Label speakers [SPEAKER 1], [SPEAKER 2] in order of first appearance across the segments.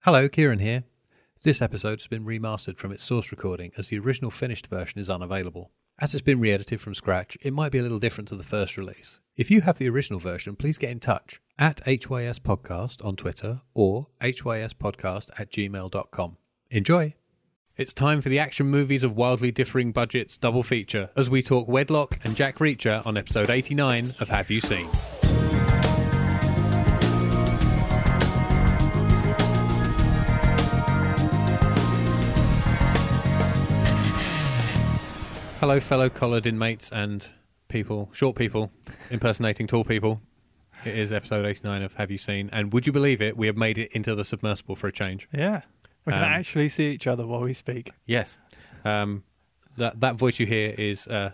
[SPEAKER 1] Hello, Kieran here. This episode has been remastered from its source recording as the original finished version is unavailable. As it's been re edited from scratch, it might be a little different to the first release. If you have the original version, please get in touch at HYS Podcast on Twitter or HYSPodcast at gmail.com. Enjoy! It's time for the action movies of wildly differing budgets double feature as we talk Wedlock and Jack Reacher on episode 89 of Have You Seen? Hello, fellow collared inmates and people, short people, impersonating tall people. It is episode 89 of Have You Seen? And would you believe it, we have made it into the submersible for a change.
[SPEAKER 2] Yeah. We can
[SPEAKER 1] Um,
[SPEAKER 2] actually see each other while we speak.
[SPEAKER 1] Yes. Um, that, that voice you hear is uh,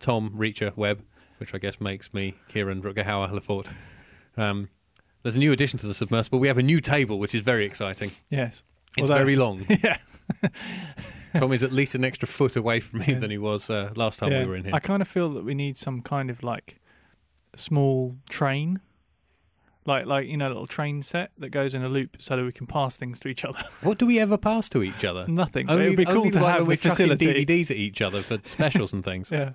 [SPEAKER 1] Tom Reacher Webb, which I guess makes me Kieran Rutgerhauer Lefort. Um, there's a new addition to the submersible. We have a new table, which is very exciting.
[SPEAKER 2] Yes.
[SPEAKER 1] It's
[SPEAKER 2] Although-
[SPEAKER 1] very long.
[SPEAKER 2] yeah.
[SPEAKER 1] Tom is at least an extra foot away from me than he was uh, last time
[SPEAKER 2] yeah.
[SPEAKER 1] we were in here.
[SPEAKER 2] I kind of feel that we need some kind of like small train. Like like you know, a little train set that goes in a loop so that we can pass things to each other.
[SPEAKER 1] What do we ever pass to each other?
[SPEAKER 2] Nothing. but it would be cool
[SPEAKER 1] only
[SPEAKER 2] to
[SPEAKER 1] like
[SPEAKER 2] have
[SPEAKER 1] when we're
[SPEAKER 2] the
[SPEAKER 1] chucking
[SPEAKER 2] facility.
[SPEAKER 1] DVDs at each other for specials and things.
[SPEAKER 2] Yeah.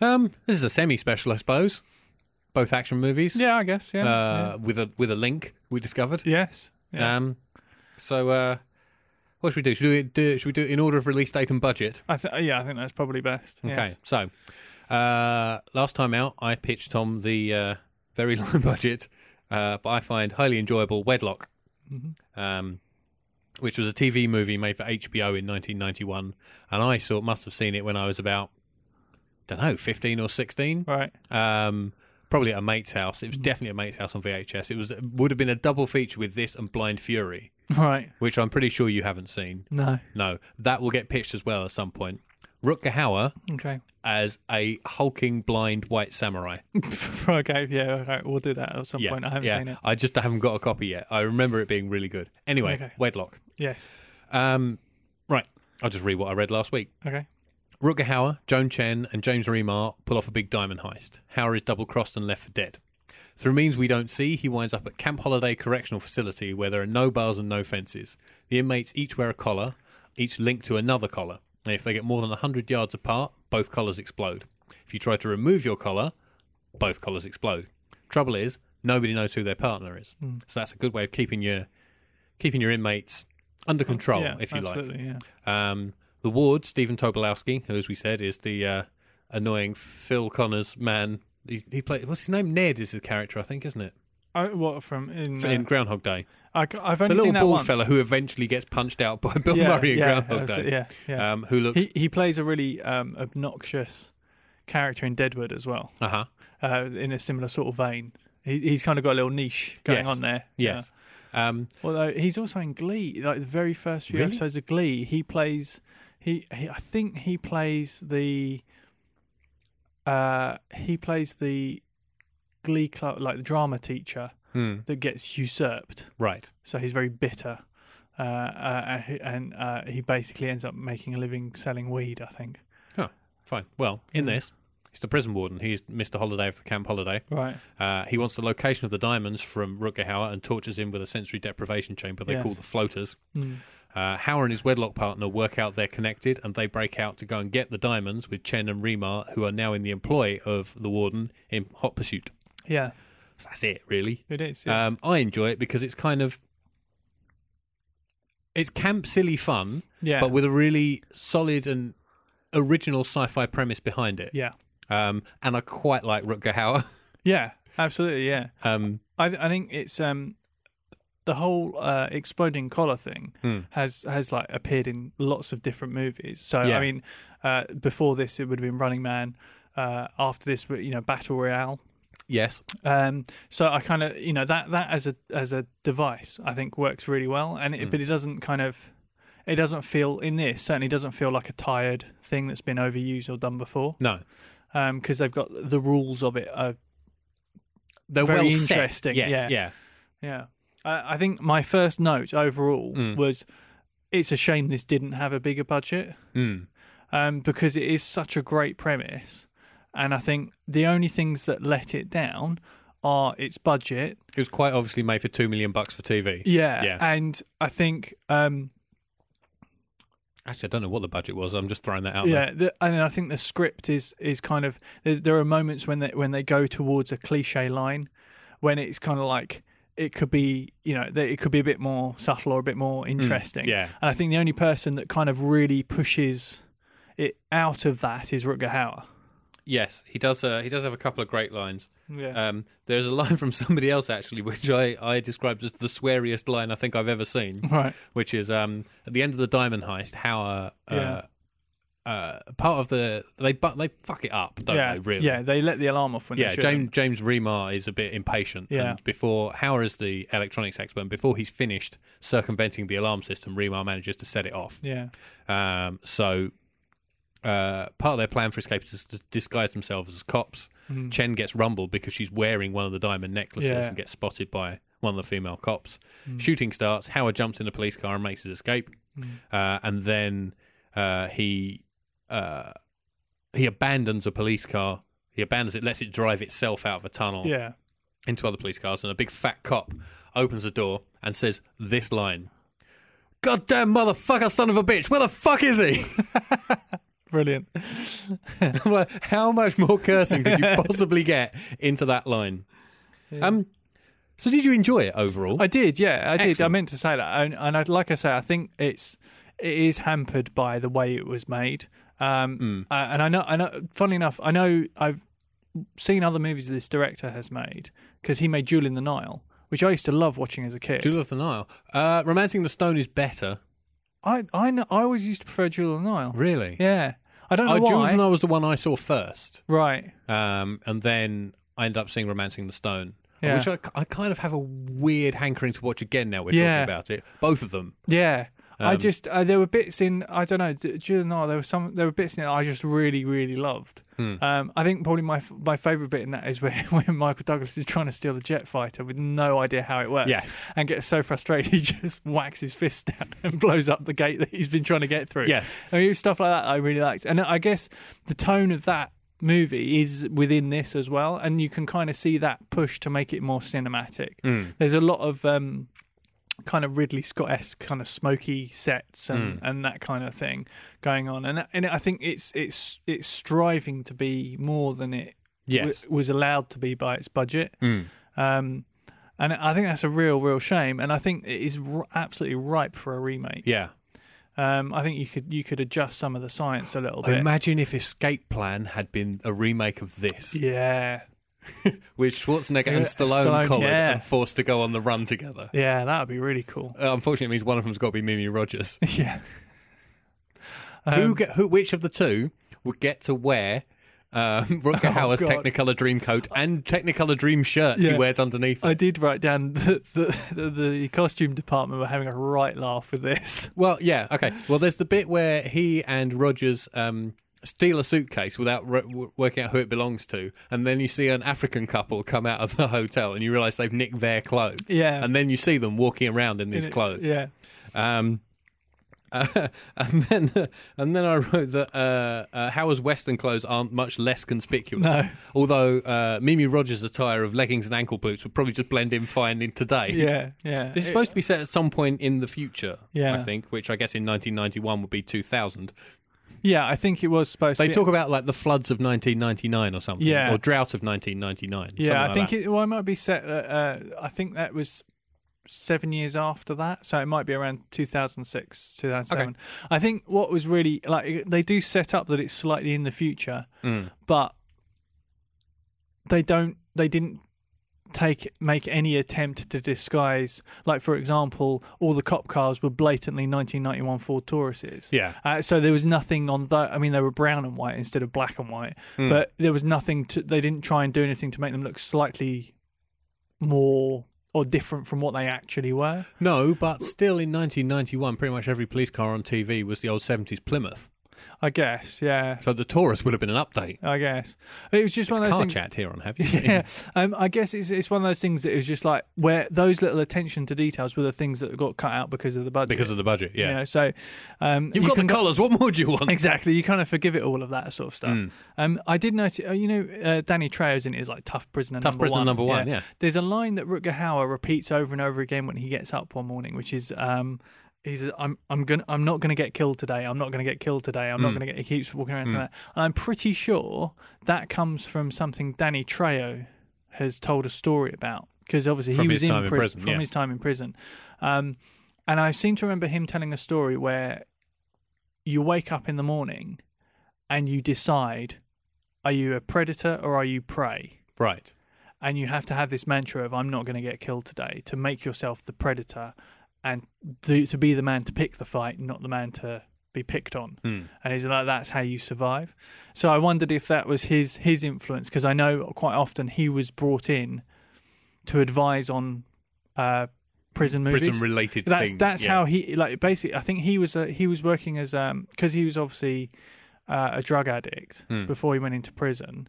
[SPEAKER 1] Um, this is a semi-special, I suppose. Both action movies.
[SPEAKER 2] Yeah, I guess, yeah.
[SPEAKER 1] Uh, with a with a link we discovered.
[SPEAKER 2] yeah. Yes. Yeah.
[SPEAKER 1] Um, so uh, what should we do? Should we do? Should we do it in order of release date and budget?
[SPEAKER 2] I th- yeah, I think that's probably best.
[SPEAKER 1] Okay.
[SPEAKER 2] Yes.
[SPEAKER 1] So uh, last time out, I pitched Tom the uh, very low budget, uh, but I find highly enjoyable Wedlock,
[SPEAKER 2] Mm-hmm.
[SPEAKER 1] um, which was a TV movie made for HBO in 1991, and I sort must have seen it when I was about. Don't know, fifteen or sixteen
[SPEAKER 2] Right. Mm-hmm.
[SPEAKER 1] um, probably at a mate's house. It was definitely a mate's house on VHS. It was it would have been a double feature with this and Blind Fury,
[SPEAKER 2] Right.
[SPEAKER 1] which I'm pretty sure you haven't seen.
[SPEAKER 2] No.
[SPEAKER 1] No, that will get pitched as well at some point. Rutger Hauer
[SPEAKER 2] Okay.
[SPEAKER 1] as a hulking blind white samurai.
[SPEAKER 2] okay, yeah, okay. We'll do that at some point. I haven't
[SPEAKER 1] yeah.
[SPEAKER 2] seen it.
[SPEAKER 1] I just haven't got a copy yet. I remember it being really good. Anyway,
[SPEAKER 2] Okay.
[SPEAKER 1] Wedlock.
[SPEAKER 2] Yes.
[SPEAKER 1] Um, right, I'll just read what I read last week.
[SPEAKER 2] Okay.
[SPEAKER 1] Rutger Hauer, Joan Chen, and James Remar pull off a big diamond heist. Hauer is double crossed and left for dead. Through means we don't see, he winds up at Camp Holiday Correctional Facility where there are no bars and no fences. The inmates each wear a collar, each linked to another collar. And if they get more than 100 yards apart, both collars explode. If you try to remove your collar, both collars explode. Trouble is, nobody knows who their partner is.
[SPEAKER 2] Hmm.
[SPEAKER 1] So that's a good way of keeping your keeping your inmates under control,
[SPEAKER 2] yeah,
[SPEAKER 1] Oh, if you like.
[SPEAKER 2] absolutely, yeah.
[SPEAKER 1] Um, the ward, Stephen Tobolowsky, who, as we said, is the uh, annoying Phil Connors man. He's, he played. What's his name? Ned is his character, I think, isn't it?
[SPEAKER 2] I, Oh, what from in, uh,
[SPEAKER 1] For- In Groundhog Day,
[SPEAKER 2] I, have
[SPEAKER 1] the
[SPEAKER 2] only
[SPEAKER 1] little
[SPEAKER 2] seen that
[SPEAKER 1] bald
[SPEAKER 2] once.
[SPEAKER 1] fella who eventually gets punched out by Bill
[SPEAKER 2] yeah,
[SPEAKER 1] Murray in
[SPEAKER 2] yeah,
[SPEAKER 1] Groundhog
[SPEAKER 2] I've se-
[SPEAKER 1] Day.
[SPEAKER 2] Yeah, yeah.
[SPEAKER 1] Um, who looks?
[SPEAKER 2] he he plays a really um, obnoxious character in Deadwood as well,
[SPEAKER 1] Uh huh.
[SPEAKER 2] uh, in a similar sort of vein. He, he's kind of got a little niche going
[SPEAKER 1] Yes,
[SPEAKER 2] on there.
[SPEAKER 1] Yes. Um,
[SPEAKER 2] Yeah. Although he's also in Glee, like the very first few
[SPEAKER 1] Really?
[SPEAKER 2] episodes of Glee, he plays. He, he I think he plays the. Uh, he plays the Glee club, like the drama teacher
[SPEAKER 1] hmm,
[SPEAKER 2] that gets usurped.
[SPEAKER 1] right.
[SPEAKER 2] so he's very bitter, uh, uh, and uh, he basically ends up making a living selling weed. I think.
[SPEAKER 1] Huh. Fine. Well,
[SPEAKER 2] Hmm.
[SPEAKER 1] in this, it's the prison warden. He's Mr. Holiday of the Camp Holiday.
[SPEAKER 2] Right.
[SPEAKER 1] Uh, he wants the location of the diamonds from Rutger Hauer and tortures him with a sensory deprivation chamber they
[SPEAKER 2] Yes. Mm.
[SPEAKER 1] call the floaters. Uh, Hauer and his wedlock partner work out they're connected and they break out to go and get the diamonds with Chen and Remar, who are now in the employ of the warden in hot pursuit.
[SPEAKER 2] Yeah,
[SPEAKER 1] So that's it, really.
[SPEAKER 2] it is. yes.
[SPEAKER 1] Um, I enjoy it because it's kind of. It's camp silly fun,
[SPEAKER 2] yeah.
[SPEAKER 1] but with a really solid and original sci fi premise behind it.
[SPEAKER 2] yeah.
[SPEAKER 1] Um, and I quite like Rutger Hauer.
[SPEAKER 2] Yeah. Absolutely. Yeah.
[SPEAKER 1] um,
[SPEAKER 2] I I think it's um the whole uh, exploding collar thing
[SPEAKER 1] Hmm.
[SPEAKER 2] has has like appeared in lots of different movies. So
[SPEAKER 1] Yeah.
[SPEAKER 2] I mean, uh, before this it would have been Running Man. Uh, after this, you know, Battle Royale.
[SPEAKER 1] yes.
[SPEAKER 2] Um, so I kind of you know that that as a as a device I think works really well, and it, but it doesn't kind of it doesn't feel in this certainly doesn't feel like a tired thing that's been overused or done before
[SPEAKER 1] No.
[SPEAKER 2] because they've got the rules of it uh, are
[SPEAKER 1] They're
[SPEAKER 2] Very
[SPEAKER 1] well set.
[SPEAKER 2] interesting,
[SPEAKER 1] Yes,
[SPEAKER 2] yeah.
[SPEAKER 1] yeah.
[SPEAKER 2] yeah. I, I think my first note overall was it's a shame this didn't have a bigger budget
[SPEAKER 1] Mm.
[SPEAKER 2] um, because it is such a great premise, and I think the only things that let it down are its budget.
[SPEAKER 1] It was quite obviously made for two million bucks for TV.
[SPEAKER 2] Yeah,
[SPEAKER 1] Yeah.
[SPEAKER 2] and I think um,
[SPEAKER 1] Actually, I don't know what the budget was. I'm just throwing that out there.
[SPEAKER 2] yeah, the, and I think the script is is kind of there's, there are moments when they when they go towards a cliche line, when it's kind of like it could be you know that it could be a bit more subtle or a bit more interesting.
[SPEAKER 1] Hmm, yeah.
[SPEAKER 2] and I think the only person that kind of really pushes it out of that is Rutger Hauer.
[SPEAKER 1] Uh, Yes, he does. Uh, he does have a couple of great lines.
[SPEAKER 2] Yeah,
[SPEAKER 1] Um, there's a line from somebody else actually, which I, I described as the sweariest line I think I've ever seen.
[SPEAKER 2] right.
[SPEAKER 1] Which is um, at the end of the diamond heist, how uh,
[SPEAKER 2] Yeah.
[SPEAKER 1] uh, uh, part of the they but they fuck it up, don't
[SPEAKER 2] yeah,
[SPEAKER 1] they? Really?
[SPEAKER 2] yeah, they let the alarm off when
[SPEAKER 1] Yeah,
[SPEAKER 2] they should.
[SPEAKER 1] James James Remar is a bit impatient.
[SPEAKER 2] Yeah.
[SPEAKER 1] And before Howard is the electronics expert, and before he's finished circumventing the alarm system, Remar manages to set it off.
[SPEAKER 2] Yeah,
[SPEAKER 1] Um, so uh, part of their plan for escape is to disguise themselves as cops. Chen gets rumbled because she's wearing one of the diamond necklaces
[SPEAKER 2] Yeah.
[SPEAKER 1] and gets spotted by one of the female cops. Shooting starts. Howard jumps in a police car and makes his escape. Uh, and then uh, he uh, he abandons a police car. He abandons it, lets it drive itself out of a tunnel
[SPEAKER 2] yeah,
[SPEAKER 1] into other police cars, and a big fat cop opens the door and says this line Goddamn motherfucker, son of a bitch, where the fuck is he?
[SPEAKER 2] brilliant.
[SPEAKER 1] I'm like, How much more cursing could you possibly get into that line? Um, so, did you enjoy it overall?
[SPEAKER 2] I did, yeah, I did. I
[SPEAKER 1] Excellent.
[SPEAKER 2] meant to say that, and, and I, like I say, I think it's it is hampered by the way it was made. Um,
[SPEAKER 1] Hmm.
[SPEAKER 2] uh, and I know, I know. Funnily enough, I know I've seen other movies this director has made because he made Jewel in the Nile, which I used to love watching as a kid.
[SPEAKER 1] Jewel of the Nile. Uh, Romancing the Stone is better.
[SPEAKER 2] I I know, I always used to prefer Jewel in the Nile.
[SPEAKER 1] Really?
[SPEAKER 2] Yeah, I don't know
[SPEAKER 1] Uh, Jewel of
[SPEAKER 2] why.
[SPEAKER 1] the Nile was the one I saw first.
[SPEAKER 2] Right.
[SPEAKER 1] Um, and then I ended up seeing Romancing the Stone.
[SPEAKER 2] Yeah.
[SPEAKER 1] Which I, I kind of have a weird hankering to watch again now we're
[SPEAKER 2] Yeah.
[SPEAKER 1] talking about it. Both of them.
[SPEAKER 2] Yeah.
[SPEAKER 1] Um,
[SPEAKER 2] I just uh, there were bits in I don't know d- do you know there were some there were bits in it I just really really loved.
[SPEAKER 1] Hmm.
[SPEAKER 2] Um, I think probably my f- my favorite bit in that is when, when Michael Douglas is trying to steal the jet fighter with no idea how it works.
[SPEAKER 1] Yes.
[SPEAKER 2] and gets so frustrated he just whacks his fist down and blows up the gate that he's been trying to get through.
[SPEAKER 1] Yes.
[SPEAKER 2] I mean, it was stuff like that I really liked, and I guess the tone of that movie is within this as well, and you can kind of see that push to make it more cinematic.
[SPEAKER 1] Hmm.
[SPEAKER 2] There's a lot of um, kind of Ridley Scott esque kind of smoky sets and,
[SPEAKER 1] Hmm.
[SPEAKER 2] and that kind of thing going on, and and I think it's it's it's striving to be more than it
[SPEAKER 1] Yes. Hmm.
[SPEAKER 2] w- was allowed to be by its budget. Um, and I think that's a real, real shame. And I think it is r- absolutely ripe for a remake.
[SPEAKER 1] Yeah.
[SPEAKER 2] Um, I think you could you could adjust some of the science a little bit.
[SPEAKER 1] Imagine if Escape Plan had been a remake of this,
[SPEAKER 2] yeah,
[SPEAKER 1] with Schwarzenegger and
[SPEAKER 2] Yeah,
[SPEAKER 1] Stallone,
[SPEAKER 2] Stallone,
[SPEAKER 1] collared
[SPEAKER 2] yeah.
[SPEAKER 1] and forced to go on the run together.
[SPEAKER 2] yeah, that would be really cool.
[SPEAKER 1] Uh, unfortunately, it means one of them's got to be Mimi Rogers.
[SPEAKER 2] yeah, Um,
[SPEAKER 1] who, get, who, which of the two would get to wear um, Rutger Hauer's
[SPEAKER 2] Oh, God.
[SPEAKER 1] Technicolor dream coat and Technicolor dream shirt he
[SPEAKER 2] Yeah.
[SPEAKER 1] wears underneath? it?
[SPEAKER 2] I did write down that the, the, the costume department were having a right laugh with this.
[SPEAKER 1] Well, yeah, okay. Well, there's the bit where he and Rogers um, steal a suitcase without re- w- working out who it belongs to, and then you see an African couple come out of the hotel, and you realise they've nicked their clothes.
[SPEAKER 2] Yeah.
[SPEAKER 1] and then you see them walking around in these
[SPEAKER 2] It-
[SPEAKER 1] clothes.
[SPEAKER 2] Yeah,
[SPEAKER 1] Um, uh, and then, and then I wrote that uh, uh, Howard's Western clothes aren't much less conspicuous.
[SPEAKER 2] No.
[SPEAKER 1] Although uh, Mimi Rogers' attire of leggings and ankle boots would probably just blend in fine in today.
[SPEAKER 2] yeah, yeah.
[SPEAKER 1] This is
[SPEAKER 2] It-
[SPEAKER 1] supposed to be set at some point in the future,
[SPEAKER 2] Yeah.
[SPEAKER 1] I think, which I guess in 1991 would be 2000.
[SPEAKER 2] yeah, I think it was supposed.
[SPEAKER 1] They
[SPEAKER 2] to be,
[SPEAKER 1] talk about like the floods of 1999 or something,
[SPEAKER 2] Yeah.
[SPEAKER 1] or drought of 1999. something
[SPEAKER 2] Yeah, I
[SPEAKER 1] like
[SPEAKER 2] think
[SPEAKER 1] that.
[SPEAKER 2] it. Well, it might be set. Uh, uh, I think that was seven years after that, so it might be around 2006, 2007. I think what was really like they do set up that it's slightly in the future,
[SPEAKER 1] Mm.
[SPEAKER 2] but they don't. They didn't take make any attempt to disguise. Like for example, all the cop cars were blatantly 1991 Ford Tauruses.
[SPEAKER 1] Yeah.
[SPEAKER 2] Uh, so there was nothing on that. I mean, they were brown and white instead of black and white, but there was nothing to. They didn't try and do anything to make them look slightly more or different from what they actually were.
[SPEAKER 1] No, but still in 1991, pretty much every police car on TV was the old 70s Plymouth.
[SPEAKER 2] I guess, yeah,
[SPEAKER 1] So the Taurus would have been an update.
[SPEAKER 2] I guess it was just one of those
[SPEAKER 1] Car
[SPEAKER 2] things.
[SPEAKER 1] chat here on Have You Seen?
[SPEAKER 2] yeah, um, I guess it's it's one of those things that is just like where those little attention to details were the things that got cut out because of the budget.
[SPEAKER 1] Because of the budget, yeah.
[SPEAKER 2] you know, so um,
[SPEAKER 1] You've
[SPEAKER 2] you
[SPEAKER 1] got the
[SPEAKER 2] can
[SPEAKER 1] colours. What more do you want?
[SPEAKER 2] Exactly, you kind of forgive it all of that sort of stuff.
[SPEAKER 1] Mm.
[SPEAKER 2] Um, I did notice, uh, you know, uh, Danny Trejo's in it is like tough prisoner,
[SPEAKER 1] Tough
[SPEAKER 2] number
[SPEAKER 1] prisoner
[SPEAKER 2] one.
[SPEAKER 1] number one, yeah.
[SPEAKER 2] There's a line that Rutger Hauer repeats over and over again when he gets up one morning, which is, um, he's, I'm, I'm gonna, I'm not gonna get killed today. I'm not gonna get killed today. I'm
[SPEAKER 1] Hmm.
[SPEAKER 2] not gonna get. He keeps walking around to that, and I'm pretty sure that comes from something Danny Trejo has told a story about because obviously
[SPEAKER 1] From
[SPEAKER 2] he
[SPEAKER 1] his
[SPEAKER 2] was in,
[SPEAKER 1] time in
[SPEAKER 2] pri-
[SPEAKER 1] prison,
[SPEAKER 2] from
[SPEAKER 1] yeah.
[SPEAKER 2] his time in prison. Um, and I seem to remember him telling a story where you wake up in the morning and you decide are you a predator or are you prey?
[SPEAKER 1] Right.
[SPEAKER 2] And you have to have this mantra of I'm not going to get killed today to make yourself the predator and to, to be the man to pick the fight, not the man to be picked on. And he's like, that's how you survive. So I wondered if that was his his influence because I know quite often he was brought in to advise on uh, prison movies
[SPEAKER 1] Prison related
[SPEAKER 2] that's
[SPEAKER 1] things.
[SPEAKER 2] that's
[SPEAKER 1] yeah.
[SPEAKER 2] how he like basically i think he was a, he was working as um because he was obviously uh, a drug addict
[SPEAKER 1] Hmm.
[SPEAKER 2] before he went into prison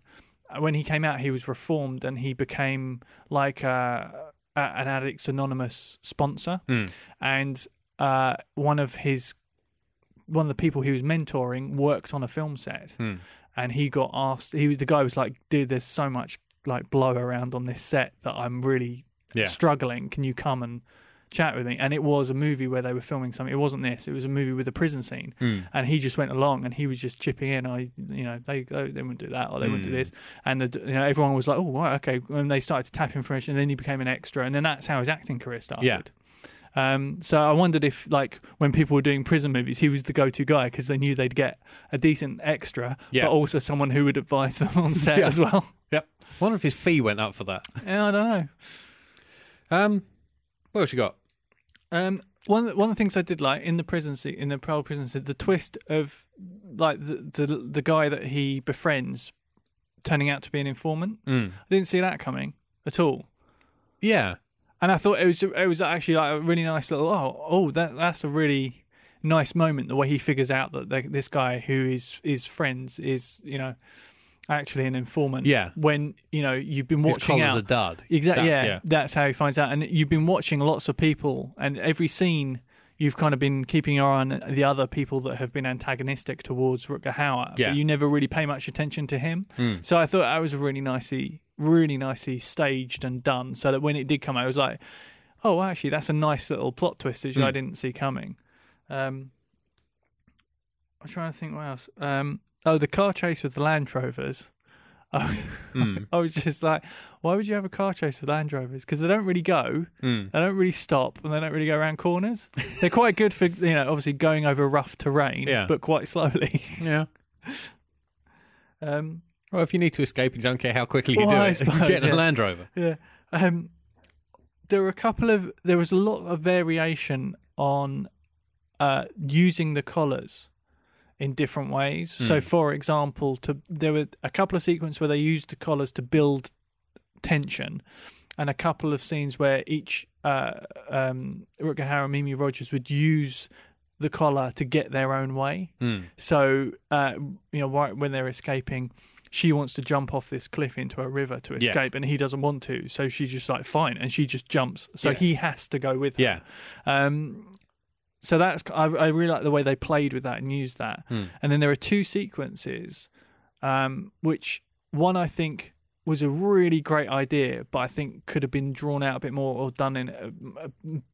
[SPEAKER 2] Uh, when he came out he was reformed and he became like uh, a, an addicts anonymous sponsor
[SPEAKER 1] Hmm.
[SPEAKER 2] and uh one of his one of the people he was mentoring worked on a film set
[SPEAKER 1] Hmm.
[SPEAKER 2] and he got asked he was the guy was like dude there's so much like blow around on this set that i'm really
[SPEAKER 1] Yeah.
[SPEAKER 2] struggling can you come and chat with me and it was a movie where they were filming something it wasn't this it was a movie with a prison scene
[SPEAKER 1] Hmm.
[SPEAKER 2] and he just went along and he was just chipping in i you know they they wouldn't do that or they
[SPEAKER 1] Hmm.
[SPEAKER 2] wouldn't do this and the, you know everyone was like oh right, okay and they started to tap information and then he became an extra and then that's how his acting career started
[SPEAKER 1] Yeah.
[SPEAKER 2] um, so I wondered if, like, when people were doing prison movies, he was the go-to guy because they knew they'd get a decent extra,
[SPEAKER 1] Yeah.
[SPEAKER 2] but also someone who would advise them on set
[SPEAKER 1] Yeah.
[SPEAKER 2] as well.
[SPEAKER 1] Yep. I wonder if his fee went up for that.
[SPEAKER 2] Yeah, I don't know.
[SPEAKER 1] Um, what else you got?
[SPEAKER 2] Um, one one of the things I did like in the prison scene, in the parole prison scene, the twist of like the the, the guy that he befriends turning out to be an informant.
[SPEAKER 1] Mm.
[SPEAKER 2] I didn't see that coming at all.
[SPEAKER 1] Yeah.
[SPEAKER 2] and I thought it was it was actually like a really nice little oh oh that that's a really nice moment the way he figures out that they, this guy who is is friends is you know actually an informant
[SPEAKER 1] Yeah.
[SPEAKER 2] when you know you've been
[SPEAKER 1] His
[SPEAKER 2] watching
[SPEAKER 1] collar's
[SPEAKER 2] out
[SPEAKER 1] a dud.
[SPEAKER 2] exactly
[SPEAKER 1] That's-
[SPEAKER 2] yeah, that's how he finds out and you've been watching lots of people and every scene you've kind of been keeping your eye on the other people that have been antagonistic towards Rutger Hauer
[SPEAKER 1] Yeah. Hmm.
[SPEAKER 2] but you never really pay much attention to him so I thought that was really nicely really nicely staged and done so that when it did come out it was like oh well, actually that's a nice little plot twist which I
[SPEAKER 1] Hmm.
[SPEAKER 2] didn't see coming um I'm trying to think what else um oh the car chase with the Land Rovers I was just like, why would you have a car chase with Land Rovers? Because they don't really go, they don't really stop, and they don't really go around corners. They're quite good for you know, obviously going over rough terrain,
[SPEAKER 1] Yeah.
[SPEAKER 2] but quite slowly.
[SPEAKER 1] Yeah.
[SPEAKER 2] Um,
[SPEAKER 1] Well, if you need to escape, you don't care how quickly you
[SPEAKER 2] Well,
[SPEAKER 1] do
[SPEAKER 2] I
[SPEAKER 1] it.
[SPEAKER 2] suppose,
[SPEAKER 1] Get in a
[SPEAKER 2] yeah.
[SPEAKER 1] Land Rover.
[SPEAKER 2] yeah. Um, there were a couple of there was a lot of variation on uh, using the collars in different ways. So, for example, to there were a couple of sequences where they used the collars to build tension, and a couple of scenes where each uh, um, Rutger Hauer and Mimi Rogers would use the collar to get their own way. So, uh, you know, right when they're escaping, she wants to jump off this cliff into a river to
[SPEAKER 1] Yes.
[SPEAKER 2] escape, and he doesn't want to. So she's just like, fine, and she just jumps. So
[SPEAKER 1] Yes.
[SPEAKER 2] he has to go with her.
[SPEAKER 1] Yeah.
[SPEAKER 2] Um, so that's I, I really like the way they played with that and used that.
[SPEAKER 1] Hmm.
[SPEAKER 2] And then there are two sequences, um, which one I think was a really great idea, but I think could have been drawn out a bit more or done in uh,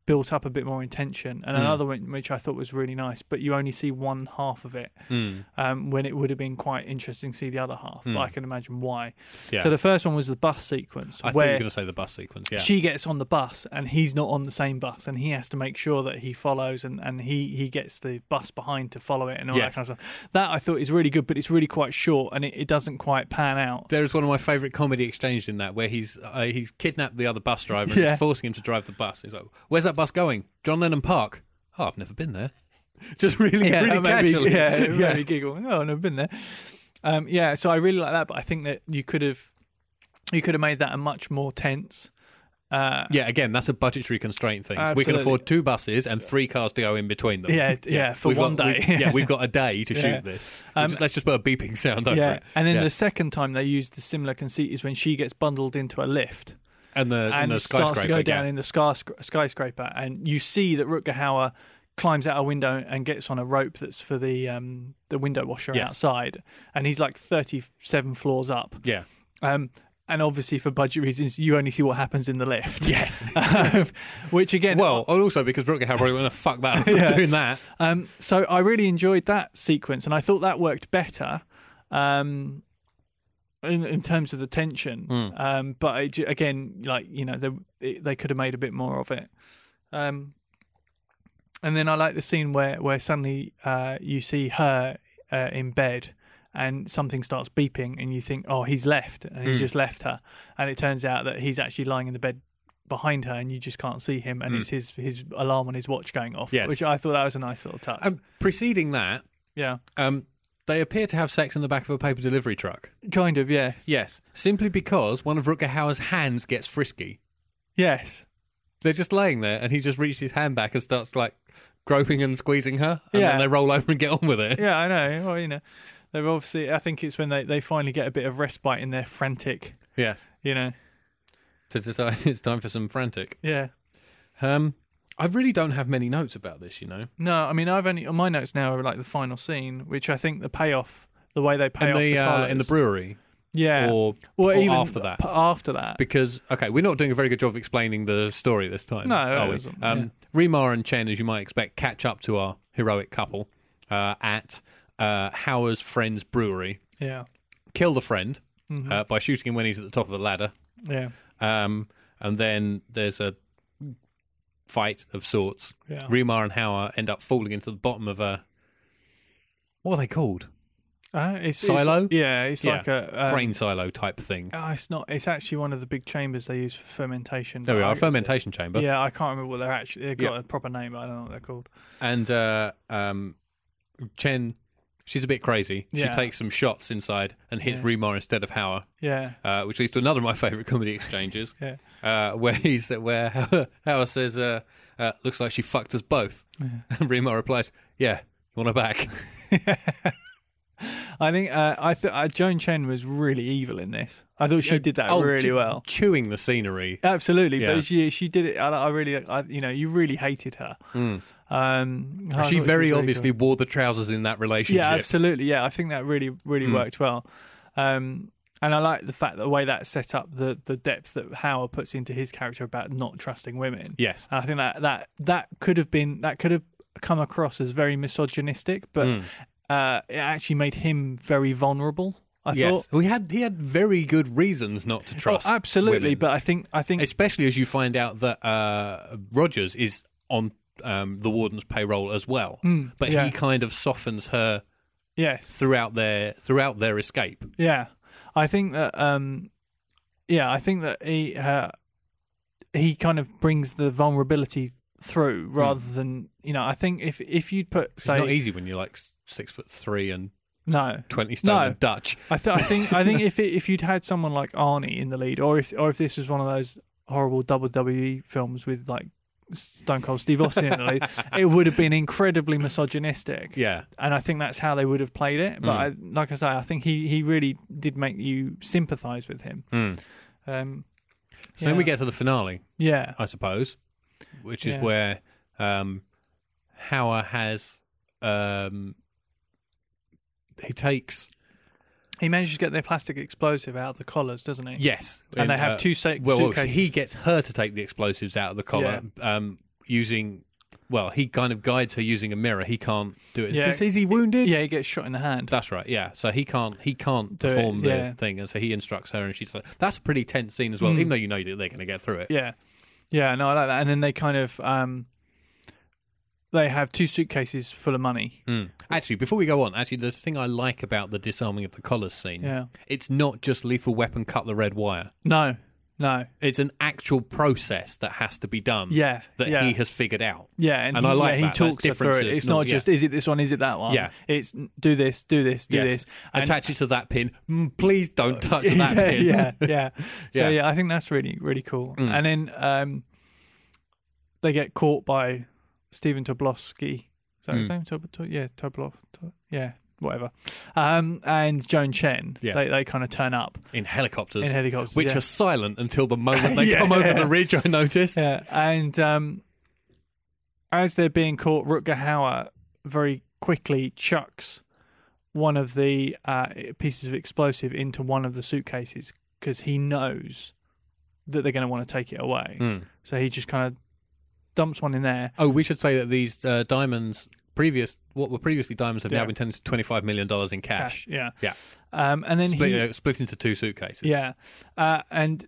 [SPEAKER 2] built up a bit more intention.
[SPEAKER 1] Hmm.
[SPEAKER 2] And another one which I thought was really nice, but you only see one half of it
[SPEAKER 1] Hmm.
[SPEAKER 2] um, when it would have been quite interesting to see the other half. But I can imagine why.
[SPEAKER 1] Yeah.
[SPEAKER 2] So the first one was the bus sequence
[SPEAKER 1] I think
[SPEAKER 2] where
[SPEAKER 1] you're going to say the bus sequence. Yeah.
[SPEAKER 2] she gets on the bus and he's not on the same bus and he has to make sure that he follows and, and he, he gets the bus behind to follow it and all
[SPEAKER 1] Yes.
[SPEAKER 2] that kind of stuff. That I thought is really good, but it's really quite short and it, it doesn't quite pan out.
[SPEAKER 1] There is one of my favourite comedy exchanges in that where he's uh, he's kidnapped the other bus driver and
[SPEAKER 2] Yeah.
[SPEAKER 1] he's forcing him to drive the bus. He's like, "Where's that bus going? John Lennon Park? Oh, I've never been there." Just really, really
[SPEAKER 2] that made me-
[SPEAKER 1] casually.
[SPEAKER 2] yeah, it made me giggle. Oh, I've never been there. Um, yeah, so I really like that, but I think that you could have you could have made that a much more tense Uh,
[SPEAKER 1] Yeah, again, that's a budgetary constraint thing. We can
[SPEAKER 2] Absolutely.
[SPEAKER 1] afford two buses and three cars to go in between them.
[SPEAKER 2] Yeah, yeah, for
[SPEAKER 1] We've
[SPEAKER 2] one
[SPEAKER 1] got-
[SPEAKER 2] day.
[SPEAKER 1] we- yeah, we've got a day to
[SPEAKER 2] Yeah. Um,
[SPEAKER 1] shoot this. We'll just- let's just put a beeping sound over
[SPEAKER 2] yeah,
[SPEAKER 1] it.
[SPEAKER 2] and then
[SPEAKER 1] Yeah.
[SPEAKER 2] the second time they used the similar conceit is when she gets bundled into a lift
[SPEAKER 1] and the and
[SPEAKER 2] and
[SPEAKER 1] the
[SPEAKER 2] starts
[SPEAKER 1] skyscraper
[SPEAKER 2] to go down
[SPEAKER 1] yeah.
[SPEAKER 2] in the skysc- skyscraper, and you see that Rutgerhauer climbs out a window and gets on a rope that's for the um, the window washer
[SPEAKER 1] Yes.
[SPEAKER 2] outside, and he's like thirty seven floors up.
[SPEAKER 1] Yeah.
[SPEAKER 2] Um, and obviously, for budget reasons, you only see what happens in the lift.
[SPEAKER 1] Yes.
[SPEAKER 2] Um, which again,
[SPEAKER 1] well, and also because Rutger Hauer probably went, fuck that, I'm not
[SPEAKER 2] Yeah.
[SPEAKER 1] doing that.
[SPEAKER 2] um, so I really enjoyed that sequence, and I thought that worked better um, in, in terms of the tension. Um, but it, ju- again, like you know, they it, they could have made a bit more of it. Um, and then I like the scene where where suddenly uh, you see her uh, in bed. And something starts beeping, and you think, "Oh, he's left," and he's just left her. And it turns out that he's actually lying in the bed behind her, and you just can't see him. And it's his his alarm on his watch going off,
[SPEAKER 1] Yes.
[SPEAKER 2] which I thought that was a nice little touch.
[SPEAKER 1] Um, preceding that,
[SPEAKER 2] yeah,
[SPEAKER 1] um, they appear to have sex in the back of a paper delivery truck.
[SPEAKER 2] kind of. Yes,
[SPEAKER 1] Yes. Simply because one of Rutger Hauer's hands gets frisky.
[SPEAKER 2] yes,
[SPEAKER 1] They're just laying there and he just reaches his hand back and starts like groping and squeezing her. And
[SPEAKER 2] Yeah.
[SPEAKER 1] then they roll over and get on with it.
[SPEAKER 2] yeah. I know. Well, you know, they're obviously. I think it's when they they finally get a bit of respite in their frantic.
[SPEAKER 1] Yes.
[SPEAKER 2] You know.
[SPEAKER 1] To decide it's time for some frantic.
[SPEAKER 2] Yeah.
[SPEAKER 1] Um, I really don't have many notes about this, you know.
[SPEAKER 2] No, I mean, I've only on my notes now are like the final scene, which I think the payoff, the way they pay
[SPEAKER 1] In
[SPEAKER 2] off
[SPEAKER 1] the,
[SPEAKER 2] the
[SPEAKER 1] uh,
[SPEAKER 2] colours,
[SPEAKER 1] in the brewery,
[SPEAKER 2] yeah,
[SPEAKER 1] or,
[SPEAKER 2] Well,
[SPEAKER 1] or after that,
[SPEAKER 2] p- after that,
[SPEAKER 1] because okay, we're not doing a very good job of explaining the story this time.
[SPEAKER 2] No,
[SPEAKER 1] are
[SPEAKER 2] it
[SPEAKER 1] we?
[SPEAKER 2] isn't,
[SPEAKER 1] Um,
[SPEAKER 2] yeah.
[SPEAKER 1] Remar and Chen, as you might expect, catch up to our heroic couple uh, at uh, Howard's friend's brewery.
[SPEAKER 2] yeah,
[SPEAKER 1] Kill the friend
[SPEAKER 2] Mm-hmm.
[SPEAKER 1] uh, by shooting him when he's at the top of the ladder,
[SPEAKER 2] yeah,
[SPEAKER 1] um, and then there's a fight of sorts.
[SPEAKER 2] Yeah.
[SPEAKER 1] Remar and Howard end up falling into the bottom of a what are they called?
[SPEAKER 2] uh, it's,
[SPEAKER 1] Silo?
[SPEAKER 2] It's, yeah, it's
[SPEAKER 1] Yeah.
[SPEAKER 2] like a um,
[SPEAKER 1] Brain silo type thing.
[SPEAKER 2] Oh, it's not. It's actually one of the big chambers they use for fermentation.
[SPEAKER 1] There we
[SPEAKER 2] but
[SPEAKER 1] are,
[SPEAKER 2] I-
[SPEAKER 1] a fermentation chamber.
[SPEAKER 2] Yeah, I can't remember what they're actually. They've got
[SPEAKER 1] Yeah.
[SPEAKER 2] a proper name, but I don't know what they're called.
[SPEAKER 1] and uh, um, Chen, she's a bit crazy. She
[SPEAKER 2] Yeah.
[SPEAKER 1] takes some shots inside and hits Remar instead of Hauer,
[SPEAKER 2] Yeah,
[SPEAKER 1] uh, which leads to another of my favourite comedy exchanges,
[SPEAKER 2] Yeah.
[SPEAKER 1] uh, where he's where Hauer says, uh, uh, "Looks like she fucked us both," and Remar replies, "Yeah, you want her back?"
[SPEAKER 2] I think uh, I th- uh, Joan Chen was really evil in this. I thought she did that
[SPEAKER 1] Oh,
[SPEAKER 2] really
[SPEAKER 1] che-
[SPEAKER 2] well.
[SPEAKER 1] chewing the scenery.
[SPEAKER 2] Absolutely,
[SPEAKER 1] Yeah.
[SPEAKER 2] but she she did it. I, I really, I, you know, you really hated her. Um, I thought
[SPEAKER 1] She
[SPEAKER 2] was
[SPEAKER 1] very
[SPEAKER 2] really
[SPEAKER 1] obviously wore the trousers in that
[SPEAKER 2] good.
[SPEAKER 1] relationship.
[SPEAKER 2] yeah, absolutely, yeah. I think that really, really worked well. Um, and I like the fact that the way that's set up, the the depth that Howard puts into his character about not trusting women.
[SPEAKER 1] Yes.
[SPEAKER 2] And I think that that that could have been that could have come across as very misogynistic, but uh, it actually made him very vulnerable. I
[SPEAKER 1] Yes,
[SPEAKER 2] thought
[SPEAKER 1] we had he had very good reasons not to
[SPEAKER 2] Oh,
[SPEAKER 1] trust.
[SPEAKER 2] absolutely,
[SPEAKER 1] women.
[SPEAKER 2] but I think I think
[SPEAKER 1] especially as you find out that uh, Rogers is on um, the warden's payroll as well. but
[SPEAKER 2] Hmm. mm, yeah.
[SPEAKER 1] he kind of softens her
[SPEAKER 2] yes,
[SPEAKER 1] throughout their throughout their escape.
[SPEAKER 2] yeah. I think that um, yeah, I think that he uh, he kind of brings the vulnerability through rather than you know. I think if if you'd put
[SPEAKER 1] It's Hmm. not e-
[SPEAKER 2] say
[SPEAKER 1] easy when you're like s- six foot three and
[SPEAKER 2] no,
[SPEAKER 1] twenty stone
[SPEAKER 2] No.
[SPEAKER 1] and Dutch.
[SPEAKER 2] I, th- I think I think if it, if you'd had someone like Arnie in the lead, or if or if this was one of those horrible WWE films with like Stone Cold Steve Austin in the lead, it would have been incredibly misogynistic.
[SPEAKER 1] Yeah,
[SPEAKER 2] And I think that's how they would have played it. But I, like I say, I think he, he really did make you sympathise with him. Um,
[SPEAKER 1] so then we
[SPEAKER 2] Yeah.
[SPEAKER 1] get to the finale,
[SPEAKER 2] yeah,
[SPEAKER 1] I suppose, which is
[SPEAKER 2] Yeah.
[SPEAKER 1] where um, Hauer has um, he takes
[SPEAKER 2] he manages to get their plastic explosive out of the collars, doesn't he?
[SPEAKER 1] yes,
[SPEAKER 2] And they
[SPEAKER 1] in,
[SPEAKER 2] have
[SPEAKER 1] uh,
[SPEAKER 2] two sa-
[SPEAKER 1] well, well,
[SPEAKER 2] suitcases.
[SPEAKER 1] he gets her to take the explosives out of the collar um, using. Well, he kind of guides her using a mirror. He can't do it.
[SPEAKER 2] Yeah.
[SPEAKER 1] Is, is he wounded?
[SPEAKER 2] yeah, he gets shot in the hand.
[SPEAKER 1] That's right. Yeah. So he can't he can't
[SPEAKER 2] Do it,
[SPEAKER 1] perform the
[SPEAKER 2] yeah. Mm.
[SPEAKER 1] thing, and so he instructs her, and she's like, "That's a pretty tense scene as well, even though you know that they're going to get through it."
[SPEAKER 2] Yeah. Yeah, no, I like that. And then they kind of um they have two suitcases full of money.
[SPEAKER 1] Mm. Actually, before we go on, actually, there's a thing I like about the disarming of the collars scene.
[SPEAKER 2] Yeah.
[SPEAKER 1] It's not just lethal weapon cut the red wire.
[SPEAKER 2] No. No.
[SPEAKER 1] It's an actual process that has to be done.
[SPEAKER 2] Yeah,
[SPEAKER 1] that
[SPEAKER 2] yeah.
[SPEAKER 1] he has figured out.
[SPEAKER 2] Yeah, and,
[SPEAKER 1] And
[SPEAKER 2] he,
[SPEAKER 1] I like
[SPEAKER 2] yeah, he
[SPEAKER 1] that. That's
[SPEAKER 2] talks her through
[SPEAKER 1] different
[SPEAKER 2] it.
[SPEAKER 1] to-
[SPEAKER 2] It's
[SPEAKER 1] no,
[SPEAKER 2] not
[SPEAKER 1] yeah.
[SPEAKER 2] just is it this one, is it that one?
[SPEAKER 1] Yeah.
[SPEAKER 2] it's mm, do this, do this, do
[SPEAKER 1] Yes.
[SPEAKER 2] this. And- Uh,
[SPEAKER 1] Attach it to that pin. Mm, please don't touch that
[SPEAKER 2] yeah,
[SPEAKER 1] pin.
[SPEAKER 2] yeah, yeah. So
[SPEAKER 1] Yeah. Mm.
[SPEAKER 2] yeah, I think that's really really cool. And then um, they get caught by Stephen Tobolowsky. Is that
[SPEAKER 1] Mm.
[SPEAKER 2] his name? Tob- to- yeah, Tobolov. To- yeah, whatever. Um, and Joan Chen.
[SPEAKER 1] Yes.
[SPEAKER 2] They they kind of turn up.
[SPEAKER 1] In helicopters.
[SPEAKER 2] In helicopters,
[SPEAKER 1] Which
[SPEAKER 2] yeah.
[SPEAKER 1] are silent until the moment they
[SPEAKER 2] Yeah.
[SPEAKER 1] come over the ridge, I noticed.
[SPEAKER 2] Yeah, and um, as they're being caught, Rutger Hauer very quickly chucks one of the uh, pieces of explosive into one of the suitcases because he knows that they're going to want to take it away.
[SPEAKER 1] Hmm.
[SPEAKER 2] So he just kind of dumps one in there.
[SPEAKER 1] Oh, we should say that these uh, diamonds, previous what were previously diamonds, have
[SPEAKER 2] Yeah.
[SPEAKER 1] now been turned into $25 million in cash.
[SPEAKER 2] Cash, yeah,
[SPEAKER 1] Yeah.
[SPEAKER 2] Um, and then
[SPEAKER 1] Split,
[SPEAKER 2] he,
[SPEAKER 1] uh, split into two suitcases.
[SPEAKER 2] yeah, uh, and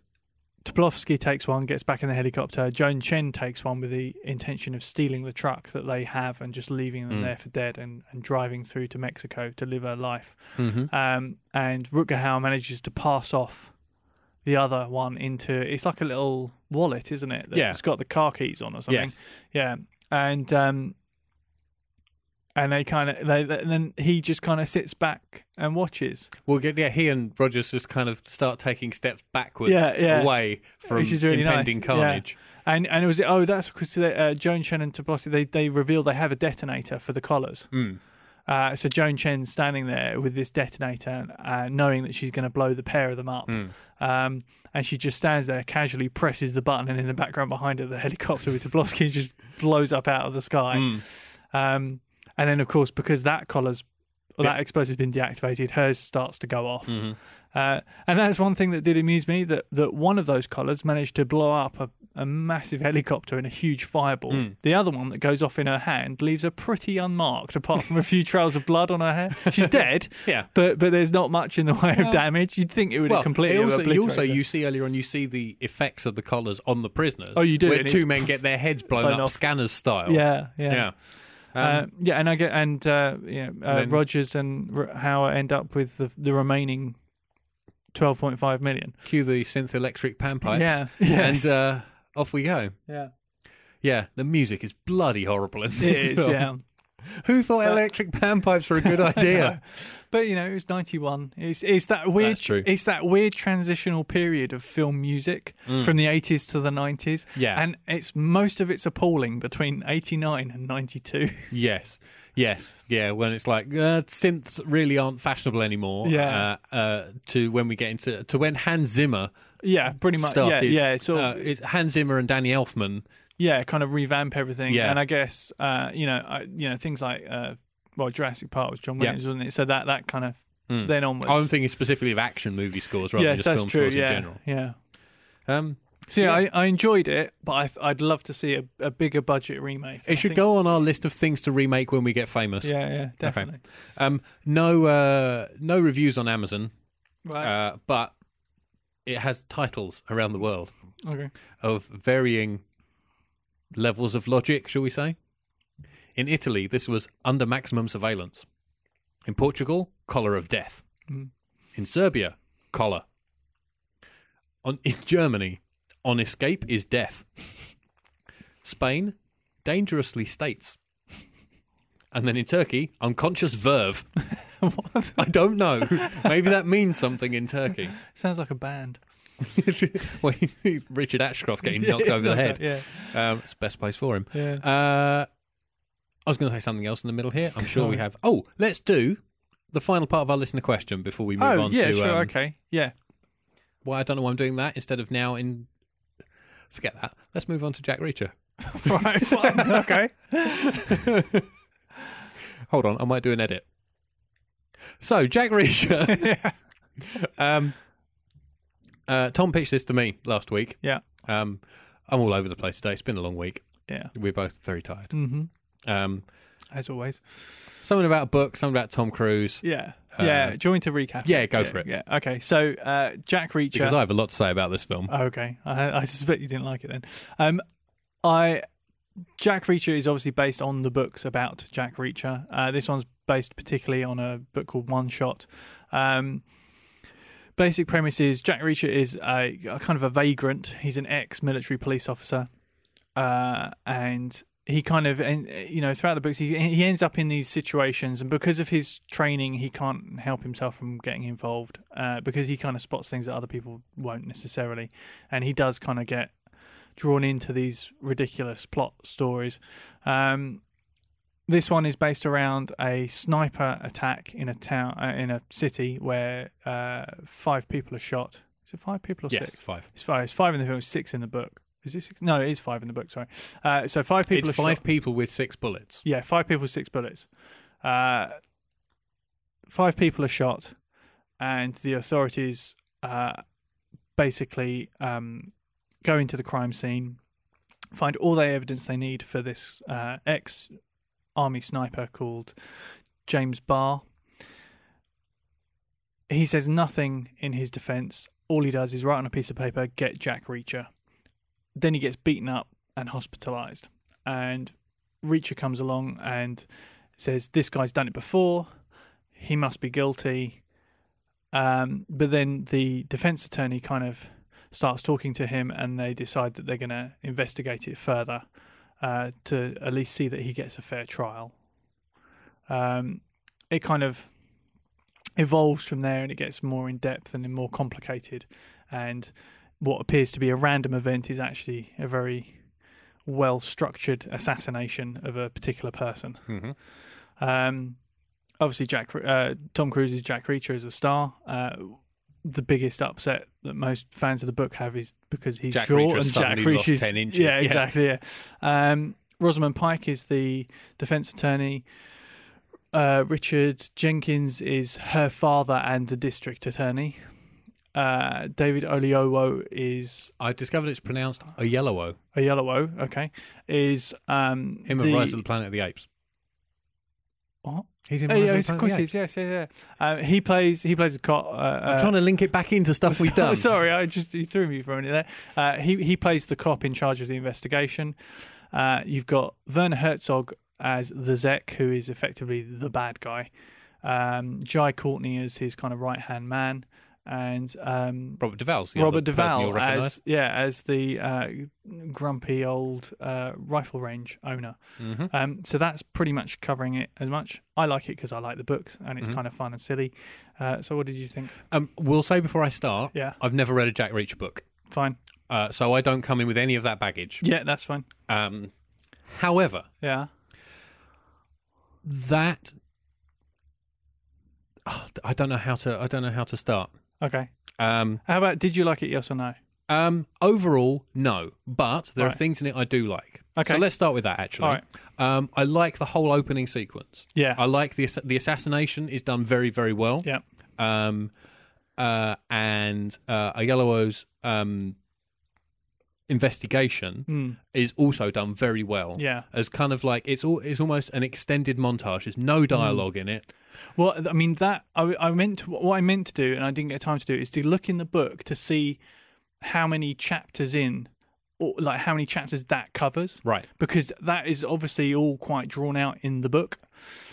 [SPEAKER 2] Toplowski takes one, gets back in the helicopter. Joan Chen takes one with the intention of stealing the truck that they have and just leaving
[SPEAKER 1] Mm.
[SPEAKER 2] them there for dead and, and driving through to Mexico to live her life.
[SPEAKER 1] Mm-hmm.
[SPEAKER 2] Um, and Rutger Hauer manages to pass off the other one into it's like a little wallet, isn't it?
[SPEAKER 1] Yeah.
[SPEAKER 2] It's got the car keys on or something.
[SPEAKER 1] Yes.
[SPEAKER 2] Yeah. And um, and they kind of they, they- and then he just kind of sits back and watches.
[SPEAKER 1] Well, get- yeah, he and Rogers just kind of start taking steps backwards
[SPEAKER 2] Yeah, yeah.
[SPEAKER 1] away from
[SPEAKER 2] which is really
[SPEAKER 1] impending
[SPEAKER 2] nice.
[SPEAKER 1] carnage.
[SPEAKER 2] Yeah. And and it was oh that's because uh, Joan Chen and Toplossi they they reveal they have a detonator for the collars.
[SPEAKER 1] Hmm.
[SPEAKER 2] Uh, so Joan Chen standing there with this detonator, uh, knowing that she's going to blow the pair of them up,
[SPEAKER 1] Hmm.
[SPEAKER 2] um, and she just stands there casually presses the button, and in the background behind her the helicopter with Toplossi just blows up out of the sky.
[SPEAKER 1] Hmm.
[SPEAKER 2] Um, and then of course because that collar's or that explosive's been deactivated, hers starts to go off.
[SPEAKER 1] Mm-hmm.
[SPEAKER 2] Uh, and that's one thing that did amuse me that, that one of those collars managed to blow up a, a massive helicopter in a huge fireball.
[SPEAKER 1] Mm.
[SPEAKER 2] The other one that goes off in her hand leaves her pretty unmarked, apart from a few trails of blood on her hair. She's dead,
[SPEAKER 1] Yeah.
[SPEAKER 2] but but there's not much in the way of damage. You'd think it would
[SPEAKER 1] Well,
[SPEAKER 2] have completely
[SPEAKER 1] it also, you
[SPEAKER 2] obliterated.
[SPEAKER 1] also you see earlier on you see the effects of the collars on the prisoners.
[SPEAKER 2] Oh, you do,
[SPEAKER 1] Where
[SPEAKER 2] and
[SPEAKER 1] two
[SPEAKER 2] it's
[SPEAKER 1] men get their heads blown,
[SPEAKER 2] blown
[SPEAKER 1] up,
[SPEAKER 2] off.
[SPEAKER 1] scanners style.
[SPEAKER 2] yeah, yeah,
[SPEAKER 1] yeah.
[SPEAKER 2] Uh, yeah, and I get and uh, yeah, uh,
[SPEAKER 1] Um, Then-
[SPEAKER 2] Rogers and R- Howard end up with the, the remaining twelve point five million.
[SPEAKER 1] Cue the synth electric panpipes.
[SPEAKER 2] Yeah, yes.
[SPEAKER 1] and uh, off we go.
[SPEAKER 2] Yeah,
[SPEAKER 1] Yeah, the music is bloody horrible in this
[SPEAKER 2] it is.
[SPEAKER 1] film.
[SPEAKER 2] Yeah.
[SPEAKER 1] Who thought electric panpipes were a good idea?
[SPEAKER 2] But you know, it was ninety one. It's it's that weird.
[SPEAKER 1] That's true.
[SPEAKER 2] It's that weird transitional period of film music from the eighties to the nineties.
[SPEAKER 1] Mm. Yeah.
[SPEAKER 2] and it's most of it's appalling between eighty nine and ninety two.
[SPEAKER 1] yes, yes, yeah. When it's like uh, synths really aren't fashionable anymore.
[SPEAKER 2] Yeah.
[SPEAKER 1] Uh, uh, to when we get into to when Hans Zimmer
[SPEAKER 2] yeah, pretty much.
[SPEAKER 1] started.
[SPEAKER 2] Yeah, yeah. Sort of,
[SPEAKER 1] uh, it's Hans Zimmer and Danny Elfman.
[SPEAKER 2] yeah, kind of revamp everything.
[SPEAKER 1] Yeah.
[SPEAKER 2] and I guess uh, you know, I, you know, things like uh, well, Jurassic Park was John Williams, wasn't it? So that that kind of
[SPEAKER 1] Hmm.
[SPEAKER 2] then onwards.
[SPEAKER 1] I'm thinking specifically of action movie scores rather than
[SPEAKER 2] yes,
[SPEAKER 1] just
[SPEAKER 2] that's
[SPEAKER 1] film
[SPEAKER 2] true.
[SPEAKER 1] scores
[SPEAKER 2] Yeah,
[SPEAKER 1] in general.
[SPEAKER 2] yeah.
[SPEAKER 1] Um,
[SPEAKER 2] So yeah, I, I enjoyed it, but I, I'd love to see a, a bigger budget remake.
[SPEAKER 1] it should go on our list of things to remake when we get famous.
[SPEAKER 2] Yeah, yeah, definitely.
[SPEAKER 1] Um, no, uh, no reviews on Amazon,
[SPEAKER 2] Right.
[SPEAKER 1] uh, but it has titles around the world
[SPEAKER 2] okay.
[SPEAKER 1] of varying levels of logic, shall we say? In Italy, this was under maximum surveillance. In Portugal, collar of death. In Serbia, collar. On, in Germany, on escape is death. Spain, dangerously states. And then in Turkey, unconscious verve.
[SPEAKER 2] What?
[SPEAKER 1] I don't know. Maybe that means something in Turkey.
[SPEAKER 2] Sounds like a band.
[SPEAKER 1] well, Richard Ashcroft getting knocked over the head.
[SPEAKER 2] Yeah.
[SPEAKER 1] Um, it's the best place for him.
[SPEAKER 2] Yeah.
[SPEAKER 1] Uh, I was going to say something else in the middle here. I'm sure we have. Oh, let's do the final part of our listener question before we move
[SPEAKER 2] Oh,
[SPEAKER 1] on
[SPEAKER 2] yeah,
[SPEAKER 1] to.
[SPEAKER 2] sure,
[SPEAKER 1] um,
[SPEAKER 2] okay. Yeah.
[SPEAKER 1] Well, I don't know why I'm doing that instead of now in. Forget that. Let's move on to Jack Reacher.
[SPEAKER 2] Right, fine. okay.
[SPEAKER 1] Hold on, I might do an edit. So, Jack Reacher. um, uh, Tom pitched this to me last week.
[SPEAKER 2] Yeah.
[SPEAKER 1] Um, I'm all over the place today. It's been a long week.
[SPEAKER 2] Yeah.
[SPEAKER 1] We're both very tired. Mm-hmm. Um,
[SPEAKER 2] As always.
[SPEAKER 1] something about a book, something about Tom Cruise.
[SPEAKER 2] Yeah. yeah. Do you want me to recap?
[SPEAKER 1] Uh, yeah, go for it.
[SPEAKER 2] Yeah. Okay. So, uh, Jack Reacher.
[SPEAKER 1] Because I have a lot to say about this film.
[SPEAKER 2] Oh, Okay, I, I suspect you didn't like it then. Um, I Jack Reacher is obviously based on the books about Jack Reacher. Uh, this one's based particularly on a book called One Shot, um, basic premise is Jack Reacher is a, a kind of a vagrant. He's an ex-military police officer, uh, and he kind of and uh, you know throughout the books he he ends up in these situations, and because of his training, he can't help himself from getting involved uh, because he kind of spots things that other people won't necessarily, and he does kind of get drawn into these ridiculous plot stories. Um, this one is based around a sniper attack in a town uh, in a city where uh, five people are shot. Is it five people or
[SPEAKER 1] Yes,
[SPEAKER 2] six?
[SPEAKER 1] five.
[SPEAKER 2] It's five. It's five in the film. Six in the book. Is it six? No, it is five in the book. Sorry. Uh, so five people.
[SPEAKER 1] it's
[SPEAKER 2] are
[SPEAKER 1] five
[SPEAKER 2] Shot.
[SPEAKER 1] people with six bullets.
[SPEAKER 2] Yeah, five people, six bullets. Uh, five people are shot, and the authorities uh, basically um, go into the crime scene, find all the evidence they need for this uh, ex army sniper called James Barr. He says nothing in his defense. All he does is write on a piece of paper, get Jack Reacher. Then he gets beaten up and hospitalized. And Reacher comes along and says, This guy's done it before. He must be guilty. Um, but then the defense attorney kind of starts talking to him and they decide that they're going to investigate it further uh, to at least see that he gets a fair trial. Um, it kind of evolves from there and it gets more in depth and more complicated. And what appears to be a random event is actually a very well structured assassination of a particular person.
[SPEAKER 1] Mhm.
[SPEAKER 2] Um, obviously, Jack uh, Tom Cruise's Jack Reacher is a star. Uh, the biggest upset that most fans of the book have is because he's
[SPEAKER 1] Jack
[SPEAKER 2] short
[SPEAKER 1] Reacher's
[SPEAKER 2] and Jack
[SPEAKER 1] suddenly lost
[SPEAKER 2] Reacher's
[SPEAKER 1] 10 inches.
[SPEAKER 2] Yeah,
[SPEAKER 1] Yeah.
[SPEAKER 2] exactly. Yeah. Um, Rosamund Pike is the defense attorney. Uh, Richard Jenkins is her father and the district attorney. Uh, David Oliowo is
[SPEAKER 1] I discovered it's pronounced a yellow O.
[SPEAKER 2] a yellow O, okay, is um
[SPEAKER 1] Him
[SPEAKER 2] the,
[SPEAKER 1] and Rise of the Planet of the Apes.
[SPEAKER 2] What?
[SPEAKER 1] He's in
[SPEAKER 2] Oh,
[SPEAKER 1] Rise
[SPEAKER 2] yeah,
[SPEAKER 1] of the
[SPEAKER 2] it's- of
[SPEAKER 1] Planet
[SPEAKER 2] course
[SPEAKER 1] of
[SPEAKER 2] he
[SPEAKER 1] the
[SPEAKER 2] is, yes, yeah, yeah. Um, he plays he plays a cop. Uh,
[SPEAKER 1] I'm
[SPEAKER 2] uh,
[SPEAKER 1] trying to link it back into stuff we've
[SPEAKER 2] so-
[SPEAKER 1] done.
[SPEAKER 2] Sorry, I just you threw me for a minute there. Uh, he he plays the cop in charge of the investigation. Uh, you've got Werner Herzog as the Zek, who is effectively the bad guy. Um, Jai Courtney is his kind of right hand man, and um,
[SPEAKER 1] Robert Duvall's the
[SPEAKER 2] Robert
[SPEAKER 1] other person you'll
[SPEAKER 2] Duvall
[SPEAKER 1] recognise.
[SPEAKER 2] as yeah as the uh, grumpy old uh, rifle range owner. Um, so that's pretty much covering it as much. I like it because I like the books and it's kind of fun and silly. Uh, so what did you think?
[SPEAKER 1] Um, we'll say before I start,
[SPEAKER 2] Yeah.
[SPEAKER 1] I've never read a Jack Reacher book,
[SPEAKER 2] Fine.
[SPEAKER 1] uh, so I don't come in with any of that baggage.
[SPEAKER 2] Yeah, that's fine.
[SPEAKER 1] Um, however,
[SPEAKER 2] Yeah.
[SPEAKER 1] that Ah, I don't know how to I don't know how to start.
[SPEAKER 2] Okay.
[SPEAKER 1] Um,
[SPEAKER 2] How about did you like it? Yes or no?
[SPEAKER 1] um, overall, no, but there are
[SPEAKER 2] Right.
[SPEAKER 1] things in it I do like.
[SPEAKER 2] Okay.
[SPEAKER 1] so let's start with that. Actually,
[SPEAKER 2] All right.
[SPEAKER 1] um, I like the whole opening sequence.
[SPEAKER 2] Yeah.
[SPEAKER 1] I like the ass- the assassination is done very very well.
[SPEAKER 2] yeah.
[SPEAKER 1] um, uh, and uh, Ayelowo's um, investigation is also done very well.
[SPEAKER 2] Hmm. Yeah.
[SPEAKER 1] as kind of like it's all it's almost an extended montage. There's
[SPEAKER 2] Hmm.
[SPEAKER 1] no dialogue in it.
[SPEAKER 2] Well, I mean that I, I meant to, what I meant to do, and I didn't get time to do, is to look in the book to see how many chapters in, or like how many chapters that covers.
[SPEAKER 1] Right.
[SPEAKER 2] because that is obviously all quite drawn out in the book.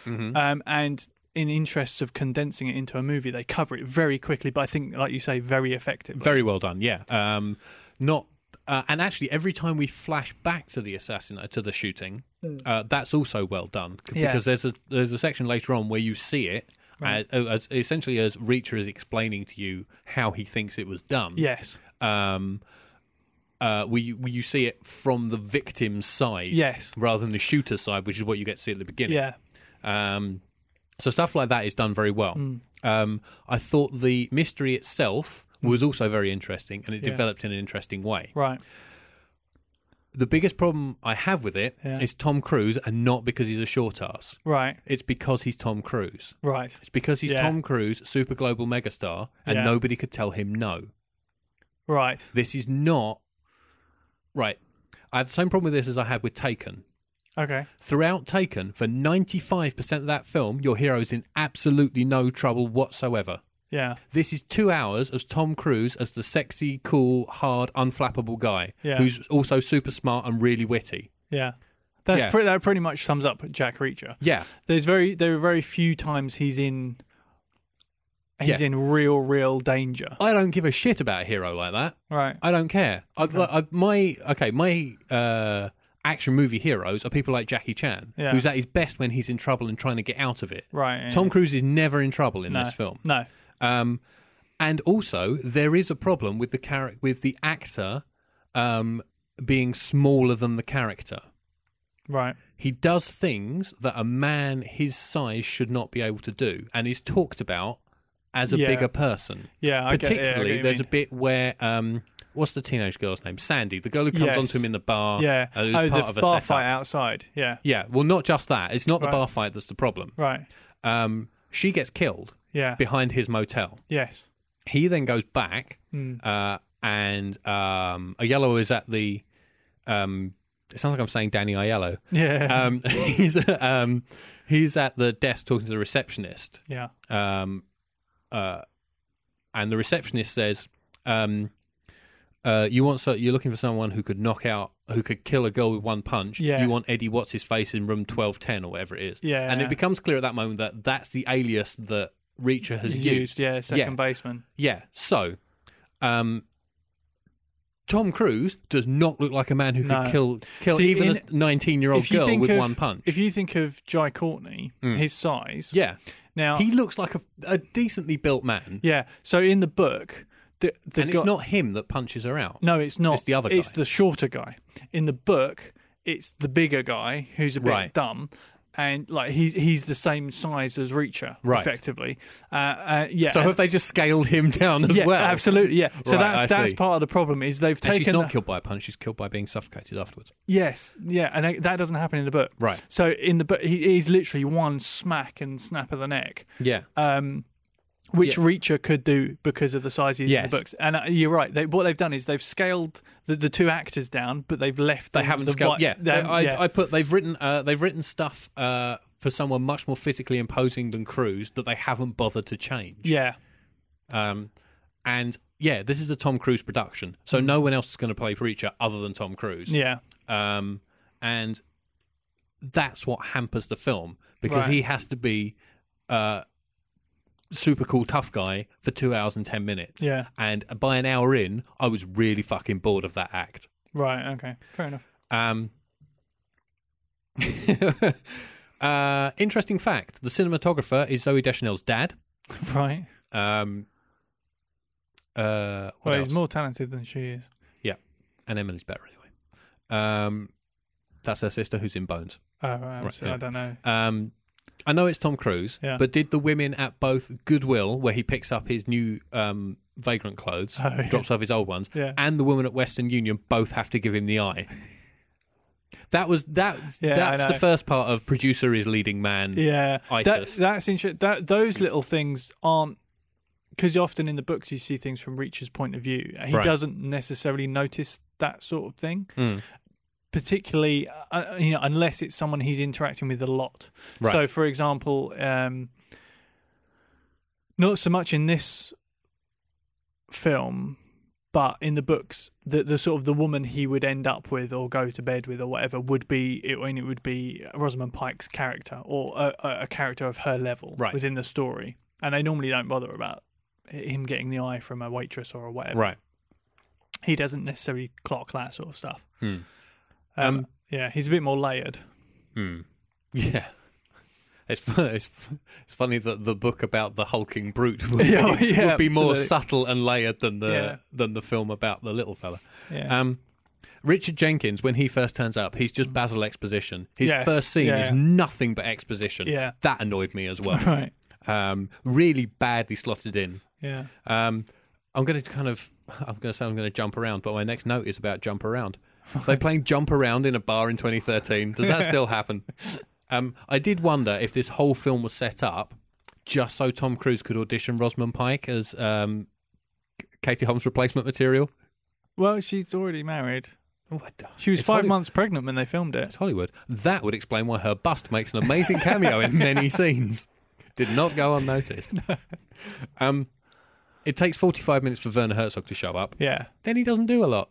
[SPEAKER 1] Mm-hmm.
[SPEAKER 2] Um, and in interests of condensing it into a movie, they cover it very quickly, but I think, like you say, very effectively.
[SPEAKER 1] Very well done. Yeah. Um, not. Uh, and actually, every time we flash back to the assassin to the shooting, uh, that's also well done c-
[SPEAKER 2] Hmm. Yeah.
[SPEAKER 1] because there's a there's a section later on where you see it as, oh, as essentially as Reacher is explaining to you how he thinks it was done.
[SPEAKER 2] yes,
[SPEAKER 1] um, uh, where, you, where you see it from the victim's side
[SPEAKER 2] Yes.
[SPEAKER 1] rather than the shooter's side, which is what you get to see at the beginning.
[SPEAKER 2] yeah,
[SPEAKER 1] Um, so stuff like that is done very well.
[SPEAKER 2] Hmm.
[SPEAKER 1] Um, I thought the mystery itself was also very interesting and it
[SPEAKER 2] Hmm. Yeah.
[SPEAKER 1] developed in an interesting way.
[SPEAKER 2] right,
[SPEAKER 1] The biggest problem I have with it is
[SPEAKER 2] Yeah.
[SPEAKER 1] Tom Cruise and not because he's a short ass.
[SPEAKER 2] right,
[SPEAKER 1] It's because he's Tom Cruise.
[SPEAKER 2] right.
[SPEAKER 1] It's because he's
[SPEAKER 2] Yeah.
[SPEAKER 1] Tom Cruise, super global megastar, and
[SPEAKER 2] Yeah.
[SPEAKER 1] nobody could tell him no.
[SPEAKER 2] Right.
[SPEAKER 1] This is not right. I had the same problem with this as I had with Taken.
[SPEAKER 2] Okay.
[SPEAKER 1] Throughout Taken, for 95% of that film, your hero's in absolutely no trouble whatsoever.
[SPEAKER 2] Yeah.
[SPEAKER 1] This is two hours of Tom Cruise as the sexy, cool, hard, unflappable guy
[SPEAKER 2] Yeah.
[SPEAKER 1] who's also super smart and really witty.
[SPEAKER 2] Yeah. That's
[SPEAKER 1] Yeah.
[SPEAKER 2] Pretty, that pretty much sums up Jack Reacher.
[SPEAKER 1] Yeah,
[SPEAKER 2] There's very there are very few times he's in he's
[SPEAKER 1] Yeah.
[SPEAKER 2] in real, real danger.
[SPEAKER 1] I don't give a shit about a hero like that.
[SPEAKER 2] Right.
[SPEAKER 1] I don't care. I'd, li- I'd, my okay, my uh, action movie heroes are people like Jackie Chan,
[SPEAKER 2] Yeah.
[SPEAKER 1] who's at his best when he's in trouble and trying to get out of it.
[SPEAKER 2] Right. yeah.
[SPEAKER 1] Tom Cruise is never in trouble in
[SPEAKER 2] no.
[SPEAKER 1] this film.
[SPEAKER 2] No.
[SPEAKER 1] Um, and also, there is a problem with the char- with the actor um, being smaller than the character.
[SPEAKER 2] Right.
[SPEAKER 1] He does things that a man his size should not be able to do, and is talked about as a
[SPEAKER 2] Yeah.
[SPEAKER 1] bigger person.
[SPEAKER 2] Yeah. I get it, yeah, I get
[SPEAKER 1] Particularly,
[SPEAKER 2] what you
[SPEAKER 1] there's a
[SPEAKER 2] mean.
[SPEAKER 1] bit where um, what's the teenage girl's name? Sandy, the girl who comes
[SPEAKER 2] Yes.
[SPEAKER 1] onto him in the bar.
[SPEAKER 2] yeah.
[SPEAKER 1] uh, who's
[SPEAKER 2] oh,
[SPEAKER 1] part
[SPEAKER 2] the
[SPEAKER 1] of a
[SPEAKER 2] bar
[SPEAKER 1] setup.
[SPEAKER 2] fight outside. Yeah.
[SPEAKER 1] Yeah, well, not just that. It's not the
[SPEAKER 2] Right.
[SPEAKER 1] bar fight that's the problem.
[SPEAKER 2] Right.
[SPEAKER 1] Um, she gets killed
[SPEAKER 2] Yeah.
[SPEAKER 1] behind his motel.
[SPEAKER 2] yes.
[SPEAKER 1] He then goes back,
[SPEAKER 2] Mm.
[SPEAKER 1] uh, and um, Aiello is at the. Um, it sounds like I'm saying Danny Aiello.
[SPEAKER 2] Yeah.
[SPEAKER 1] Um, he's um, he's at the desk talking to the receptionist,
[SPEAKER 2] yeah.
[SPEAKER 1] um, uh, and the receptionist says, um, uh, "You want so you're looking for someone who could knock out, who could kill a girl with one punch.
[SPEAKER 2] Yeah.
[SPEAKER 1] You want Eddie What's his face in room twelve ten or whatever it is.
[SPEAKER 2] Yeah.
[SPEAKER 1] And it becomes clear at that moment that that's the alias that Reacher has
[SPEAKER 2] He's
[SPEAKER 1] used.
[SPEAKER 2] used. Yeah. Second baseman.
[SPEAKER 1] Yeah. So, um, Tom Cruise does not look like a man who could
[SPEAKER 2] No.
[SPEAKER 1] kill kill
[SPEAKER 2] See,
[SPEAKER 1] even
[SPEAKER 2] in-
[SPEAKER 1] a nineteen year old
[SPEAKER 2] if you
[SPEAKER 1] girl
[SPEAKER 2] think
[SPEAKER 1] with
[SPEAKER 2] of-
[SPEAKER 1] one punch. Mm.
[SPEAKER 2] If you think of Jai Courtney, his size.
[SPEAKER 1] yeah,
[SPEAKER 2] Now.
[SPEAKER 1] he looks like a, a decently built man,
[SPEAKER 2] yeah. So in the book, the, the
[SPEAKER 1] and
[SPEAKER 2] guy-
[SPEAKER 1] it's not him that punches her out.
[SPEAKER 2] No, it's not.
[SPEAKER 1] It's the other
[SPEAKER 2] It's
[SPEAKER 1] guy.
[SPEAKER 2] the shorter guy. In the book, it's the bigger guy who's a bit
[SPEAKER 1] Right.
[SPEAKER 2] dumb, and like he's he's the same size as Reacher,
[SPEAKER 1] Right.
[SPEAKER 2] Effectively, uh, uh, yeah.
[SPEAKER 1] So
[SPEAKER 2] and-
[SPEAKER 1] have they just scaled him down as
[SPEAKER 2] yeah,
[SPEAKER 1] well?
[SPEAKER 2] absolutely, yeah. So
[SPEAKER 1] Right,
[SPEAKER 2] that's
[SPEAKER 1] I
[SPEAKER 2] that's
[SPEAKER 1] see.
[SPEAKER 2] part of the problem is they've
[SPEAKER 1] And
[SPEAKER 2] taken.
[SPEAKER 1] she's not
[SPEAKER 2] the-
[SPEAKER 1] killed by a punch; she's killed by being suffocated afterwards.
[SPEAKER 2] yes, yeah, and that- that doesn't happen in the book.
[SPEAKER 1] Right.
[SPEAKER 2] So in the book, he, he's literally one smack and snap of the neck,
[SPEAKER 1] Yeah,
[SPEAKER 2] um, which
[SPEAKER 1] Yeah.
[SPEAKER 2] Reacher could do because of the size he is in
[SPEAKER 1] Yes.
[SPEAKER 2] the books. And uh, you're right. They, what they've done is they've scaled the, the two actors down, but they've left.
[SPEAKER 1] they
[SPEAKER 2] the-
[SPEAKER 1] haven't
[SPEAKER 2] the
[SPEAKER 1] scaled.
[SPEAKER 2] vi-
[SPEAKER 1] yeah,
[SPEAKER 2] them-
[SPEAKER 1] I,
[SPEAKER 2] yeah.
[SPEAKER 1] I put they've written uh, they've written stuff uh, for someone much more physically imposing than Cruise that they haven't bothered to change.
[SPEAKER 2] Yeah,
[SPEAKER 1] Um, and yeah, this is a Tom Cruise production,
[SPEAKER 2] Mm.
[SPEAKER 1] so no one else is going to play Preacher other than Tom Cruise.
[SPEAKER 2] yeah,
[SPEAKER 1] Um, and that's what hampers the film because
[SPEAKER 2] Right.
[SPEAKER 1] he has to be uh, super cool tough guy for two hours and ten minutes.
[SPEAKER 2] Yeah.
[SPEAKER 1] and by an hour in, I was really fucking bored of that act.
[SPEAKER 2] right, okay, fair enough.
[SPEAKER 1] Um, uh, interesting fact: the cinematographer is Zoe Deschanel's dad.
[SPEAKER 2] Right.
[SPEAKER 1] Um, uh, what
[SPEAKER 2] Well,
[SPEAKER 1] else?
[SPEAKER 2] he's more talented than she is.
[SPEAKER 1] and Emily's better anyway. Um, that's her sister who's in Bones.
[SPEAKER 2] Oh, right,
[SPEAKER 1] Right,
[SPEAKER 2] so
[SPEAKER 1] yeah.
[SPEAKER 2] I don't know.
[SPEAKER 1] Um, I know it's Tom Cruise,
[SPEAKER 2] Yeah.
[SPEAKER 1] but did the women at both Goodwill, where he picks up his new um, vagrant clothes,
[SPEAKER 2] Oh, yeah.
[SPEAKER 1] drops off his old ones,
[SPEAKER 2] Yeah.
[SPEAKER 1] and the woman at Western Union both have to give him the eye? That was that.
[SPEAKER 2] Yeah, I
[SPEAKER 1] that's the
[SPEAKER 2] know.
[SPEAKER 1] first part of producer is leading man.
[SPEAKER 2] Yeah, that,
[SPEAKER 1] Itis.
[SPEAKER 2] that's interesting. That those little things aren't because often in the books you see things from Reacher's point of view. He
[SPEAKER 1] Right.
[SPEAKER 2] doesn't necessarily notice that sort of thing,
[SPEAKER 1] Mm.
[SPEAKER 2] particularly uh, you know unless it's someone he's interacting with a lot.
[SPEAKER 1] Right.
[SPEAKER 2] So, for example, um, not so much in this film, but in the books, the the sort of the woman he would end up with or go to bed with or whatever would be it, I mean, it would be Rosamund Pike's character or a, a- a character of her level
[SPEAKER 1] Right.
[SPEAKER 2] within the story, and they normally don't bother about him getting the eye from a waitress or a whatever.
[SPEAKER 1] Right.
[SPEAKER 2] He doesn't necessarily clock that sort of stuff.
[SPEAKER 1] Hmm.
[SPEAKER 2] Um,
[SPEAKER 1] Um,
[SPEAKER 2] yeah, he's a bit more layered.
[SPEAKER 1] Hmm. Yeah. It's fun, it's, fu- it's funny that the book about the hulking brute would be,
[SPEAKER 2] Yeah, oh, yeah,
[SPEAKER 1] would be more
[SPEAKER 2] absolutely.
[SPEAKER 1] subtle and layered than the
[SPEAKER 2] Yeah.
[SPEAKER 1] than the film about the little fella.
[SPEAKER 2] Yeah.
[SPEAKER 1] Um, Richard Jenkins, when he first turns up, he's just Basil exposition. His
[SPEAKER 2] Yes,
[SPEAKER 1] first scene
[SPEAKER 2] yeah,
[SPEAKER 1] is
[SPEAKER 2] yeah.
[SPEAKER 1] nothing but exposition.
[SPEAKER 2] Yeah.
[SPEAKER 1] That annoyed me as well.
[SPEAKER 2] right.
[SPEAKER 1] um, really badly slotted in.
[SPEAKER 2] Yeah.
[SPEAKER 1] Um, I'm going to kind of, I'm going to say I'm going to jump around, but my next note is about jump around. They playing jump around in a bar in 2013. Does that still happen? Um, I did wonder if this whole film was set up just so Tom Cruise could audition Rosamund Pike as um, Katie Holmes' replacement material.
[SPEAKER 2] Well, she's already married.
[SPEAKER 1] Oh, I don't-
[SPEAKER 2] She was
[SPEAKER 1] It's
[SPEAKER 2] five
[SPEAKER 1] Hollywood.
[SPEAKER 2] months pregnant when they filmed it.
[SPEAKER 1] It's Hollywood. That would explain why her bust makes an amazing cameo in many scenes. Did not go unnoticed. Um, it takes 45 minutes for Werner Herzog to show up.
[SPEAKER 2] Yeah.
[SPEAKER 1] Then he doesn't do a lot.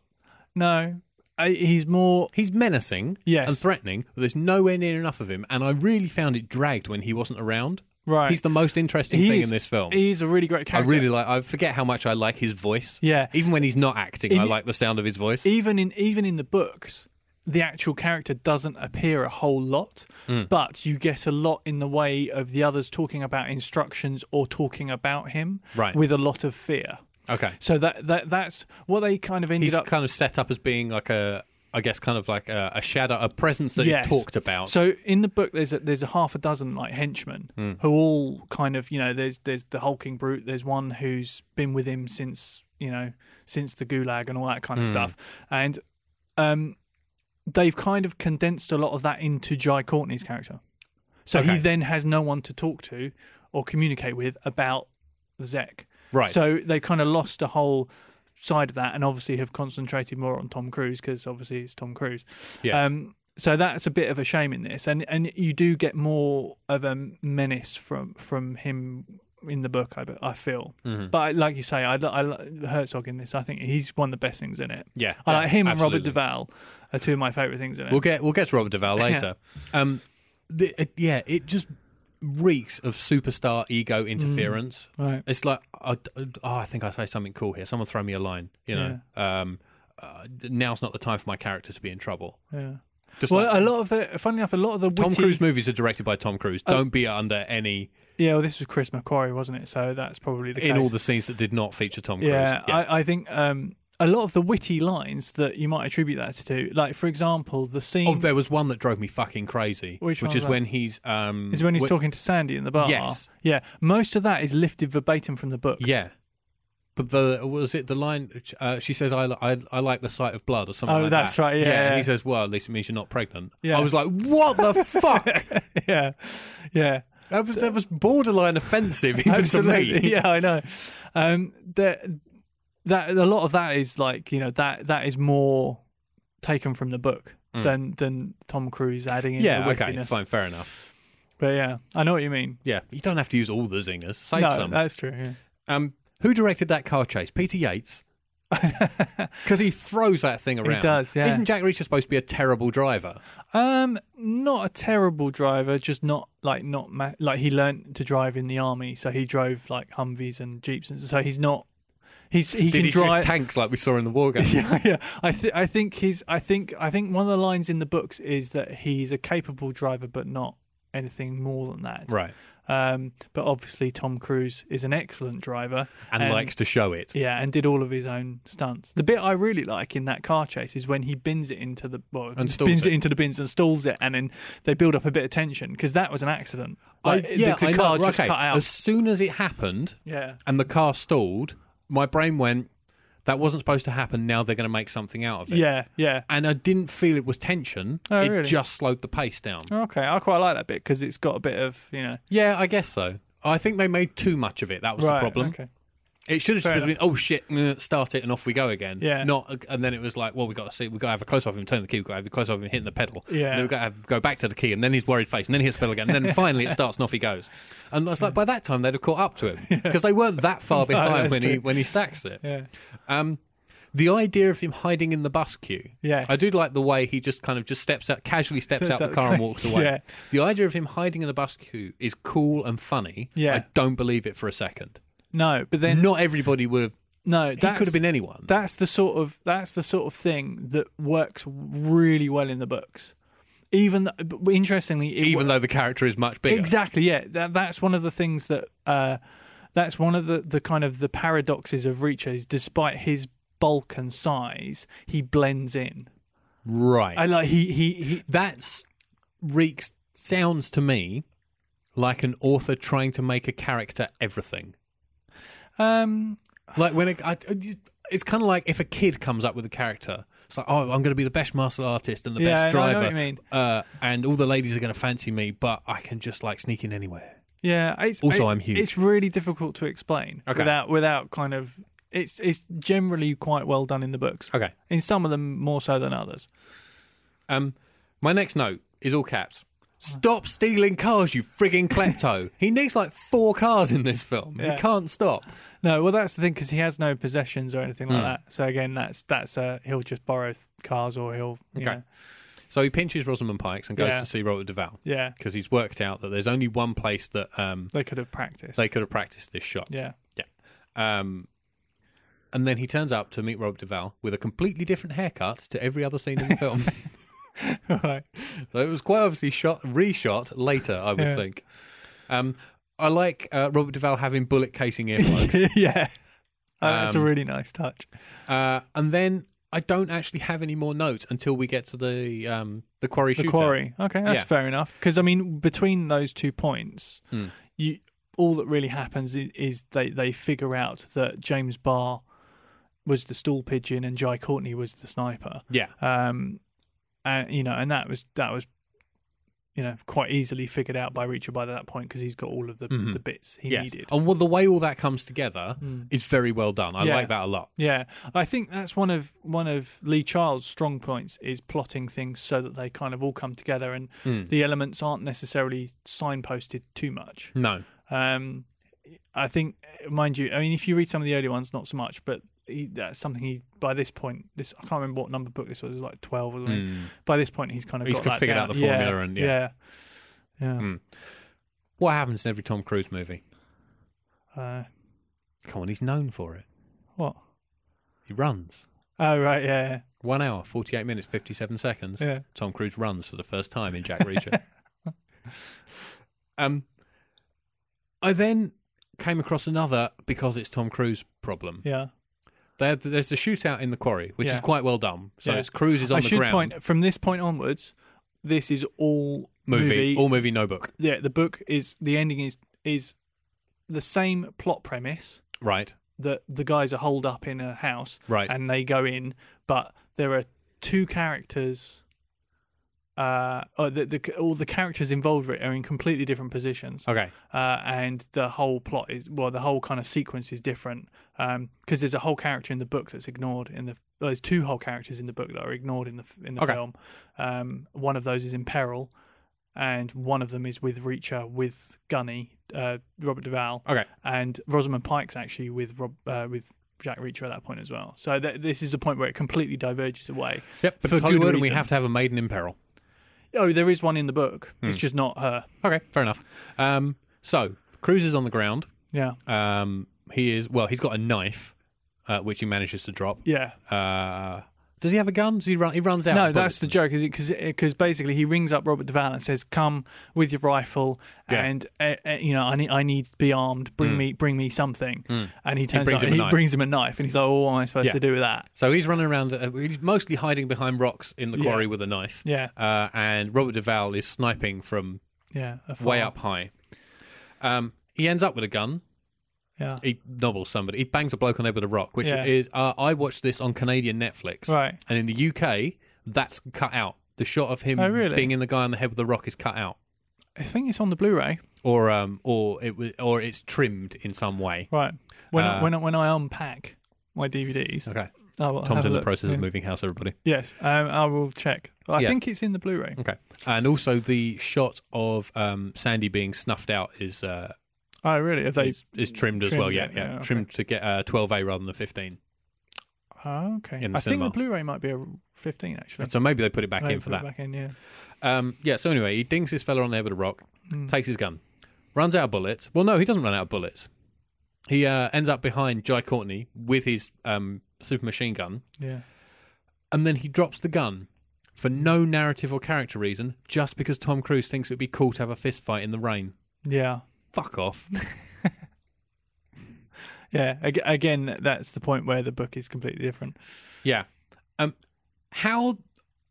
[SPEAKER 2] No, I, he's more.
[SPEAKER 1] He's menacing
[SPEAKER 2] Yes.
[SPEAKER 1] and threatening, but there's nowhere near enough of him. And I really found it dragged when he wasn't around.
[SPEAKER 2] Right.
[SPEAKER 1] He's the most interesting
[SPEAKER 2] He
[SPEAKER 1] thing
[SPEAKER 2] is-
[SPEAKER 1] in this film.
[SPEAKER 2] He's a really great
[SPEAKER 1] I
[SPEAKER 2] character.
[SPEAKER 1] really like. I forget how much I like his voice.
[SPEAKER 2] Yeah.
[SPEAKER 1] Even when he's not acting,
[SPEAKER 2] In-
[SPEAKER 1] I like the sound of his voice.
[SPEAKER 2] even in even in the books the actual character doesn't appear a whole lot
[SPEAKER 1] Mm.
[SPEAKER 2] but you get a lot in the way of the others talking about instructions or talking about him
[SPEAKER 1] Right.
[SPEAKER 2] with a lot of fear
[SPEAKER 1] okay.
[SPEAKER 2] so that, that that's what they kind of ended
[SPEAKER 1] He's
[SPEAKER 2] up
[SPEAKER 1] kind of set up as being like a, I guess, kind of like a, a shadow, a presence that is
[SPEAKER 2] Yes.
[SPEAKER 1] talked about.
[SPEAKER 2] So in the book, there's a, there's a half a dozen like henchmen
[SPEAKER 1] Hmm.
[SPEAKER 2] who all kind of you know there's there's the hulking brute. There's one who's been with him since you know since the gulag and all that
[SPEAKER 1] Hmm.
[SPEAKER 2] kind of stuff. And um, they've kind of condensed a lot of that into Jai Courtney's character. So he
[SPEAKER 1] Okay.
[SPEAKER 2] then has no one to talk to or communicate with about Zek.
[SPEAKER 1] Right.
[SPEAKER 2] So they kind of lost a whole side of that, and obviously have concentrated more on Tom Cruise because obviously it's Tom Cruise.
[SPEAKER 1] Yes.
[SPEAKER 2] Um, so that's a bit of a shame in this, and and you do get more of a menace from from him in the book. I be- I feel,
[SPEAKER 1] Mm-hmm.
[SPEAKER 2] but like you say, I, li- I li- Herzog in this. I think he's one of the best things in it.
[SPEAKER 1] Yeah,
[SPEAKER 2] I like him and Robert
[SPEAKER 1] absolutely.
[SPEAKER 2] Duvall are two of my favorite things in it.
[SPEAKER 1] We'll get we'll get to Robert Duvall later. um, the, it, yeah, it just reeks of superstar ego interference.
[SPEAKER 2] Mm. Right.
[SPEAKER 1] It's like I, oh, I think I say something cool here. Someone throw me a line. You know, um, uh, now's not the time for my character to be in trouble.
[SPEAKER 2] yeah.
[SPEAKER 1] Just
[SPEAKER 2] Well,
[SPEAKER 1] like-
[SPEAKER 2] a lot of the, funnily enough, a lot of the
[SPEAKER 1] Tom
[SPEAKER 2] witty-
[SPEAKER 1] Cruise movies are directed by Tom Cruise. Don't be under any
[SPEAKER 2] Yeah, well, this was Chris McQuarrie, wasn't it? So that's probably the
[SPEAKER 1] in
[SPEAKER 2] case.
[SPEAKER 1] all the scenes that did not feature Tom Cruise.
[SPEAKER 2] Yeah, I, I think um, a lot of the witty lines that you might attribute that to, like for example, the scene
[SPEAKER 1] oh, there was one that drove me fucking crazy,
[SPEAKER 2] Which one
[SPEAKER 1] is
[SPEAKER 2] was that?
[SPEAKER 1] when he's um,
[SPEAKER 2] is when he's
[SPEAKER 1] wh-
[SPEAKER 2] talking to Sandy in the bar.
[SPEAKER 1] Yes.
[SPEAKER 2] Yeah. Most of that is lifted verbatim from the book.
[SPEAKER 1] Yeah. But the was it the line? Uh, she says, I, li- I I like the sight of blood" or something.
[SPEAKER 2] Oh,
[SPEAKER 1] like
[SPEAKER 2] that's
[SPEAKER 1] that.
[SPEAKER 2] right, yeah,
[SPEAKER 1] And
[SPEAKER 2] yeah.
[SPEAKER 1] he says, "Well, at least it means you're not pregnant."
[SPEAKER 2] Yeah.
[SPEAKER 1] I was like, "What the fuck?"
[SPEAKER 2] yeah. Yeah.
[SPEAKER 1] that was that was borderline offensive even to
[SPEAKER 2] Absolutely.
[SPEAKER 1] me.
[SPEAKER 2] yeah, I know. Um, that that a lot of that is like you know that that is more taken from the book than than Tom Cruise adding in
[SPEAKER 1] Mm. Yeah.
[SPEAKER 2] the
[SPEAKER 1] Okay.
[SPEAKER 2] wittiness.
[SPEAKER 1] Fine. Fair enough.
[SPEAKER 2] But yeah, I know what you mean.
[SPEAKER 1] Yeah. You don't have to use all the zingers. Save
[SPEAKER 2] No,
[SPEAKER 1] some.
[SPEAKER 2] that's true. Yeah.
[SPEAKER 1] um, who directed that car chase? Peter Yates. Because he throws that thing around.
[SPEAKER 2] does, yeah.
[SPEAKER 1] Isn't Jack Reacher supposed to be a terrible driver?
[SPEAKER 2] Um, not a terrible driver, just not like not ma- like he learnt to drive in the army, so he drove like Humvees and Jeeps, and so he's not. He's he
[SPEAKER 1] Did
[SPEAKER 2] can
[SPEAKER 1] he
[SPEAKER 2] drive.
[SPEAKER 1] drive tanks like we saw in the war game?
[SPEAKER 2] yeah, yeah. I th- I think he's. I think I think one of the lines in the books is that he's a capable driver, but not anything more than that.
[SPEAKER 1] Right.
[SPEAKER 2] Um, but obviously Tom Cruise is an excellent driver
[SPEAKER 1] And likes to show it.
[SPEAKER 2] Yeah, and did all of his own stunts. The bit I really like in that car chase is when he bins it into the well,
[SPEAKER 1] And stalls
[SPEAKER 2] bins it.
[SPEAKER 1] it.
[SPEAKER 2] into the bins and stalls it, and then they build up a bit of tension because that was an accident. Like,
[SPEAKER 1] I- yeah,
[SPEAKER 2] the, the
[SPEAKER 1] I know.
[SPEAKER 2] car just
[SPEAKER 1] Okay,
[SPEAKER 2] cut out.
[SPEAKER 1] As soon as it happened
[SPEAKER 2] yeah,
[SPEAKER 1] and the car stalled, my brain went, that wasn't supposed to happen. Now they're going to make something out of it.
[SPEAKER 2] yeah, yeah.
[SPEAKER 1] And I didn't feel it was tension.
[SPEAKER 2] Oh,
[SPEAKER 1] it
[SPEAKER 2] really?
[SPEAKER 1] just slowed the pace down.
[SPEAKER 2] Okay, I quite like that bit because it's got a bit of you know.
[SPEAKER 1] Yeah, I guess so. I think they made too much of it. That was
[SPEAKER 2] Right,
[SPEAKER 1] the problem.
[SPEAKER 2] Okay.
[SPEAKER 1] It should have just
[SPEAKER 2] Fair
[SPEAKER 1] been, oh shit, mm, start it and off we go again.
[SPEAKER 2] Yeah.
[SPEAKER 1] Not, and then it was like, well, we got to see, we got to have a close up of him turning the key, we got to have a close up of him hitting the pedal.
[SPEAKER 2] Yeah.
[SPEAKER 1] And then we got to have, go back to the key, and then his worried face, and then he hits the pedal again, and then finally it starts and off he goes. And it's like by that time they'd have caught up to him because they weren't that far behind
[SPEAKER 2] that's
[SPEAKER 1] when he
[SPEAKER 2] true.
[SPEAKER 1] when he stacks it.
[SPEAKER 2] Yeah.
[SPEAKER 1] Um, the idea of him hiding in the bus queue.
[SPEAKER 2] Yes.
[SPEAKER 1] I do like the way he just kind of just steps out, casually steps out
[SPEAKER 2] Steps
[SPEAKER 1] the
[SPEAKER 2] out the
[SPEAKER 1] car and
[SPEAKER 2] car.
[SPEAKER 1] walks away.
[SPEAKER 2] Yeah.
[SPEAKER 1] The idea of him hiding in the bus queue is cool and funny.
[SPEAKER 2] Yeah.
[SPEAKER 1] I don't believe it for a second.
[SPEAKER 2] No, but then
[SPEAKER 1] Not everybody would have
[SPEAKER 2] no,
[SPEAKER 1] Mm. he
[SPEAKER 2] that
[SPEAKER 1] could have been anyone.
[SPEAKER 2] that's the sort of that's the sort of thing that works really well in the books. Even th- but interestingly, it
[SPEAKER 1] even though the character is much bigger.
[SPEAKER 2] Exactly. Yeah. That, that's one of the things that uh, that's one of the, the kind of the paradoxes of Reacher is despite his bulk and size, he blends in.
[SPEAKER 1] Right.
[SPEAKER 2] I like he he, he
[SPEAKER 1] That's reeks sounds to me like an author trying to make a character everything.
[SPEAKER 2] um
[SPEAKER 1] Like when it, I, it's kind of like if a kid comes up with a character. It's like, oh, I'm going to be the best martial artist and the
[SPEAKER 2] Yeah,
[SPEAKER 1] best
[SPEAKER 2] I know- I know
[SPEAKER 1] driver,
[SPEAKER 2] what you mean.
[SPEAKER 1] Uh, and all the ladies are going to fancy me, but I can just like sneak in anywhere.
[SPEAKER 2] yeah. It's,
[SPEAKER 1] Also,
[SPEAKER 2] it-
[SPEAKER 1] I'm huge.
[SPEAKER 2] It's really difficult to explain
[SPEAKER 1] Okay.
[SPEAKER 2] without without kind of it's it's generally quite well done in the books.
[SPEAKER 1] Okay.
[SPEAKER 2] In some of them more so than others.
[SPEAKER 1] Um, my next note is all caps. Stop stealing cars, you frigging klepto! he nicks like four cars in this film.
[SPEAKER 2] Yeah.
[SPEAKER 1] He can't stop.
[SPEAKER 2] No, well that's the thing because he has no
[SPEAKER 1] Hmm.
[SPEAKER 2] possessions or anything like that. So again, that's that's uh he'll just borrow cars or he'll you
[SPEAKER 1] Okay.
[SPEAKER 2] know.
[SPEAKER 1] So he pinches Rosamund Pykes and goes
[SPEAKER 2] Yeah.
[SPEAKER 1] to see Robert Duval
[SPEAKER 2] Yeah,
[SPEAKER 1] because he's worked out that there's only one place that um,
[SPEAKER 2] they could have practiced.
[SPEAKER 1] they could have practiced this shot.
[SPEAKER 2] yeah,
[SPEAKER 1] Um, and then he turns up to meet Robert Duval with a completely different haircut to every other scene in the film.
[SPEAKER 2] right.
[SPEAKER 1] So it was quite obviously shot, reshot later, I would
[SPEAKER 2] Yeah.
[SPEAKER 1] think. Um, I like uh, Robert Duval having bullet casing earplugs.
[SPEAKER 2] yeah, Oh, that's a
[SPEAKER 1] Um,
[SPEAKER 2] really nice touch.
[SPEAKER 1] Uh, and then I don't actually have any more notes until we get to the um, the quarry
[SPEAKER 2] The
[SPEAKER 1] shootout.
[SPEAKER 2] quarry. Okay, that's
[SPEAKER 1] Yeah.
[SPEAKER 2] fair enough. Because I mean, between those two points,
[SPEAKER 1] Hmm.
[SPEAKER 2] you all that really happens is, is they they figure out that James Barr was the stool pigeon and Jai Courtney was the sniper.
[SPEAKER 1] Yeah,
[SPEAKER 2] Um, and you know, and that was that was. You know, quite easily figured out by Reacher by that point because he's got all of the,
[SPEAKER 1] Mhm.
[SPEAKER 2] the bits he
[SPEAKER 1] yes.
[SPEAKER 2] needed. Hmm.
[SPEAKER 1] And well, the way all that comes together is very well done. I
[SPEAKER 2] Yeah.
[SPEAKER 1] like that a lot.
[SPEAKER 2] Yeah, I think that's one of one of Lee Child's strong points is plotting things so that they kind of all come together and
[SPEAKER 1] Mm.
[SPEAKER 2] the elements aren't necessarily signposted too much.
[SPEAKER 1] No,
[SPEAKER 2] Um, I think, mind you, I mean, if you read some of the early ones, not so much, but he, that's something he by this point, this I can't remember what number book this was, it was like twelve or something.
[SPEAKER 1] Mm.
[SPEAKER 2] By this point, he's kind of
[SPEAKER 1] He's
[SPEAKER 2] got that
[SPEAKER 1] figured out
[SPEAKER 2] down.
[SPEAKER 1] the formula and- yeah. Hmm.
[SPEAKER 2] yeah, yeah.
[SPEAKER 1] what happens in every Tom Cruise movie?
[SPEAKER 2] Uh,
[SPEAKER 1] Come on, he's known for it.
[SPEAKER 2] what?
[SPEAKER 1] He runs.
[SPEAKER 2] Oh right, yeah,
[SPEAKER 1] One hour, forty-eight minutes, fifty-seven seconds.
[SPEAKER 2] yeah.
[SPEAKER 1] Tom Cruise runs for the first time in Jack Reacher. um, I then came across another because it's Tom Cruise problem.
[SPEAKER 2] yeah.
[SPEAKER 1] There, there's the shootout in the quarry, which is
[SPEAKER 2] Yeah.
[SPEAKER 1] quite well done. So
[SPEAKER 2] Yeah.
[SPEAKER 1] it's Cruise is on
[SPEAKER 2] I
[SPEAKER 1] the
[SPEAKER 2] should
[SPEAKER 1] ground.
[SPEAKER 2] point from this point onwards, this is all
[SPEAKER 1] movie, all movie, no book.
[SPEAKER 2] yeah, the book is the ending is is the same plot premise
[SPEAKER 1] Right,
[SPEAKER 2] that the guys are holed up in a house
[SPEAKER 1] right.
[SPEAKER 2] and they go in, but there are two characters. Uh, or the, the all the characters involved are in completely different positions,
[SPEAKER 1] okay,
[SPEAKER 2] uh, and the whole plot is well, the whole kind of sequence is different because there's a whole character in the book that's ignored in the well, there's two whole characters in the book that are ignored in the in the
[SPEAKER 1] Okay.
[SPEAKER 2] film. Um, one of those is in peril, and one of them is with Reacher with Gunny, uh, Robert Duvall,
[SPEAKER 1] okay.
[SPEAKER 2] and Rosamund Pike's actually with Rob uh, with Jack Reacher at that point as well. So th- this is the point where it completely diverges away.
[SPEAKER 1] Yep, but
[SPEAKER 2] For
[SPEAKER 1] it's
[SPEAKER 2] good
[SPEAKER 1] Hollywood, and we
[SPEAKER 2] reason.
[SPEAKER 1] have to have a maiden in peril.
[SPEAKER 2] Oh, there is one in the book.
[SPEAKER 1] Hmm.
[SPEAKER 2] It's just not her.
[SPEAKER 1] Okay, fair enough. Um, so Cruise is on the ground.
[SPEAKER 2] Yeah,
[SPEAKER 1] Um, he is well. He's got a knife, uh, which he manages to drop.
[SPEAKER 2] yeah.
[SPEAKER 1] Uh, does he have a gun? Does he run? He runs out.
[SPEAKER 2] No,
[SPEAKER 1] of
[SPEAKER 2] that's
[SPEAKER 1] bullets.
[SPEAKER 2] the joke, because basically he rings up Robert Duvall and says, "Come with your rifle,
[SPEAKER 1] Yeah. Mm.
[SPEAKER 2] and uh, uh, you know I need I need to be armed. Bring me bring me something." And he turns
[SPEAKER 1] brings
[SPEAKER 2] up
[SPEAKER 1] him
[SPEAKER 2] and
[SPEAKER 1] a
[SPEAKER 2] he
[SPEAKER 1] knife.
[SPEAKER 2] brings him a knife, and he's like, "Oh, what am I supposed
[SPEAKER 1] Yeah.
[SPEAKER 2] to do with that?"
[SPEAKER 1] So he's running around. Uh, he's mostly hiding behind rocks in the quarry with a knife.
[SPEAKER 2] Yeah,
[SPEAKER 1] Uh, and Robert Duval is sniping from
[SPEAKER 2] yeah, a
[SPEAKER 1] way
[SPEAKER 2] fire.
[SPEAKER 1] up high. Um, he ends up with a gun.
[SPEAKER 2] Yeah,
[SPEAKER 1] He nobbles somebody. He bangs a bloke on the head with a rock, which
[SPEAKER 2] Yeah.
[SPEAKER 1] is. Uh, I watched this on Canadian Netflix.
[SPEAKER 2] right.
[SPEAKER 1] And in the UK, that's cut out. The shot of him
[SPEAKER 2] Oh, really?
[SPEAKER 1] binging the guy on the head with the rock is cut out,
[SPEAKER 2] I think it's on the Blu-ray.
[SPEAKER 1] or um, or it was, or it's trimmed in some way.
[SPEAKER 2] Right. When
[SPEAKER 1] Uh,
[SPEAKER 2] I, when I, when I unpack my DVDs,
[SPEAKER 1] Okay.
[SPEAKER 2] I will have
[SPEAKER 1] Tom's
[SPEAKER 2] a
[SPEAKER 1] in the
[SPEAKER 2] look.
[SPEAKER 1] process
[SPEAKER 2] Yeah.
[SPEAKER 1] of moving house. Everybody.
[SPEAKER 2] Yes, um, I will check. I
[SPEAKER 1] Yes.
[SPEAKER 2] think it's in the Blu-ray.
[SPEAKER 1] Okay. And also the shot of um, Sandy being snuffed out is uh,
[SPEAKER 2] Oh, really? Have they?
[SPEAKER 1] is, is trimmed as well.
[SPEAKER 2] trimmed
[SPEAKER 1] Yeah,
[SPEAKER 2] it,
[SPEAKER 1] yeah.
[SPEAKER 2] yeah, okay.
[SPEAKER 1] Trimmed to get uh, 12A rather than 15.
[SPEAKER 2] Oh, okay.
[SPEAKER 1] in the
[SPEAKER 2] I think
[SPEAKER 1] cinema.
[SPEAKER 2] the Blu-ray might be a 15 actually.
[SPEAKER 1] So maybe they put it back
[SPEAKER 2] Maybe
[SPEAKER 1] in for
[SPEAKER 2] put
[SPEAKER 1] that.
[SPEAKER 2] it Back in, yeah.
[SPEAKER 1] Um, yeah. So anyway, he dings this fella on the head with a rock, takes his gun, runs out of bullets. Well, no, he doesn't run out of bullets. He uh, ends up behind Jai Courtney with his um, super machine gun,
[SPEAKER 2] Yeah.
[SPEAKER 1] and then he drops the gun for no narrative or character reason, just because Tom Cruise thinks it'd be cool to have a fist fight in the rain.
[SPEAKER 2] Yeah.
[SPEAKER 1] Fuck off.
[SPEAKER 2] Yeah. Ag- again, that's the point where the book is completely different.
[SPEAKER 1] Yeah. Um, how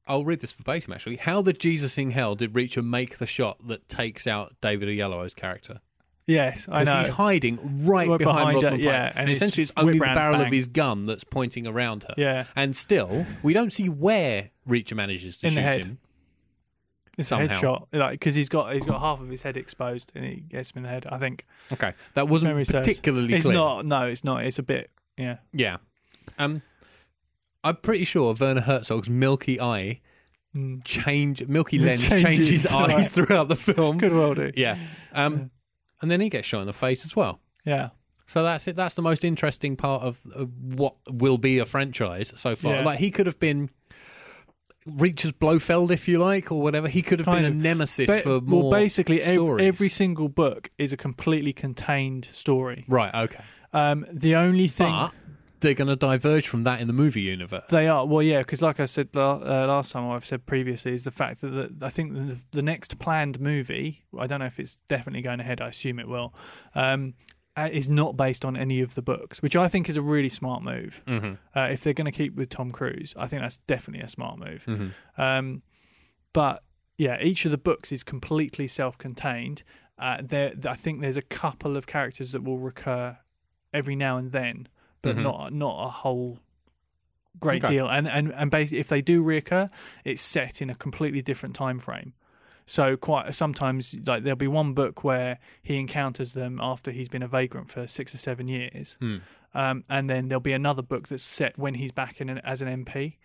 [SPEAKER 1] I'll read this verbatim actually. How the Jesus in Hell did Reacher make the shot that takes out David Oyelowo's character?
[SPEAKER 2] Yes, I
[SPEAKER 1] Because
[SPEAKER 2] know.
[SPEAKER 1] he's hiding right behind,
[SPEAKER 2] Right behind her,
[SPEAKER 1] Rosamund Pike.
[SPEAKER 2] yeah, and
[SPEAKER 1] and
[SPEAKER 2] it's
[SPEAKER 1] essentially it's
[SPEAKER 2] whip
[SPEAKER 1] only the
[SPEAKER 2] round,
[SPEAKER 1] barrel of
[SPEAKER 2] bang.
[SPEAKER 1] his gun that's pointing around her.
[SPEAKER 2] Yeah.
[SPEAKER 1] And still, we don't see where Reacher manages to
[SPEAKER 2] In
[SPEAKER 1] shoot
[SPEAKER 2] the head.
[SPEAKER 1] him.
[SPEAKER 2] It's a
[SPEAKER 1] somehow.
[SPEAKER 2] headshot, like because he's got he's got half of his head exposed, and it gets him in the head. I think
[SPEAKER 1] Okay, that wasn't
[SPEAKER 2] memory serves.
[SPEAKER 1] particularly
[SPEAKER 2] It's
[SPEAKER 1] clear.
[SPEAKER 2] not. No, it's not. It's a bit. Yeah.
[SPEAKER 1] Yeah. Um, I'm pretty sure Werner Herzog's milky eye
[SPEAKER 2] Mm.
[SPEAKER 1] change milky lens
[SPEAKER 2] Changes,
[SPEAKER 1] changes, eyes
[SPEAKER 2] right.
[SPEAKER 1] throughout the film.
[SPEAKER 2] Could well do.
[SPEAKER 1] Yeah. Um, and then he gets shot in the face as well.
[SPEAKER 2] Yeah.
[SPEAKER 1] So that's it. That's the most interesting part of uh, what will be a franchise so far.
[SPEAKER 2] Yeah.
[SPEAKER 1] Like he could have been. reaches Blofeld, if you like, or whatever. He could have
[SPEAKER 2] Kind
[SPEAKER 1] been
[SPEAKER 2] of.
[SPEAKER 1] a nemesis
[SPEAKER 2] Ba-
[SPEAKER 1] for more.
[SPEAKER 2] well, basically, ev-
[SPEAKER 1] stories.
[SPEAKER 2] every single book is a completely contained story.
[SPEAKER 1] right, okay.
[SPEAKER 2] Um, the only thing
[SPEAKER 1] But they're going to diverge from that in the movie universe.
[SPEAKER 2] They are well, yeah, because like I said la- uh, last time, or I've said previously, is the fact that the, I think the, the next planned movie, I don't know if it's definitely going ahead. I assume it will. Um, uh, is not based on any of the books, which I think is a really smart move. Uh, if they're going to keep with Tom Cruise, I think that's definitely a smart move. Um, but yeah, each of the books is completely self-contained. Uh, there, I think there's a couple of characters that will recur every now and then, but not not a whole great
[SPEAKER 1] Okay.
[SPEAKER 2] deal. And and and basically, if they do reoccur, it's set in a completely different time frame. So quite sometimes, like there'll be one book where he encounters them after he's been a vagrant for six or seven years,
[SPEAKER 1] Hmm.
[SPEAKER 2] um, and then there'll be another book that's set when he's back in an, as an MP,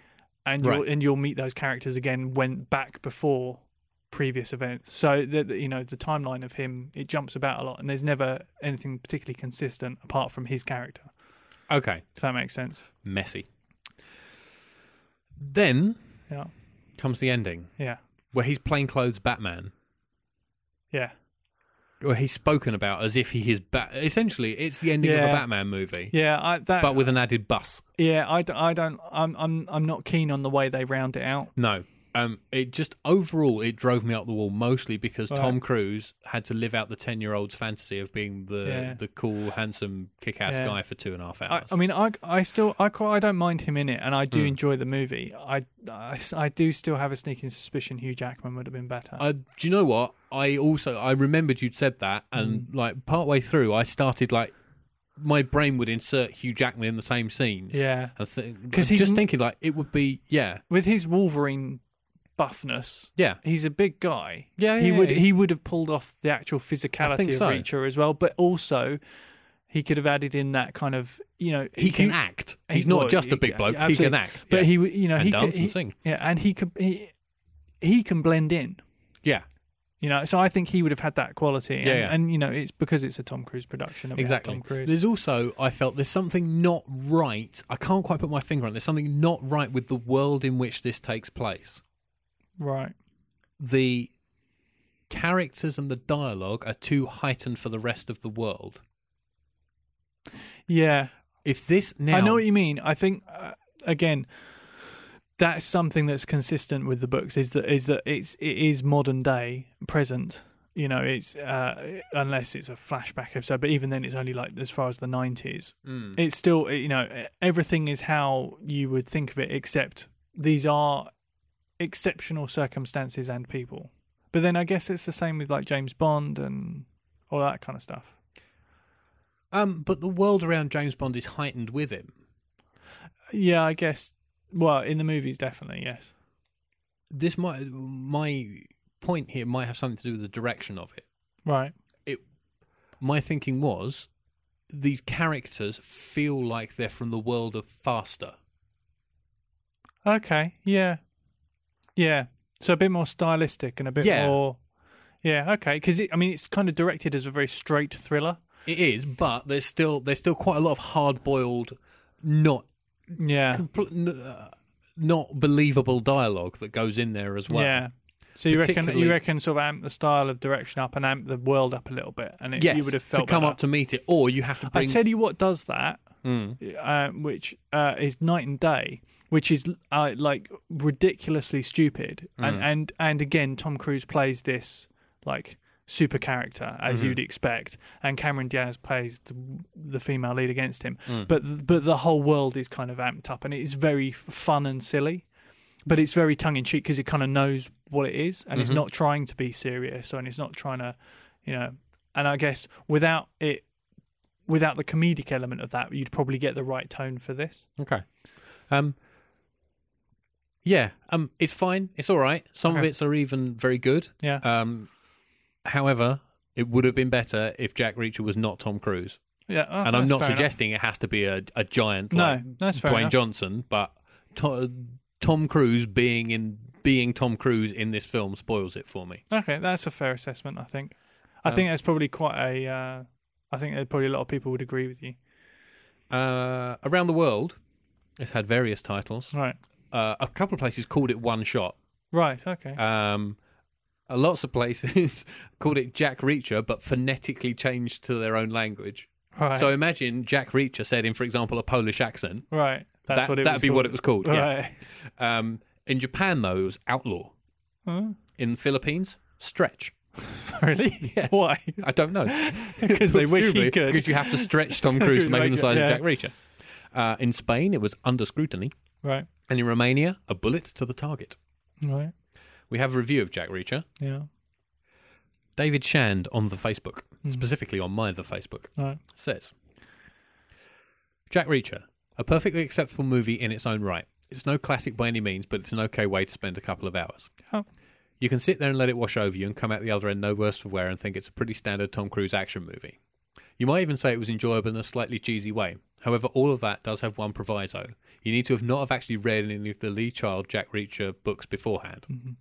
[SPEAKER 2] and you'll
[SPEAKER 1] Right.
[SPEAKER 2] and you'll meet those characters again when back before previous events. So the, the- you know the timeline of him it jumps about a lot, and there's never anything particularly consistent apart from his character.
[SPEAKER 1] Okay,
[SPEAKER 2] If that makes sense,
[SPEAKER 1] messy. Then
[SPEAKER 2] yeah,
[SPEAKER 1] comes the ending
[SPEAKER 2] yeah,
[SPEAKER 1] where he's plainclothes Batman,
[SPEAKER 2] yeah,
[SPEAKER 1] where he's spoken about as if he is bat. Essentially, it's the ending of a
[SPEAKER 2] Yeah.
[SPEAKER 1] Batman movie,
[SPEAKER 2] yeah. I, that,
[SPEAKER 1] but with an added bus.
[SPEAKER 2] yeah, I, d- I don't. I'm I'm I'm not keen on the way they round it out.
[SPEAKER 1] No. Um, it just overall it drove me up the wall mostly because Tom Cruise had to live out the ten year old's fantasy of being the
[SPEAKER 2] Yeah.
[SPEAKER 1] the cool, handsome, kick ass
[SPEAKER 2] Yeah.
[SPEAKER 1] guy for two and a half
[SPEAKER 2] I, um,
[SPEAKER 1] hours.
[SPEAKER 2] I mean, I, I still, I quite, I don't mind him in it, and I
[SPEAKER 1] Hmm.
[SPEAKER 2] do enjoy the movie. I, I, I do still have a sneaking suspicion Hugh Jackman would have been better.
[SPEAKER 1] Uh, do you know what? I also I remembered you'd said that, and
[SPEAKER 2] Mm.
[SPEAKER 1] like part way through, I started like my brain would insert Hugh Jackman in the same scenes.
[SPEAKER 2] yeah,
[SPEAKER 1] because th-
[SPEAKER 2] 'Cause
[SPEAKER 1] I'm
[SPEAKER 2] he's
[SPEAKER 1] just
[SPEAKER 2] n-
[SPEAKER 1] thinking like it would be yeah
[SPEAKER 2] with his Wolverine buffness,
[SPEAKER 1] yeah
[SPEAKER 2] he's a big guy.
[SPEAKER 1] Yeah,
[SPEAKER 2] he
[SPEAKER 1] yeah,
[SPEAKER 2] would,
[SPEAKER 1] yeah.
[SPEAKER 2] he would have pulled off the actual
[SPEAKER 1] I
[SPEAKER 2] physicality
[SPEAKER 1] think
[SPEAKER 2] of
[SPEAKER 1] so.
[SPEAKER 2] Reacher as well, but also he could have added in that kind of, you know,
[SPEAKER 1] he can
[SPEAKER 2] Hugh-
[SPEAKER 1] act.
[SPEAKER 2] he
[SPEAKER 1] He's not
[SPEAKER 2] would,
[SPEAKER 1] just
[SPEAKER 2] he-
[SPEAKER 1] a big bloke. He
[SPEAKER 2] absolutely.
[SPEAKER 1] can act.
[SPEAKER 2] but
[SPEAKER 1] yeah.
[SPEAKER 2] he, would- you know,
[SPEAKER 1] And
[SPEAKER 2] he
[SPEAKER 1] dance
[SPEAKER 2] can,
[SPEAKER 1] and
[SPEAKER 2] he-
[SPEAKER 1] sing.
[SPEAKER 2] Yeah, and he can, he, he can blend in.
[SPEAKER 1] yeah
[SPEAKER 2] You know, so I think he would have had that quality. And,
[SPEAKER 1] Yeah, yeah.
[SPEAKER 2] and you know, it's because it's a Tom Cruise production. that we have
[SPEAKER 1] exactly.
[SPEAKER 2] Tom Cruise.
[SPEAKER 1] There's also I felt there's something not right. I can't quite put my finger on. it. There's something not right with the world in which this takes place.
[SPEAKER 2] right.
[SPEAKER 1] the characters and the dialogue are too heightened for the rest of the world.
[SPEAKER 2] Yeah.
[SPEAKER 1] If this now,
[SPEAKER 2] I know what you mean. I think uh, again, that's something that's consistent with the books. Is that is that it's it is modern day present. You know, it's uh, unless it's a flashback episode, but even then, it's only like as far as the nineties. It's still you know everything is how you would think of it, except these are exceptional circumstances and people. But then I guess it's the same with like James Bond and all that kind of stuff.
[SPEAKER 1] um, but the world around James Bond is heightened with him.
[SPEAKER 2] Yeah, I guess. Well, in the movies, definitely yes.
[SPEAKER 1] This might my point here might have something to do with the direction of it.
[SPEAKER 2] Right.
[SPEAKER 1] My thinking was these characters feel like they're from the world of faster.
[SPEAKER 2] Okay. Yeah. Yeah. So a bit more stylistic and a bit
[SPEAKER 1] Yeah.
[SPEAKER 2] more. Yeah. Okay. Because I mean, it's kind of directed as a very straight thriller.
[SPEAKER 1] It is, but there's still there's still quite a lot of hard boiled, not
[SPEAKER 2] Yeah.
[SPEAKER 1] compl- n- uh, not believable dialogue that goes in there as well.
[SPEAKER 2] yeah. So you reckon
[SPEAKER 1] particularly-
[SPEAKER 2] you reckon sort of amp the style of direction up and amp the world up a little bit, and it,
[SPEAKER 1] yes,
[SPEAKER 2] you would have felt
[SPEAKER 1] to come
[SPEAKER 2] better.
[SPEAKER 1] up to meet it, or you have to
[SPEAKER 2] I
[SPEAKER 1] bring.
[SPEAKER 2] tell you what does that,
[SPEAKER 1] Mm.
[SPEAKER 2] uh, which uh, is night and day, which is uh, like ridiculously stupid, and and and again, Tom Cruise plays this like super character as you'd expect, and Cameron Diaz plays the, the female lead against him, but but the whole world is kind of amped up, and it's very f- fun and silly. But it's very tongue in cheek because it kind of knows what it is, and it's not trying to be serious, and it's not trying to, you know. And I guess without it without the comedic element of that, you'd probably get the right tone for this.
[SPEAKER 1] Okay. Um. Yeah. Um. It's fine. It's all right. Some of
[SPEAKER 2] Okay.
[SPEAKER 1] its are even very good.
[SPEAKER 2] Yeah.
[SPEAKER 1] Um. However, it would have been better if Jack Reacher was not Tom Cruise.
[SPEAKER 2] Yeah, oh,
[SPEAKER 1] and I'm
[SPEAKER 2] that's
[SPEAKER 1] not
[SPEAKER 2] fair enough.
[SPEAKER 1] suggesting it has to be a, a giant
[SPEAKER 2] No,
[SPEAKER 1] like
[SPEAKER 2] that's fair
[SPEAKER 1] Dwayne
[SPEAKER 2] enough.
[SPEAKER 1] Johnson, but to, Tom Cruise being in being Tom Cruise in this film spoils it for me.
[SPEAKER 2] Okay, that's a fair assessment. I think. I
[SPEAKER 1] Um,
[SPEAKER 2] think that's probably quite a. Uh, I think that probably a lot of people would agree with you.
[SPEAKER 1] Uh, Around the world, it's had various titles.
[SPEAKER 2] Right.
[SPEAKER 1] uh, a couple of places called it one shot.
[SPEAKER 2] Right. Okay.
[SPEAKER 1] Um, uh, lots of places called it Jack Reacher, but phonetically changed to their own language.
[SPEAKER 2] right.
[SPEAKER 1] So imagine Jack Reacher said in, for example, a Polish accent.
[SPEAKER 2] right. That's
[SPEAKER 1] that,
[SPEAKER 2] what it
[SPEAKER 1] that'd
[SPEAKER 2] was
[SPEAKER 1] be
[SPEAKER 2] called.
[SPEAKER 1] what it was called. Yeah.
[SPEAKER 2] Right.
[SPEAKER 1] Um, in Japan, though, it was outlaw.
[SPEAKER 2] Huh?
[SPEAKER 1] In the Philippines, stretch.
[SPEAKER 2] really? Why?
[SPEAKER 1] I don't know.
[SPEAKER 2] Because they wish he could.
[SPEAKER 1] Because you have to stretch Tom Cruise to make him the size
[SPEAKER 2] Yeah.
[SPEAKER 1] of Jack Reacher. Uh, in Spain, it was under scrutiny.
[SPEAKER 2] Right.
[SPEAKER 1] And in Romania, a bullet to the target.
[SPEAKER 2] Right.
[SPEAKER 1] We have a review of Jack Reacher.
[SPEAKER 2] Yeah.
[SPEAKER 1] David Shand on the Facebook, specifically on my the Facebook,
[SPEAKER 2] Hmm. Right.
[SPEAKER 1] says Jack Reacher, a perfectly acceptable movie in its own right. It's no classic by any means, but it's an okay way to spend a couple of hours.
[SPEAKER 2] Oh.
[SPEAKER 1] You can sit there and let it wash over you and come out the other end no worse for wear and think it's a pretty standard Tom Cruise action movie. You might even say it was enjoyable in a slightly cheesy way. However, all of that does have one proviso. You need to have not have actually read any of the Lee Child Jack Reacher books beforehand.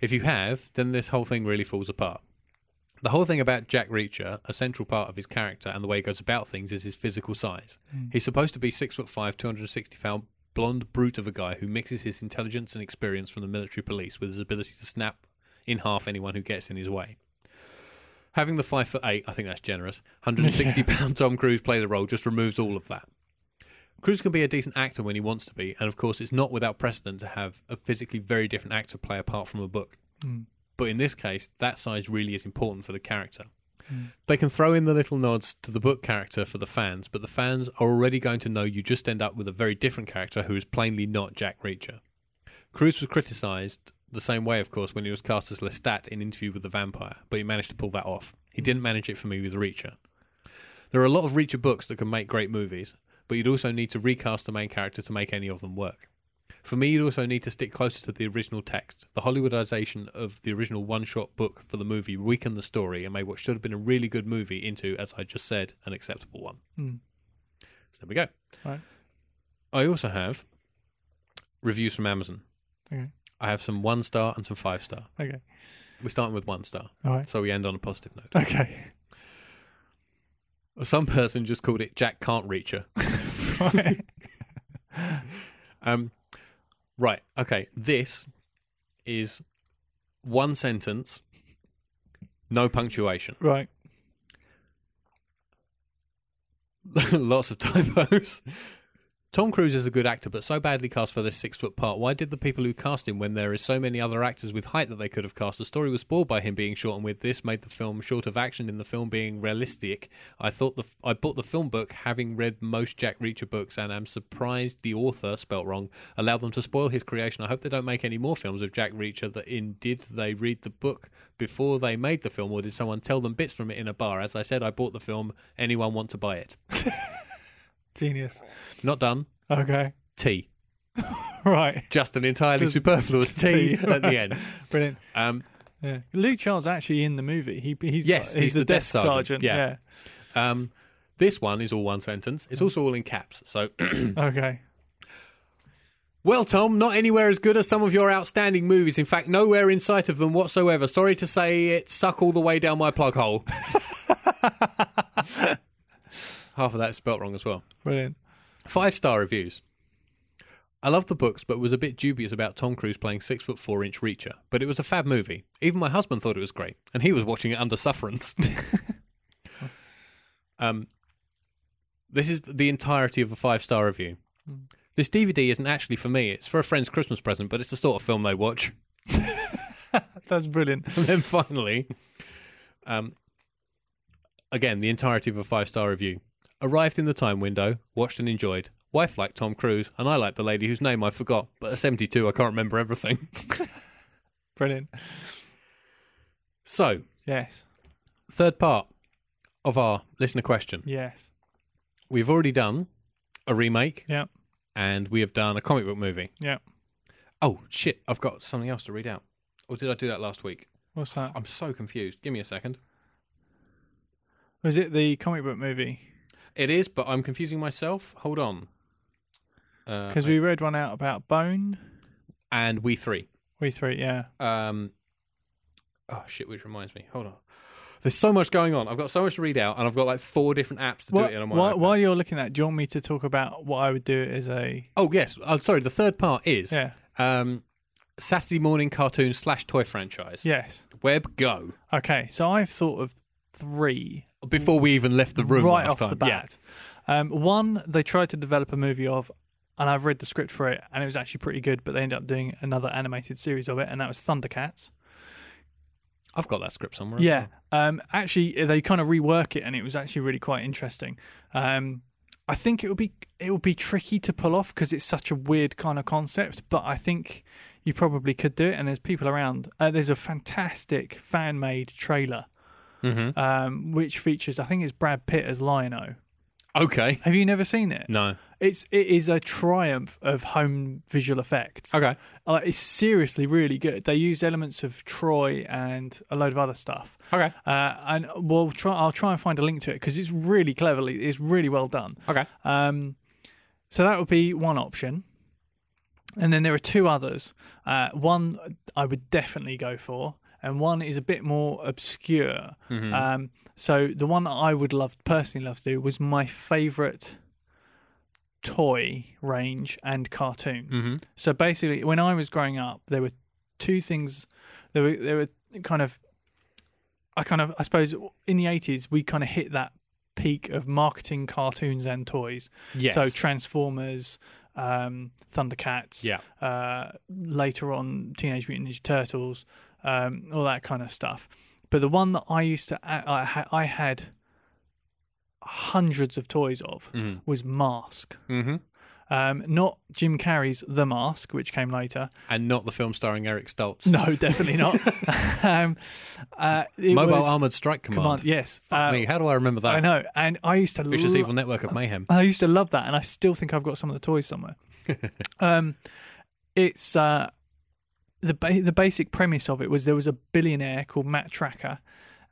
[SPEAKER 1] If you have, then this whole thing really falls apart. The whole thing about Jack Reacher, a central part of his character and the way he goes about things, is his physical size. He's supposed to be six foot five, two hundred and sixty pound, blonde brute of a guy who mixes his intelligence and experience from the military police with his ability to snap in half anyone who gets in his way. Having the five foot eight, I think that's generous. Hundred and sixty pound Tom Cruise play the role just removes all of that. Cruise can be a decent actor when he wants to be, and of course, it's not without precedent to have a physically very different actor play a part from a book. But in this case, that size really is important for the character. They can throw in the little nods to the book character for the fans, but the fans are already going to know you just end up with a very different character who is plainly not Jack Reacher. Cruise was criticised the same way, of course, when he was cast as Lestat in Interview with the Vampire, but he managed to pull that off. He didn't manage it for me with Reacher. There are a lot of Reacher books that can make great movies, but you'd also need to recast the main character to make any of them work. For me, you'd also need to stick closer to the original text. The Hollywoodization of the original one shot book for the movie weakened the story and made what should have been a really good movie into, as I just said, an acceptable one.
[SPEAKER 2] Mm.
[SPEAKER 1] So there we go.
[SPEAKER 2] Right.
[SPEAKER 1] I also have reviews from Amazon.
[SPEAKER 2] Okay.
[SPEAKER 1] I have some one star and some five star.
[SPEAKER 2] Okay.
[SPEAKER 1] We're starting with one star,
[SPEAKER 2] All right.
[SPEAKER 1] so we end on a positive note.
[SPEAKER 2] Okay.
[SPEAKER 1] Some person just called it Jack Can't Reacher.
[SPEAKER 2] Right.
[SPEAKER 1] Um, right. Okay. This is one sentence, no punctuation,
[SPEAKER 2] right.
[SPEAKER 1] lots of typos. Tom Cruise is a good actor, but so badly cast for this six foot part. Why did the people who cast him when there is so many other actors with height that they could have cast? The story was spoiled by him being short, and with this made the film short of action in the film being realistic. I thought the I bought the film book having read most Jack Reacher books, and am surprised the author spelt wrong allowed them to spoil his creation. I hope they don't make any more films of Jack Reacher. That in did they read the book before they made the film, or did someone tell them bits from it in a bar? As I said, I bought the film. Anyone want to buy it?
[SPEAKER 2] Genius.
[SPEAKER 1] Not done.
[SPEAKER 2] Okay.
[SPEAKER 1] T.
[SPEAKER 2] Right.
[SPEAKER 1] Just an entirely
[SPEAKER 2] Just
[SPEAKER 1] superfluous T
[SPEAKER 2] T,
[SPEAKER 1] at the end.
[SPEAKER 2] Brilliant.
[SPEAKER 1] Um,
[SPEAKER 2] Yeah. Luke Charles actually in the movie. He he's
[SPEAKER 1] Yes,
[SPEAKER 2] he's, the, desk sergeant.
[SPEAKER 1] yeah. um, this one is all one sentence. It's also all in caps. So,
[SPEAKER 2] Yeah. Okay.
[SPEAKER 1] well, Tom, not anywhere as good as some of your outstanding movies. In fact, nowhere in sight of them whatsoever. Sorry to say it suck all the way down my plug hole. Half of that's spelt wrong as well.
[SPEAKER 2] Brilliant.
[SPEAKER 1] Five star reviews. I loved the books, but was a bit dubious about Tom Cruise playing six foot four inch Reacher. But it was a fab movie. Even my husband thought it was great, and he was watching it under sufferance. um, this is the entirety of a five star review. This DVD isn't actually for me. It's for a friend's Christmas present, but it's the sort of film they watch.
[SPEAKER 2] That's brilliant.
[SPEAKER 1] And then finally, um, again, the entirety of a five star review. Arrived in the time window, watched and enjoyed. Wife liked Tom Cruise, and I liked the lady whose name I forgot, but at 72, I can't remember everything.
[SPEAKER 2] Brilliant.
[SPEAKER 1] So,
[SPEAKER 2] Yes.
[SPEAKER 1] third part of our listener question.
[SPEAKER 2] Yes.
[SPEAKER 1] We've already done a remake,
[SPEAKER 2] Yeah.
[SPEAKER 1] and we have done a comic book movie.
[SPEAKER 2] Yeah.
[SPEAKER 1] Oh, shit, I've got something else to read out. Or did I do that last week?
[SPEAKER 2] What's that?
[SPEAKER 1] I'm so confused. Give me a second.
[SPEAKER 2] Was it the comic book movie?
[SPEAKER 1] It is, but I'm confusing myself. Hold on. Uh,
[SPEAKER 2] Because we read one out about Bone.
[SPEAKER 1] and we three.
[SPEAKER 2] We three. Yeah.
[SPEAKER 1] Um, oh shit! Which reminds me. Hold on. There's so much going on. I've got so much to read out, and I've got like four different apps to
[SPEAKER 2] Well,
[SPEAKER 1] do it in on my
[SPEAKER 2] while,
[SPEAKER 1] iPad.
[SPEAKER 2] while you're looking at, it, do you want me to talk about what I would do as a
[SPEAKER 1] Oh yes. Oh, sorry. The third part is
[SPEAKER 2] yeah
[SPEAKER 1] um, Saturday morning cartoon slash toy franchise.
[SPEAKER 2] yes
[SPEAKER 1] Web go.
[SPEAKER 2] okay? So I've thought of three
[SPEAKER 1] Before we even left the room
[SPEAKER 2] right
[SPEAKER 1] last
[SPEAKER 2] off
[SPEAKER 1] time.
[SPEAKER 2] the
[SPEAKER 1] Yeah.
[SPEAKER 2] bat. Um, one they tried to develop a movie of, and I've read the script for it, and it was actually pretty good. But they ended up doing another animated series of it, and that was Thundercats.
[SPEAKER 1] I've got that script somewhere. as
[SPEAKER 2] Yeah,
[SPEAKER 1] well.
[SPEAKER 2] um, actually they kind of rework it, and it was actually really quite interesting. Um, I think it would be it would be tricky to pull off because it's such a weird kind of concept, but I think you probably could do it. And there's people around. Uh, there's a fantastic fan made trailer.
[SPEAKER 1] Mm-hmm.
[SPEAKER 2] Um, which features, I think it's Brad Pitt as Lion-O.
[SPEAKER 1] Okay.
[SPEAKER 2] Have you never seen it?
[SPEAKER 1] No.
[SPEAKER 2] It's it is a triumph of home visual effects.
[SPEAKER 1] Okay.
[SPEAKER 2] Uh, it's seriously really good. They use elements of Troy and a load of other stuff.
[SPEAKER 1] Okay.
[SPEAKER 2] Uh, and we'll try. I'll try and find a link to it because it's really cleverly. It's really well done.
[SPEAKER 1] Okay.
[SPEAKER 2] Um, so that would be one option. And then there are two others. Uh, one I would definitely go for, and one is a bit more obscure. Um, so the one I would love, personally love to do, was my favourite toy range and cartoon.
[SPEAKER 1] Mm. Mm-hmm.
[SPEAKER 2] So basically, when I was growing up, there were two things. There were there were kind of, I kind of I suppose in the eighties we kind of hit that peak of marketing cartoons and toys.
[SPEAKER 1] Yes.
[SPEAKER 2] So Transformers, um, Thundercats.
[SPEAKER 1] Yeah.
[SPEAKER 2] Uh, later on, Teenage Mutant Ninja Turtles, um, all that kind of stuff. But the one that I used to I, I, ha- I had hundreds of toys of was Mask.
[SPEAKER 1] mm-hmm.
[SPEAKER 2] Um, not Jim Carrey's The Mask, which came later.
[SPEAKER 1] And not the film starring Eric Stoltz.
[SPEAKER 2] No, definitely not. um, uh, it
[SPEAKER 1] Mobile
[SPEAKER 2] was-
[SPEAKER 1] Armored Strike Command.
[SPEAKER 2] Command, yes.
[SPEAKER 1] Fuck
[SPEAKER 2] Uh,
[SPEAKER 1] me. How do I remember that?
[SPEAKER 2] I know, and I used to
[SPEAKER 1] Vicious
[SPEAKER 2] lo-
[SPEAKER 1] Evil Network of Mayhem.
[SPEAKER 2] I used to love that, and I still think I've got some of the toys somewhere. um, it's uh, the ba- the basic premise of it was there was a billionaire called Matt Tracker,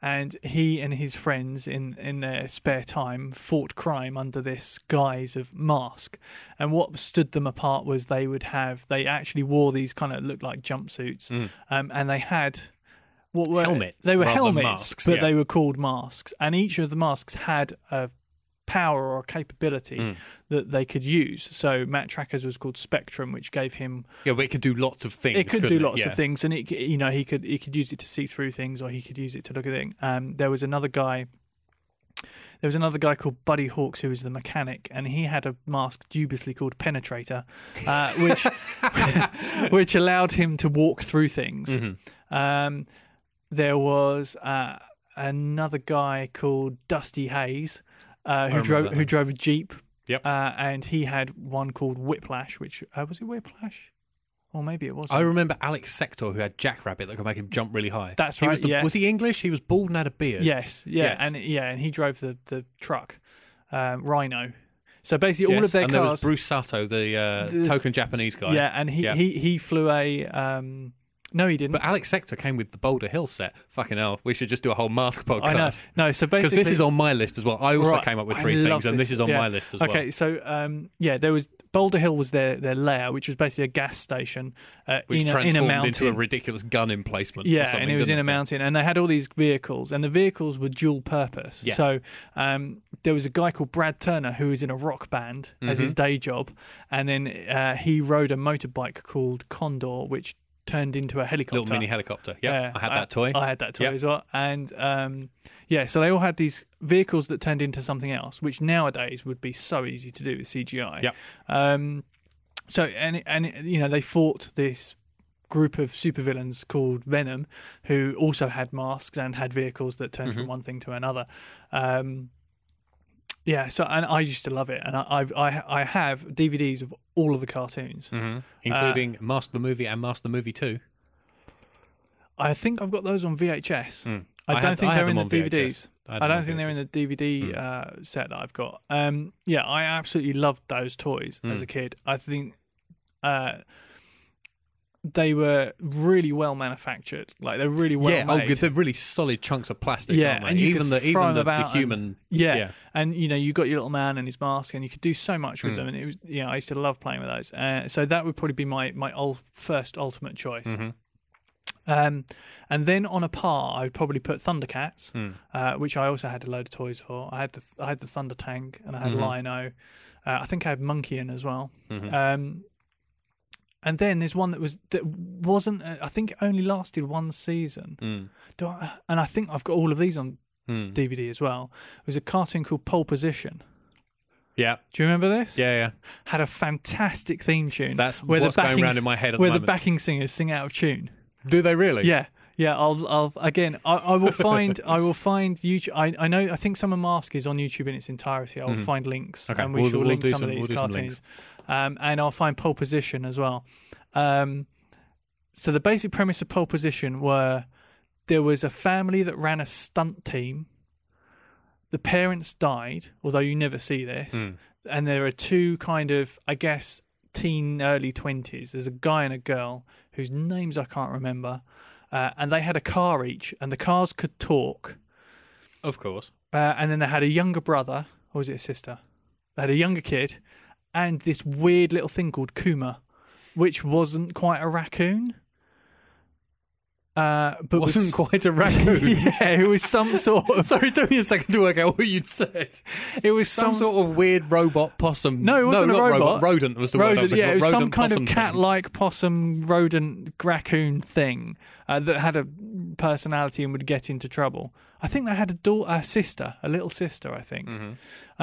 [SPEAKER 2] and he and his friends in in their spare time fought crime under this guise of mask. And what stood them apart was they would have they actually wore these kind of looked like jumpsuits, um, and they had. What were
[SPEAKER 1] Mm. Helmets
[SPEAKER 2] They were
[SPEAKER 1] rather than
[SPEAKER 2] helmets,
[SPEAKER 1] masks,
[SPEAKER 2] but
[SPEAKER 1] yeah.
[SPEAKER 2] they were called masks, and each of the masks had a power or a capability
[SPEAKER 1] Mm.
[SPEAKER 2] that they could use. So Matt Tracker's was called Spectrum, which gave him
[SPEAKER 1] Yeah, but it could do lots of things.
[SPEAKER 2] it could
[SPEAKER 1] couldn't
[SPEAKER 2] do lots
[SPEAKER 1] Yeah.
[SPEAKER 2] of things, and it c- you know he could he could use it to see through things, or he could use it to look at things. Um, there was another guy. There was another guy called Buddy Hawks who was the mechanic, and he had a mask dubiously called Penetrator, uh, which which allowed him to walk through things.
[SPEAKER 1] Mm-hmm.
[SPEAKER 2] Um, there was uh, another guy called Dusty Hayes uh, who
[SPEAKER 1] remember
[SPEAKER 2] drove
[SPEAKER 1] that
[SPEAKER 2] who
[SPEAKER 1] name.
[SPEAKER 2] drove a jeep.
[SPEAKER 1] Yep.
[SPEAKER 2] Uh, and he had one called Whiplash, which uh, was it Whiplash, or maybe it was.
[SPEAKER 1] I remember Alex Sector, who had Jackrabbit that could make him jump really high.
[SPEAKER 2] That's
[SPEAKER 1] He was,
[SPEAKER 2] right,
[SPEAKER 1] the-
[SPEAKER 2] yes.
[SPEAKER 1] was he English? He was bald and had a beard.
[SPEAKER 2] Yes, yeah,
[SPEAKER 1] Yes.
[SPEAKER 2] and yeah, and he drove the the truck, um, Rhino. So basically, all
[SPEAKER 1] Yes,
[SPEAKER 2] of their
[SPEAKER 1] and there was
[SPEAKER 2] cars.
[SPEAKER 1] Bruce Sato, the, uh,
[SPEAKER 2] The-
[SPEAKER 1] token Japanese guy.
[SPEAKER 2] yeah, and he,
[SPEAKER 1] Yeah.
[SPEAKER 2] he he flew a. Um, no, he didn't.
[SPEAKER 1] But Alex Sector came with the Boulder Hill set. Fucking hell, we should just do a whole mask
[SPEAKER 2] I know.
[SPEAKER 1] podcast.
[SPEAKER 2] No, so basically,
[SPEAKER 1] Because this is on my list as well. I also
[SPEAKER 2] Right,
[SPEAKER 1] came up with
[SPEAKER 2] I
[SPEAKER 1] three
[SPEAKER 2] love
[SPEAKER 1] things, and this is on
[SPEAKER 2] yeah.
[SPEAKER 1] my list as well.
[SPEAKER 2] Okay, so um, yeah, there was Boulder Hill was their their lair, which was basically a gas station uh,
[SPEAKER 1] Which
[SPEAKER 2] in, a, in a
[SPEAKER 1] transformed
[SPEAKER 2] mountain.
[SPEAKER 1] into a ridiculous gun emplacement. or
[SPEAKER 2] yeah,
[SPEAKER 1] something,
[SPEAKER 2] and it was
[SPEAKER 1] didn't
[SPEAKER 2] in a mountain, and they had all these vehicles, and the vehicles were dual purpose.
[SPEAKER 1] Yes.
[SPEAKER 2] So um, there was a guy called Brad Turner who was in a rock band as
[SPEAKER 1] Mm-hmm.
[SPEAKER 2] his day job, and then uh, he rode a motorbike called Condor, which turned into a helicopter.
[SPEAKER 1] Little mini helicopter. Yeah,
[SPEAKER 2] Yeah,
[SPEAKER 1] I had that toy.
[SPEAKER 2] I uh, had that toy
[SPEAKER 1] Yep.
[SPEAKER 2] as well, and um, yeah, so they all had these vehicles that turned into something else, which nowadays would be so easy to do with CGI.
[SPEAKER 1] Yep.
[SPEAKER 2] Um, so and and you know they fought this group of supervillains called Venom, who also had masks and had vehicles that turned
[SPEAKER 1] Mm-hmm.
[SPEAKER 2] from one thing to another. Um, yeah, so and I used to love it, and I I've, I I have DVDs of all of the cartoons.
[SPEAKER 1] including Mask the Movie and Mask the Movie 2.
[SPEAKER 2] I think I've got those on VHS. I
[SPEAKER 1] Hmm. I
[SPEAKER 2] don't
[SPEAKER 1] had-
[SPEAKER 2] think
[SPEAKER 1] I had
[SPEAKER 2] they're in the
[SPEAKER 1] them on
[SPEAKER 2] DVDs.
[SPEAKER 1] VHS. I had
[SPEAKER 2] I
[SPEAKER 1] them
[SPEAKER 2] don't
[SPEAKER 1] on
[SPEAKER 2] think they're in the DVD
[SPEAKER 1] Hmm.
[SPEAKER 2] uh, set that I've got. Um, yeah, I absolutely loved those toys
[SPEAKER 1] Hmm.
[SPEAKER 2] as a kid. I think uh, they were really well manufactured. Like they're really well
[SPEAKER 1] yeah, oh,
[SPEAKER 2] made.
[SPEAKER 1] good. they're really solid chunks of plastic.
[SPEAKER 2] Yeah,
[SPEAKER 1] aren't they?
[SPEAKER 2] and you
[SPEAKER 1] even
[SPEAKER 2] could
[SPEAKER 1] the
[SPEAKER 2] throw
[SPEAKER 1] even
[SPEAKER 2] 'em
[SPEAKER 1] the, the
[SPEAKER 2] about and-
[SPEAKER 1] human.
[SPEAKER 2] Yeah.
[SPEAKER 1] yeah.
[SPEAKER 2] and you know you got your little man and his mask, and you could do so much with them. And it was, you know, I used to love playing with those. Uh, so that would probably be my my ul- first ultimate choice. Um, and then on a par, I would probably put Thundercats, uh, which I also had a load of toys for. I had the I had the Thunder Tank and I had Lino. Uh, I think I had Monkey in as well. Um, and then there's one that was that wasn't. uh, I think it only lasted one season. Do I, and I think I've got all of these on
[SPEAKER 1] Hmm.
[SPEAKER 2] DVD as well. It was a cartoon called Pole Position.
[SPEAKER 1] Yeah.
[SPEAKER 2] Do you remember this?
[SPEAKER 1] Yeah, yeah.
[SPEAKER 2] Had a fantastic theme tune.
[SPEAKER 1] That's
[SPEAKER 2] where
[SPEAKER 1] what's
[SPEAKER 2] the
[SPEAKER 1] going
[SPEAKER 2] backing,
[SPEAKER 1] round in my head at the
[SPEAKER 2] where
[SPEAKER 1] moment.
[SPEAKER 2] the backing singers sing out of tune.
[SPEAKER 1] Do they really?
[SPEAKER 2] Yeah, yeah. I'll, I'll again. I, I will find. I will find YouTube. I, I know. I think Summer Mask is on YouTube in its entirety.
[SPEAKER 1] Mm-hmm.
[SPEAKER 2] I'll find links,
[SPEAKER 1] Okay,
[SPEAKER 2] and we
[SPEAKER 1] we'll-
[SPEAKER 2] shall
[SPEAKER 1] we'll
[SPEAKER 2] link
[SPEAKER 1] do
[SPEAKER 2] some,
[SPEAKER 1] some-
[SPEAKER 2] of
[SPEAKER 1] we'll
[SPEAKER 2] these
[SPEAKER 1] do some links.
[SPEAKER 2] cartoons, um, and I'll find Pole Position as well. Um, so the basic premise of Pole Position were there was a family that ran a stunt team. The parents died, although you never see this.
[SPEAKER 1] Hmm.
[SPEAKER 2] And there are two kind of, I guess, teen early 20s. There's a guy and a girl whose names I can't remember. Uh, and they had a car each, and the cars could talk.
[SPEAKER 1] Of course.
[SPEAKER 2] Uh, and then they had a younger brother, or was it a sister? They had a younger kid, and this weird little thing called Kuma, which wasn't quite a raccoon. Uh, but was-
[SPEAKER 1] Wasn't quite a raccoon.
[SPEAKER 2] yeah, it was some sort of.
[SPEAKER 1] Sorry, took me a second to work out what you'd said.
[SPEAKER 2] It was
[SPEAKER 1] Some,
[SPEAKER 2] some,
[SPEAKER 1] sort of weird robot possum.
[SPEAKER 2] No, it wasn't
[SPEAKER 1] not
[SPEAKER 2] a robot.
[SPEAKER 1] Rodent was the word. I
[SPEAKER 2] rodent.
[SPEAKER 1] was
[SPEAKER 2] Yeah, it was
[SPEAKER 1] rodent
[SPEAKER 2] some kind
[SPEAKER 1] possum
[SPEAKER 2] of
[SPEAKER 1] thing.
[SPEAKER 2] cat-like possum, rodent, raccoon thing uh, that had a personality and would get into trouble. I think they had a daughter, a sister, a little sister. I think,
[SPEAKER 1] Mm-hmm.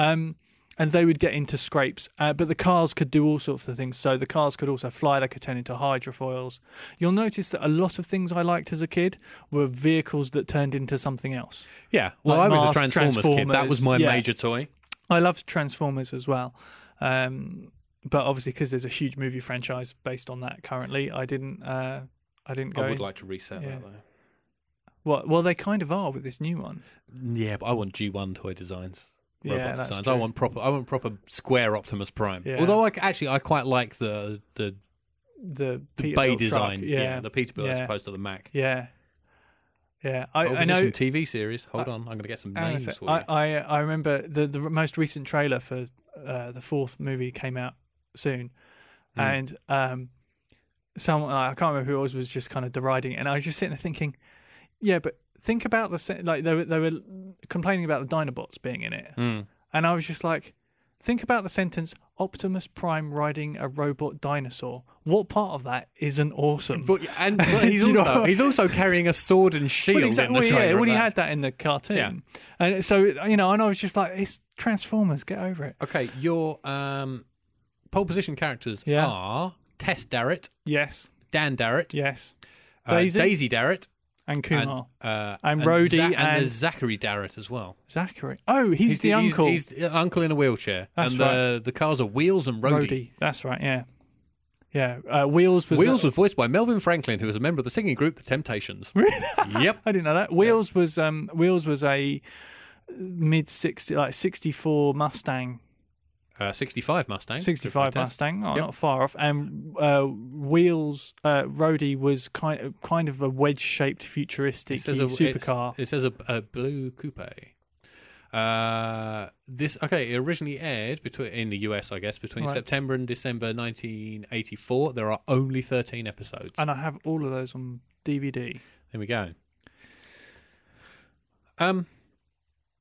[SPEAKER 2] um, and they would get into scrapes. Uh, but the cars could do all sorts of things. So the cars could also fly. They could turn into hydrofoils. You'll notice that a lot of things I liked as a kid were vehicles that turned into something else.
[SPEAKER 1] Yeah. Well,
[SPEAKER 2] like
[SPEAKER 1] I was a
[SPEAKER 2] Mars,
[SPEAKER 1] Transformers, kid. That
[SPEAKER 2] Transformers,
[SPEAKER 1] was my
[SPEAKER 2] yeah.
[SPEAKER 1] major toy.
[SPEAKER 2] I loved Transformers as well. Um, but obviously, because there's a huge movie franchise based on that currently, I didn't. Uh, I didn't go.
[SPEAKER 1] I would
[SPEAKER 2] in.
[SPEAKER 1] like to reset
[SPEAKER 2] Yeah.
[SPEAKER 1] that though.
[SPEAKER 2] well, well, they kind of are with this new one.
[SPEAKER 1] Yeah, but I want G1 toy designs.
[SPEAKER 2] Yeah,
[SPEAKER 1] Robot
[SPEAKER 2] that's
[SPEAKER 1] designs. I
[SPEAKER 2] true.
[SPEAKER 1] want proper. I want proper square Optimus Prime.
[SPEAKER 2] Yeah.
[SPEAKER 1] Although I c- actually I quite like the the,
[SPEAKER 2] The,
[SPEAKER 1] the
[SPEAKER 2] Peterbilt
[SPEAKER 1] Bay
[SPEAKER 2] truck.
[SPEAKER 1] design.
[SPEAKER 2] Yeah, yeah,
[SPEAKER 1] the Peterbilt as
[SPEAKER 2] Yeah.
[SPEAKER 1] opposed to the Mac.
[SPEAKER 2] yeah. I,
[SPEAKER 1] Oh,
[SPEAKER 2] I
[SPEAKER 1] is this
[SPEAKER 2] know.
[SPEAKER 1] from TV series. Hold on, I'm going to get some
[SPEAKER 2] hang on a
[SPEAKER 1] names
[SPEAKER 2] sec.
[SPEAKER 1] for you.
[SPEAKER 2] I, I I remember the the most recent trailer for uh, the fourth movie came out soon,
[SPEAKER 1] Hmm.
[SPEAKER 2] and um, someone I can't remember who it was was just kind of deriding, it. and I was just sitting there thinking, yeah, but think about the se- like they were they were complaining about the Dinobots being in it,
[SPEAKER 1] Hmm.
[SPEAKER 2] and I was just like, think about the sentence Optimus Prime riding a robot dinosaur. What part of that isn't awesome?
[SPEAKER 1] But and but he's
[SPEAKER 2] Do you know
[SPEAKER 1] also
[SPEAKER 2] what?
[SPEAKER 1] he's also carrying a sword and shield.
[SPEAKER 2] Well, exactly.
[SPEAKER 1] in the
[SPEAKER 2] well, yeah,
[SPEAKER 1] trailer
[SPEAKER 2] well,
[SPEAKER 1] at
[SPEAKER 2] he
[SPEAKER 1] that
[SPEAKER 2] had that in the cartoon,
[SPEAKER 1] Yeah.
[SPEAKER 2] and so you know, and I was just like, it's Transformers, get over it.
[SPEAKER 1] Okay, your um, pole position characters
[SPEAKER 2] Yeah.
[SPEAKER 1] are Tess Darrett,
[SPEAKER 2] Yes,
[SPEAKER 1] Dan Darrett,
[SPEAKER 2] yes,
[SPEAKER 1] uh,
[SPEAKER 2] Daisy?
[SPEAKER 1] Darrett,
[SPEAKER 2] and
[SPEAKER 1] and
[SPEAKER 2] Kumar,
[SPEAKER 1] uh,
[SPEAKER 2] And Rhodey
[SPEAKER 1] Za- and there's
[SPEAKER 2] and-
[SPEAKER 1] Zachary Darrett as well.
[SPEAKER 2] Zachary. Oh, he's, the
[SPEAKER 1] he's-
[SPEAKER 2] uncle,
[SPEAKER 1] He's, the uncle in a wheelchair,
[SPEAKER 2] That's
[SPEAKER 1] and the the cars are Wheels and Rhodey.
[SPEAKER 2] Rhodey. That's right. Yeah, yeah. Uh, Wheels was
[SPEAKER 1] Wheels was voiced by Melvin Franklin, who was a member of the singing group The Temptations. yep.
[SPEAKER 2] I didn't know that. Wheels was um Wheels was a mid sixty like sixty four Mustang,
[SPEAKER 1] Uh, 65 Mustang.
[SPEAKER 2] sixty five
[SPEAKER 1] Good contest.
[SPEAKER 2] Mustang. Oh, not far off. And uh, Wheels uh, Rhodey was kind of, kind of a wedge shaped futuristic
[SPEAKER 1] It says a
[SPEAKER 2] supercar.
[SPEAKER 1] it's- It says a, a blue coupe. Uh, this okay. It originally aired between in the US, I guess, between
[SPEAKER 2] Right.
[SPEAKER 1] September and December 1984. There are only 13 episodes.
[SPEAKER 2] and I have all of those on DVD.
[SPEAKER 1] there we go. Um,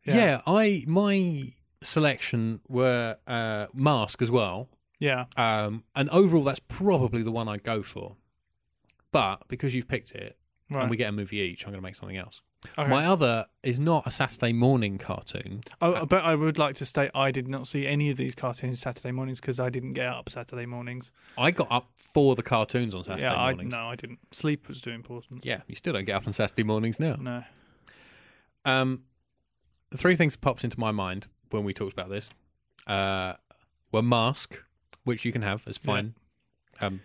[SPEAKER 1] yeah.
[SPEAKER 2] Yeah.
[SPEAKER 1] I my selection were uh, Mask as well,
[SPEAKER 2] Yeah,
[SPEAKER 1] um, and overall that's probably the one I go for. But because you've picked it,
[SPEAKER 2] right.
[SPEAKER 1] and we get a movie each, I'm going to make something else.
[SPEAKER 2] Okay.
[SPEAKER 1] My other is not a Saturday morning cartoon.
[SPEAKER 2] Oh, but I would like to state I did not see any of these cartoons Saturday mornings because I didn't get up Saturday mornings.
[SPEAKER 1] I got up for the cartoons on Saturday
[SPEAKER 2] yeah, I,
[SPEAKER 1] mornings.
[SPEAKER 2] no, I didn't. Sleep was too important.
[SPEAKER 1] Yeah, you still don't get up on Saturday mornings now.
[SPEAKER 2] No.
[SPEAKER 1] Um, the three things that pops into my mind when we talked about this uh, were Mask, which you can have, it's fine. Um,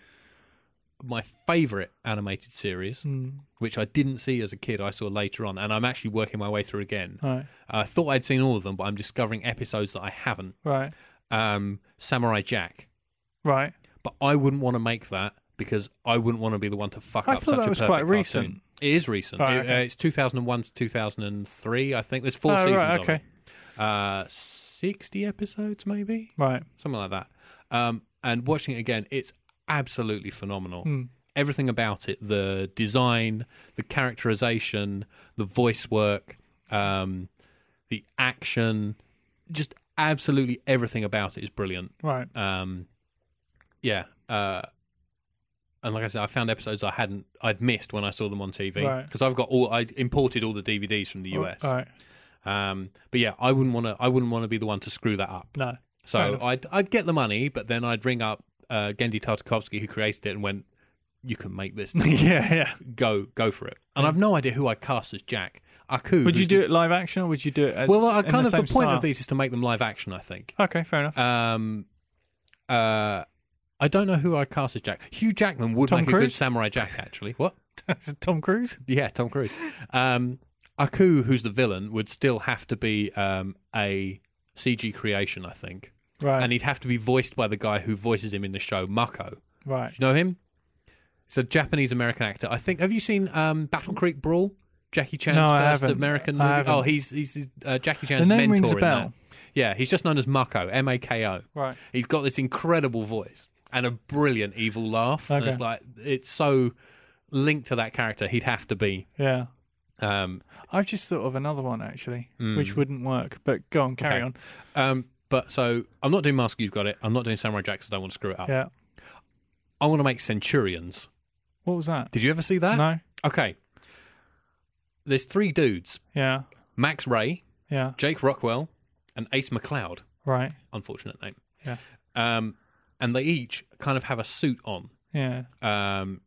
[SPEAKER 1] my favourite animated series,
[SPEAKER 2] Hmm.
[SPEAKER 1] which I didn't see as a kid, I saw later on, and I'm actually working my way through again.
[SPEAKER 2] All right.
[SPEAKER 1] I thought I'd seen all of them, but I'm discovering episodes that I haven't.
[SPEAKER 2] Right.
[SPEAKER 1] Um, Samurai Jack.
[SPEAKER 2] Right.
[SPEAKER 1] but I wouldn't want to make that because I wouldn't want to be the one to fuck
[SPEAKER 2] I
[SPEAKER 1] up
[SPEAKER 2] thought
[SPEAKER 1] such
[SPEAKER 2] that
[SPEAKER 1] a
[SPEAKER 2] was
[SPEAKER 1] perfect
[SPEAKER 2] quite
[SPEAKER 1] cartoon.
[SPEAKER 2] recent.
[SPEAKER 1] It is recent.
[SPEAKER 2] Right,
[SPEAKER 1] It- uh,
[SPEAKER 2] okay.
[SPEAKER 1] it's 2001 to 2003, I think. There's four
[SPEAKER 2] Oh,
[SPEAKER 1] seasons
[SPEAKER 2] right.
[SPEAKER 1] of it.
[SPEAKER 2] Okay.
[SPEAKER 1] Uh, 60 episodes, maybe?
[SPEAKER 2] Right. Hmm.
[SPEAKER 1] Something like that. Um, and watching it again, it's absolutely phenomenal. everything about it the design, the characterization, the voice work, um, the action, just absolutely everything about it is brilliant.
[SPEAKER 2] Right.
[SPEAKER 1] Um, yeah. Uh, and like I said, I found episodes I hadn't, I'd missed when I saw them on TV
[SPEAKER 2] Right.
[SPEAKER 1] because I've got all, I imported all the DVDs from the US.
[SPEAKER 2] All right.
[SPEAKER 1] Um, but yeah, I wouldn't want to, I wouldn't want to be the one to screw that up.
[SPEAKER 2] No. Fair
[SPEAKER 1] So
[SPEAKER 2] enough.
[SPEAKER 1] I'd, I'd get the money, but then I'd ring up uh, Gendy Tartakovsky, who created it, and went, "You can make this.
[SPEAKER 2] yeah, yeah.
[SPEAKER 1] go, go for it." And I've no idea who I cast as Jack. Aku.
[SPEAKER 2] Would you
[SPEAKER 1] who's
[SPEAKER 2] do
[SPEAKER 1] the-
[SPEAKER 2] it live action or would you do it as
[SPEAKER 1] Well, I
[SPEAKER 2] in
[SPEAKER 1] kind of the
[SPEAKER 2] same
[SPEAKER 1] point
[SPEAKER 2] style?
[SPEAKER 1] of these is to make them live action. I think.
[SPEAKER 2] Okay, fair enough.
[SPEAKER 1] Um, uh, I don't know who I cast as Jack. Hugh Jackman would
[SPEAKER 2] Tom
[SPEAKER 1] make a good
[SPEAKER 2] Cruise?
[SPEAKER 1] Samurai Jack, actually. What?
[SPEAKER 2] Is it Tom Cruise?
[SPEAKER 1] Yeah, Tom Cruise. Um, Aku, who's the villain, would still have to be um, a CG creation, I think,
[SPEAKER 2] Right.
[SPEAKER 1] and he'd have to be voiced by the guy who voices him in the show, Mako.
[SPEAKER 2] right.
[SPEAKER 1] Do you know him? He's a Japanese American actor. I think. Have you seen um, Battle Creek Brawl? Jackie Chan's
[SPEAKER 2] No, I
[SPEAKER 1] first
[SPEAKER 2] haven't.
[SPEAKER 1] American
[SPEAKER 2] I
[SPEAKER 1] movie.
[SPEAKER 2] haven't.
[SPEAKER 1] Oh, he's he's uh, Jackie Chan's
[SPEAKER 2] The name
[SPEAKER 1] mentor
[SPEAKER 2] rings a
[SPEAKER 1] in
[SPEAKER 2] bell.
[SPEAKER 1] that. Yeah, he's just known as Mako, M A K O.
[SPEAKER 2] Right.
[SPEAKER 1] He's got this incredible voice and a brilliant evil laugh. And
[SPEAKER 2] Okay.
[SPEAKER 1] it's like it's so linked to that character. He'd have to be.
[SPEAKER 2] Yeah.
[SPEAKER 1] Um,
[SPEAKER 2] I've just thought of another one actually, which wouldn't work. But go on, carry
[SPEAKER 1] Hmm. Okay.
[SPEAKER 2] on.
[SPEAKER 1] um, but so I'm not doing Mask. You've got it. I'm not doing Samurai Jack. 'cause I don't want to screw it up.
[SPEAKER 2] Yeah.
[SPEAKER 1] I want to make Centurions.
[SPEAKER 2] What was that?
[SPEAKER 1] Did you ever see that?
[SPEAKER 2] No.
[SPEAKER 1] Okay. There's three dudes.
[SPEAKER 2] Yeah.
[SPEAKER 1] Max Ray,
[SPEAKER 2] Yeah.
[SPEAKER 1] Jake Rockwell, and Ace McLeod.
[SPEAKER 2] Right.
[SPEAKER 1] Unfortunate name.
[SPEAKER 2] Yeah.
[SPEAKER 1] Um, and they each kind of have a suit on,
[SPEAKER 2] Yeah.
[SPEAKER 1] um,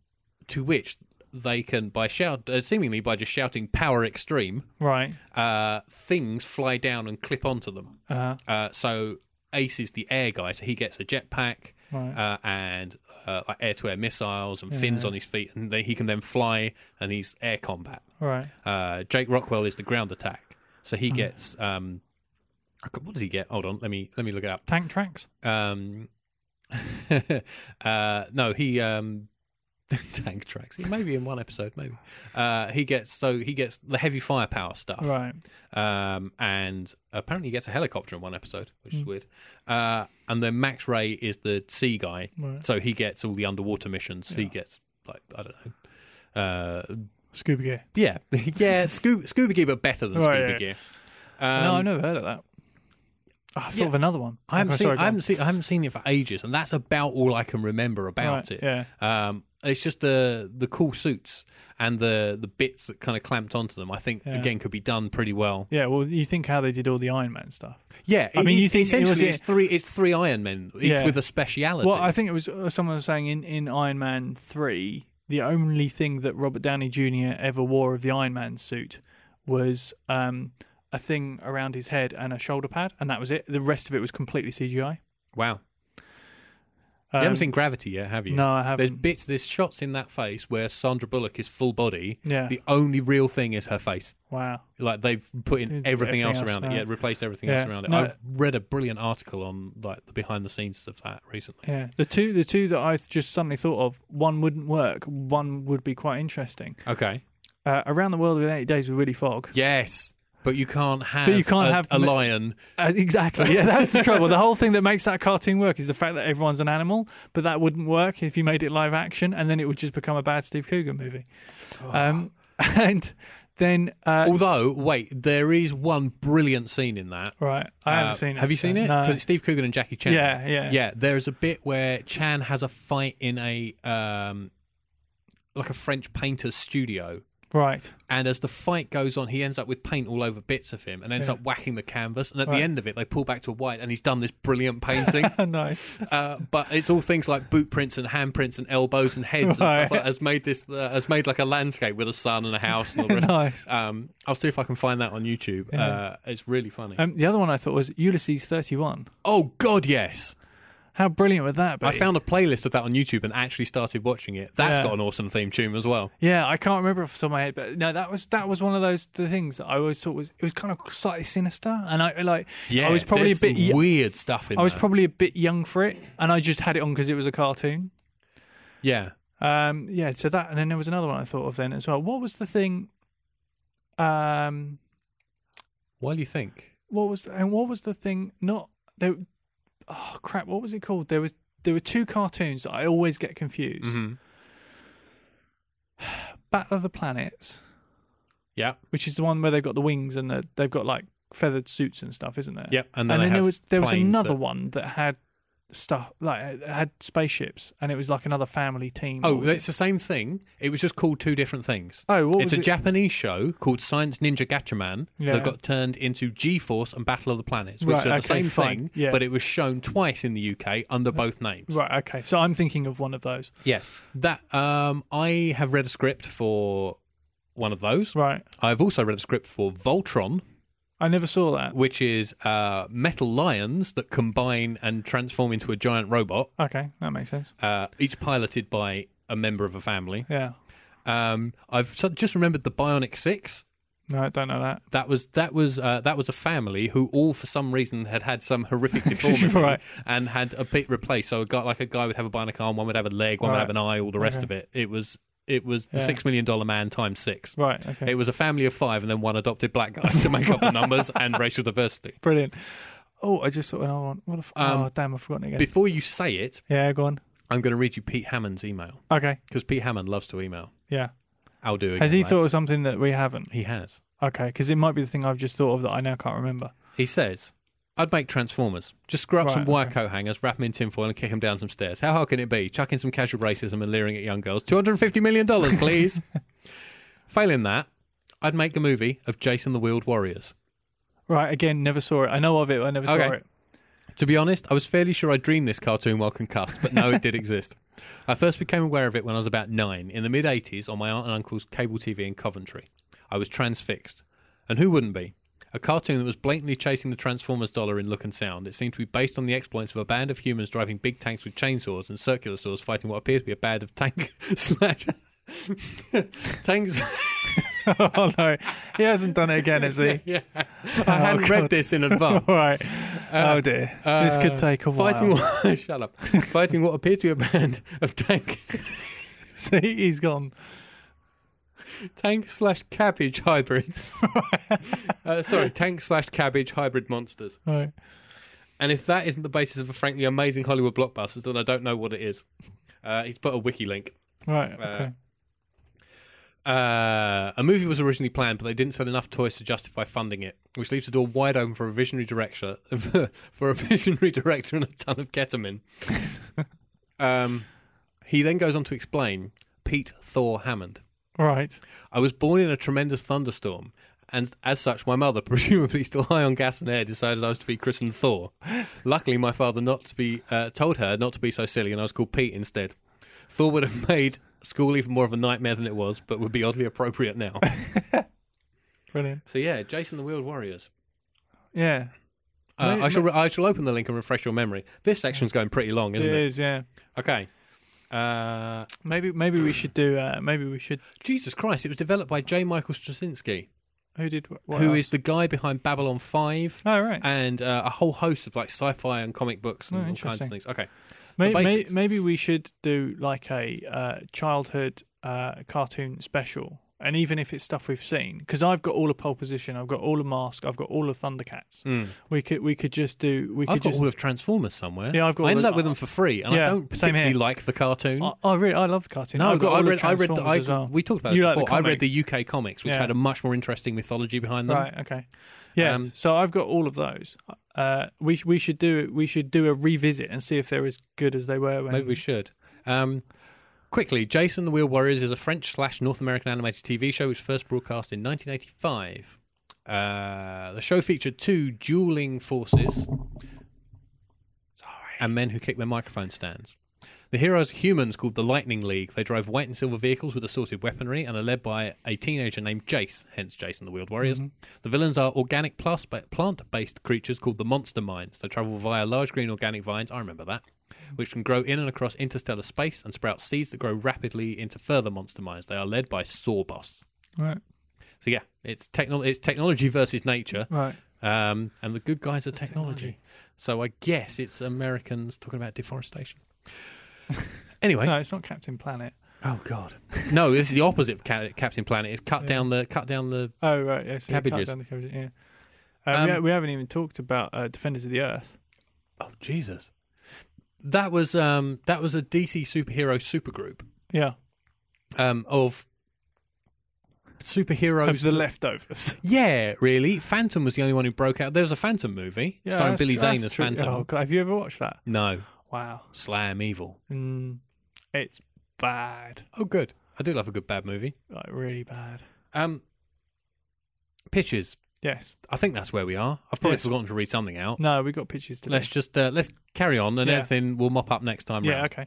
[SPEAKER 1] to which they can, by shout, uh, seemingly by just shouting "Power Extreme,"
[SPEAKER 2] Right.
[SPEAKER 1] uh, things fly down and clip onto them.
[SPEAKER 2] Uh,
[SPEAKER 1] Uh, so Ace is the air guy, so he gets a jetpack.
[SPEAKER 2] right.
[SPEAKER 1] Uh, and uh, like air-to-air missiles and fins on his feet, and they, he can then fly, and he's air combat.
[SPEAKER 2] right.
[SPEAKER 1] Uh, Jake Rockwell is the ground attack, so he gets um, I c- what does he get? Hold on, let me let me look it up.
[SPEAKER 2] Tank tracks.
[SPEAKER 1] Um, uh, no, he um, tank tracks. He maybe in one episode, maybe uh, he gets so he gets the heavy firepower stuff,
[SPEAKER 2] Right. Hmm.
[SPEAKER 1] um, and apparently he gets a helicopter in one episode, which is weird. Uh, and then Max Ray is the sea guy,
[SPEAKER 2] Right.
[SPEAKER 1] so he gets all the underwater missions. He gets like I don't know. Uh,
[SPEAKER 2] Scuba gear.
[SPEAKER 1] yeah, yeah, Scoob- Scuba Gear, but better than
[SPEAKER 2] Right,
[SPEAKER 1] Scuba
[SPEAKER 2] yeah.
[SPEAKER 1] Gear.
[SPEAKER 2] no,
[SPEAKER 1] Um,
[SPEAKER 2] I've never heard of that. Oh, I thought
[SPEAKER 1] yeah.
[SPEAKER 2] of another one.
[SPEAKER 1] I haven't
[SPEAKER 2] Okay,
[SPEAKER 1] seen
[SPEAKER 2] sorry, go
[SPEAKER 1] I
[SPEAKER 2] on.
[SPEAKER 1] haven't seen I haven't seen it for ages, and that's about all I can remember about
[SPEAKER 2] Right,
[SPEAKER 1] it.
[SPEAKER 2] yeah.
[SPEAKER 1] Um, it's just the the cool suits and the the bits that kind of clamped onto them. I think
[SPEAKER 2] Yeah.
[SPEAKER 1] again could be done pretty well.
[SPEAKER 2] Yeah, well, you think how they did all the Iron Man stuff.
[SPEAKER 1] Yeah,
[SPEAKER 2] I mean,
[SPEAKER 1] it-
[SPEAKER 2] you think it
[SPEAKER 1] essentially
[SPEAKER 2] was-
[SPEAKER 1] it's three it's three Iron Men each
[SPEAKER 2] Yeah.
[SPEAKER 1] with a speciality.
[SPEAKER 2] Well, I think it was uh, someone was saying in, in Iron Man 3, the only thing that Robert Downey Jr. ever wore of the Iron Man suit was um, a thing around his head and a shoulder pad, and that was it. The rest of it was completely CGI.
[SPEAKER 1] wow, you
[SPEAKER 2] Um,
[SPEAKER 1] haven't seen Gravity yet, have you?
[SPEAKER 2] No, I
[SPEAKER 1] There's
[SPEAKER 2] haven't.
[SPEAKER 1] bits, there's shots in that face where Sandra Bullock is full body.
[SPEAKER 2] Yeah.
[SPEAKER 1] The only real thing is her face.
[SPEAKER 2] Wow.
[SPEAKER 1] like they've put in
[SPEAKER 2] Did
[SPEAKER 1] everything, else, around it.
[SPEAKER 2] now.
[SPEAKER 1] Yeah, replaced everything else
[SPEAKER 2] Yeah.
[SPEAKER 1] around it.
[SPEAKER 2] No.
[SPEAKER 1] I've read a brilliant article on like the behind the scenes of that recently.
[SPEAKER 2] Yeah, the two the two that I just suddenly thought of, one wouldn't work, one would be quite interesting.
[SPEAKER 1] Okay.
[SPEAKER 2] Uh, Around the World in 80 Days with Willy Fogg.
[SPEAKER 1] Yes, but you can't have
[SPEAKER 2] you can't
[SPEAKER 1] a,
[SPEAKER 2] have
[SPEAKER 1] a
[SPEAKER 2] mi-
[SPEAKER 1] lion.
[SPEAKER 2] Uh, exactly. Yeah, that's the trouble. The whole thing that makes that cartoon work is the fact that everyone's an animal, but that wouldn't work if you made it live action, and then it would just become a bad Steve Coogan movie.
[SPEAKER 1] Oh.
[SPEAKER 2] Um, and then, uh,
[SPEAKER 1] Although, wait, there is one brilliant scene in that.
[SPEAKER 2] right, I
[SPEAKER 1] Uh,
[SPEAKER 2] haven't seen it.
[SPEAKER 1] Have you seen it?
[SPEAKER 2] No.
[SPEAKER 1] Because it's Steve Coogan and Jackie Chan.
[SPEAKER 2] Yeah, yeah.
[SPEAKER 1] yeah. There is a bit where Chan has a fight in a um, like a French painter's studio.
[SPEAKER 2] Right.
[SPEAKER 1] And as the fight goes on, he ends up with paint all over bits of him and ends up whacking the canvas. And at the
[SPEAKER 2] Right.
[SPEAKER 1] end of it, they pull back to white and he's done this brilliant painting.
[SPEAKER 2] nice.
[SPEAKER 1] uh, but it's all things like boot prints and handprints and elbows and heads and stuff
[SPEAKER 2] Right.
[SPEAKER 1] like has made this, uh, has made like a landscape with a sun and a house and all the rest.
[SPEAKER 2] Nice.
[SPEAKER 1] Um, I'll see if I can find that on YouTube. Uh, it's really funny.
[SPEAKER 2] Um, the other one I thought was Ulysses 31.
[SPEAKER 1] oh, God, yes.
[SPEAKER 2] How brilliant would that be?
[SPEAKER 1] I found a playlist of that on YouTube and actually started watching it. That's
[SPEAKER 2] Yeah.
[SPEAKER 1] got an awesome theme tune as well.
[SPEAKER 2] Yeah, I can't remember off the top of my head, but no, that was that was one of those the things that I always thought was it was kind of slightly sinister, and I like
[SPEAKER 1] Yeah,
[SPEAKER 2] I was probably a
[SPEAKER 1] there's
[SPEAKER 2] bit
[SPEAKER 1] some weird stuff in
[SPEAKER 2] I was
[SPEAKER 1] there.
[SPEAKER 2] probably a bit young for it, and I just had it on because it was a cartoon.
[SPEAKER 1] yeah.
[SPEAKER 2] Um, yeah, so that, and then there was another one I thought of then as well. What was the thing? Um,
[SPEAKER 1] While you think.
[SPEAKER 2] what was and what was the thing? Not there.
[SPEAKER 1] Mm-hmm.
[SPEAKER 2] Oh crap! What was it called? There was there were two cartoons that I always get confused.
[SPEAKER 1] Mhm.
[SPEAKER 2] Battle of the Planets,
[SPEAKER 1] Yeah.
[SPEAKER 2] which is the one where they've got the wings and the, they've got like feathered suits and stuff, isn't there?
[SPEAKER 1] Yep. And
[SPEAKER 2] And
[SPEAKER 1] then,
[SPEAKER 2] then,
[SPEAKER 1] they
[SPEAKER 2] there
[SPEAKER 1] have
[SPEAKER 2] was there was
[SPEAKER 1] planes
[SPEAKER 2] another
[SPEAKER 1] that-
[SPEAKER 2] one that had stuff like it had spaceships, and it was like another family team. What
[SPEAKER 1] Oh,
[SPEAKER 2] was it?
[SPEAKER 1] it's the same thing. It was just called two different things.
[SPEAKER 2] oh, what
[SPEAKER 1] it's
[SPEAKER 2] was
[SPEAKER 1] a
[SPEAKER 2] it?
[SPEAKER 1] Japanese show called Science Ninja Gatchaman
[SPEAKER 2] Yeah.
[SPEAKER 1] that got turned into G-Force and Battle of the Planets, which
[SPEAKER 2] Right,
[SPEAKER 1] are the
[SPEAKER 2] okay,
[SPEAKER 1] same
[SPEAKER 2] fine.
[SPEAKER 1] thing,
[SPEAKER 2] Yeah.
[SPEAKER 1] but it was shown twice in the UK under both names.
[SPEAKER 2] Right. Okay. So I'm thinking of one of those.
[SPEAKER 1] Yes, that um, I have read a script for one of those.
[SPEAKER 2] Right.
[SPEAKER 1] I've also read a script for Voltron,
[SPEAKER 2] I never saw that.
[SPEAKER 1] which is uh, metal lions that combine and transform into a giant robot,
[SPEAKER 2] Okay, that makes sense.
[SPEAKER 1] uh, each piloted by a member of a family.
[SPEAKER 2] Yeah.
[SPEAKER 1] Um, I've su- just remembered the Bionic Six.
[SPEAKER 2] No, I don't know that.
[SPEAKER 1] That was that was uh, that was a family who all for some reason had had some horrific deformity
[SPEAKER 2] Right.
[SPEAKER 1] and had a bit replaced. So a guy like a guy would have a bionic arm, one would have a leg, one would
[SPEAKER 2] Right.
[SPEAKER 1] have an eye, all the rest
[SPEAKER 2] Okay.
[SPEAKER 1] of it. It was it was the
[SPEAKER 2] Yeah.
[SPEAKER 1] six million dollar man times six.
[SPEAKER 2] Right. Okay.
[SPEAKER 1] It was a family of five and then one adopted black guy to make up the numbers and racial diversity.
[SPEAKER 2] Brilliant. Oh, I just thought another one. What the f-
[SPEAKER 1] Um,
[SPEAKER 2] oh, damn, I've forgotten again.
[SPEAKER 1] Before you say it,
[SPEAKER 2] yeah, go on.
[SPEAKER 1] I'm going to read you Pete Hammond's email
[SPEAKER 2] Okay.
[SPEAKER 1] because Pete Hammond loves to email.
[SPEAKER 2] Yeah.
[SPEAKER 1] I'll do it.
[SPEAKER 2] Has he
[SPEAKER 1] lads.
[SPEAKER 2] thought of something that we haven't?
[SPEAKER 1] He has.
[SPEAKER 2] Okay, because it might be the thing I've just thought of that I now can't remember.
[SPEAKER 1] He says, I'd make Transformers. Just screw up
[SPEAKER 2] Right,
[SPEAKER 1] some wire
[SPEAKER 2] okay.
[SPEAKER 1] coat hangers, wrap them in tinfoil, and kick them down some stairs. How hard can it be? Chuck in some casual racism and leering at young girls. $250 million, please. Failing that, I'd make a movie of Jason the Wheeled Warriors.
[SPEAKER 2] Right. Again, never saw it. I know of it. But I never
[SPEAKER 1] Okay.
[SPEAKER 2] saw it.
[SPEAKER 1] To be honest, I was fairly sure I dreamed this cartoon while concussed, but no, it did exist. I first became aware of it when I was about nine, in the mid 80s, on my aunt and uncle's cable TV in Coventry. I was transfixed. And who wouldn't be? A cartoon that was blatantly chasing the Transformers dollar in look and sound. It seemed to be based on the exploits of a band of humans driving big tanks with chainsaws and circular saws fighting what appeared to be a band of tank slash. tanks.
[SPEAKER 2] oh no, he hasn't done it again, has he?
[SPEAKER 1] yeah. I hadn't read
[SPEAKER 2] God.
[SPEAKER 1] this in advance.
[SPEAKER 2] All right. oh dear, this
[SPEAKER 1] Uh,
[SPEAKER 2] could take a while.
[SPEAKER 1] Fighting what? Shut up. Fighting what appeared to be a band of tank
[SPEAKER 2] See, he's gone.
[SPEAKER 1] tank slash cabbage hybrids. uh, sorry, tank slash cabbage hybrid monsters.
[SPEAKER 2] Right.
[SPEAKER 1] And if that isn't the basis of a frankly amazing Hollywood blockbuster, then I don't know what it is. Uh, he's put a wiki link.
[SPEAKER 2] Right. Okay.
[SPEAKER 1] Uh, a movie was originally planned, but they didn't sell enough toys to justify funding it, which leaves the door wide open for a visionary director, for a visionary director and a ton of ketamine. um, he then goes on to explain Pete Thor Hammond.
[SPEAKER 2] right.
[SPEAKER 1] I was born in a tremendous thunderstorm, and as such, my mother, presumably still high on gas and air, decided I was to be christened Thor. Luckily, my father not to be uh, told her not to be so silly, and I was called Pete instead. Thor would have made school even more of a nightmare than it was, but would be oddly appropriate now.
[SPEAKER 2] Brilliant.
[SPEAKER 1] so yeah, Jason the Wheeled Warriors.
[SPEAKER 2] Yeah.
[SPEAKER 1] Uh,
[SPEAKER 2] May-
[SPEAKER 1] I shall I shall open the link and refresh your memory. This section's going pretty long, isn't
[SPEAKER 2] it
[SPEAKER 1] it?
[SPEAKER 2] is. Yeah.
[SPEAKER 1] Okay. Uh,
[SPEAKER 2] Maybe maybe we should do. Uh, maybe we should.
[SPEAKER 1] Jesus Christ! It was developed by J. Michael Straczynski,
[SPEAKER 2] Who did? wh-
[SPEAKER 1] who
[SPEAKER 2] What
[SPEAKER 1] is
[SPEAKER 2] else?
[SPEAKER 1] the guy behind Babylon Five.
[SPEAKER 2] Oh right.
[SPEAKER 1] and uh, a whole host of like sci-fi and comic books and
[SPEAKER 2] Oh,
[SPEAKER 1] all kinds of
[SPEAKER 2] interesting.
[SPEAKER 1] things. Okay,
[SPEAKER 2] Maybe, may,
[SPEAKER 1] basics.
[SPEAKER 2] maybe we should do like a uh, childhood uh, cartoon special, and even if it's stuff we've seen, because I've got all of Pole Position, I've got all of Mask, I've got all of Thundercats. We could we could just do we
[SPEAKER 1] Hmm. I've
[SPEAKER 2] could
[SPEAKER 1] got
[SPEAKER 2] just.
[SPEAKER 1] all of Transformers somewhere.
[SPEAKER 2] Yeah, I've got
[SPEAKER 1] I
[SPEAKER 2] all
[SPEAKER 1] ended
[SPEAKER 2] of-
[SPEAKER 1] up with them for free, and I
[SPEAKER 2] Yeah,
[SPEAKER 1] don't
[SPEAKER 2] same here.
[SPEAKER 1] particularly like the cartoon.
[SPEAKER 2] I, I really I love the cartoon.
[SPEAKER 1] no,
[SPEAKER 2] I've got
[SPEAKER 1] I
[SPEAKER 2] all
[SPEAKER 1] read,
[SPEAKER 2] of
[SPEAKER 1] I read, the,
[SPEAKER 2] Transformers as
[SPEAKER 1] I,
[SPEAKER 2] well.
[SPEAKER 1] we talked about this
[SPEAKER 2] You like the
[SPEAKER 1] before. I read
[SPEAKER 2] comic.
[SPEAKER 1] the UK comics, which
[SPEAKER 2] Yeah.
[SPEAKER 1] had a much more interesting mythology behind them.
[SPEAKER 2] Right. Okay. Yeah.
[SPEAKER 1] Um,
[SPEAKER 2] so I've got all of those. Uh, we sh- we should do we should do a revisit and see if they're as good as they were. When,
[SPEAKER 1] Maybe we should. Um, quickly, Jason the Wheel Warriors is a French slash North American animated TV show which first broadcast in 1985. Uh, the show featured two dueling forces
[SPEAKER 2] Sorry.
[SPEAKER 1] and men who kick their microphone stands. The heroes are humans called the Lightning League. They drive white and silver vehicles with assorted weaponry and are led by a teenager named Jace, hence Jason the Wheeled Warriors. The villains are organic plus plant based creatures called the Monster Mines. They travel via large green organic vines, I remember that, which can grow in and across interstellar space and sprout seeds that grow rapidly into further monster mines. They are led by Sawboss.
[SPEAKER 2] Right.
[SPEAKER 1] So, yeah, it's, techno- it's technology versus nature.
[SPEAKER 2] Right.
[SPEAKER 1] Um, and the good guys are technology. So I guess it's Americans talking about deforestation. Anyway,
[SPEAKER 2] No, it's not Captain Planet.
[SPEAKER 1] oh god, no, this is the opposite of Ca- Captain Planet. It's cut down the cut down the.
[SPEAKER 2] Oh right, yeah, so you cut
[SPEAKER 1] Cabbages.
[SPEAKER 2] down the cabbages, yeah. Uh,
[SPEAKER 1] Um,
[SPEAKER 2] we ha- we haven't even talked about uh, Defenders of the Earth.
[SPEAKER 1] Oh Jesus, that was um that was a DC superhero supergroup
[SPEAKER 2] Yeah,
[SPEAKER 1] um, of superheroes
[SPEAKER 2] of the leftovers.
[SPEAKER 1] Yeah, really. Phantom was the only one who broke out. There was a Phantom movie
[SPEAKER 2] Yeah,
[SPEAKER 1] starring
[SPEAKER 2] that's-
[SPEAKER 1] Billy Zane
[SPEAKER 2] that's
[SPEAKER 1] as
[SPEAKER 2] true.
[SPEAKER 1] Phantom.
[SPEAKER 2] Oh, God, have you ever watched that?
[SPEAKER 1] No,
[SPEAKER 2] Wow,
[SPEAKER 1] Slam Evil.
[SPEAKER 2] mm, it's bad,
[SPEAKER 1] Oh, good. I do love a good bad movie.
[SPEAKER 2] like really bad.
[SPEAKER 1] Um, pitches.
[SPEAKER 2] Yes.
[SPEAKER 1] I think that's where we are. I've probably
[SPEAKER 2] Yes.
[SPEAKER 1] forgotten to read something out.
[SPEAKER 2] No, we got pictures today.
[SPEAKER 1] Let's just uh, let's carry on, and
[SPEAKER 2] Yeah.
[SPEAKER 1] everything will mop up next time.
[SPEAKER 2] yeah.
[SPEAKER 1] round.
[SPEAKER 2] Okay.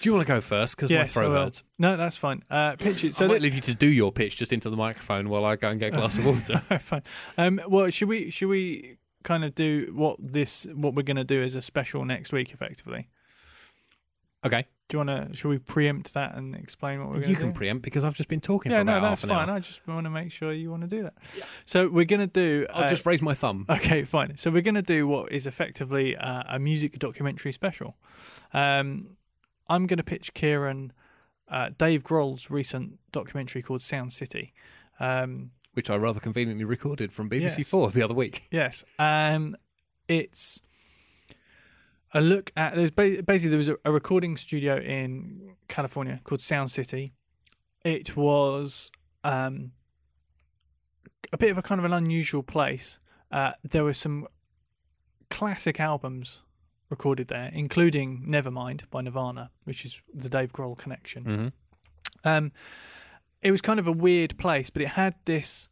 [SPEAKER 1] Do you want to go first? Because my
[SPEAKER 2] Yes, I
[SPEAKER 1] throat
[SPEAKER 2] will.
[SPEAKER 1] hurts.
[SPEAKER 2] No, that's fine. Uh, pictures.
[SPEAKER 1] So I
[SPEAKER 2] So
[SPEAKER 1] might
[SPEAKER 2] let-
[SPEAKER 1] leave you to do your pitch just into the microphone while I go and get a glass of water.
[SPEAKER 2] fine. Um, well, should we should we kind of do what this what we're going to do as a special next week, effectively?
[SPEAKER 1] okay,
[SPEAKER 2] Do you want to? Should we preempt that and explain what we're going to
[SPEAKER 1] you
[SPEAKER 2] do?
[SPEAKER 1] can preempt because I've just been talking
[SPEAKER 2] yeah,
[SPEAKER 1] for about
[SPEAKER 2] no, that's
[SPEAKER 1] half an
[SPEAKER 2] fine.
[SPEAKER 1] hour.
[SPEAKER 2] I just want to make sure you want to do that. So we're going to do.
[SPEAKER 1] I'll
[SPEAKER 2] uh,
[SPEAKER 1] just raise my thumb.
[SPEAKER 2] Okay, fine. So we're going to do what is effectively uh, a music documentary special. Um, I'm going to pitch Kieran uh, Dave Grohl's recent documentary called Sound City. Um,
[SPEAKER 1] which I rather conveniently recorded from BBC
[SPEAKER 2] Yes.
[SPEAKER 1] Four the other week.
[SPEAKER 2] yes, um, it's a look at. There's ba- basically there was a, a recording studio in California called Sound City. It was um, a bit of a kind of an unusual place. Uh, there were some classic albums recorded there, including Nevermind by Nirvana, which is the Dave Grohl connection. Um, it was kind of a weird place, but it had this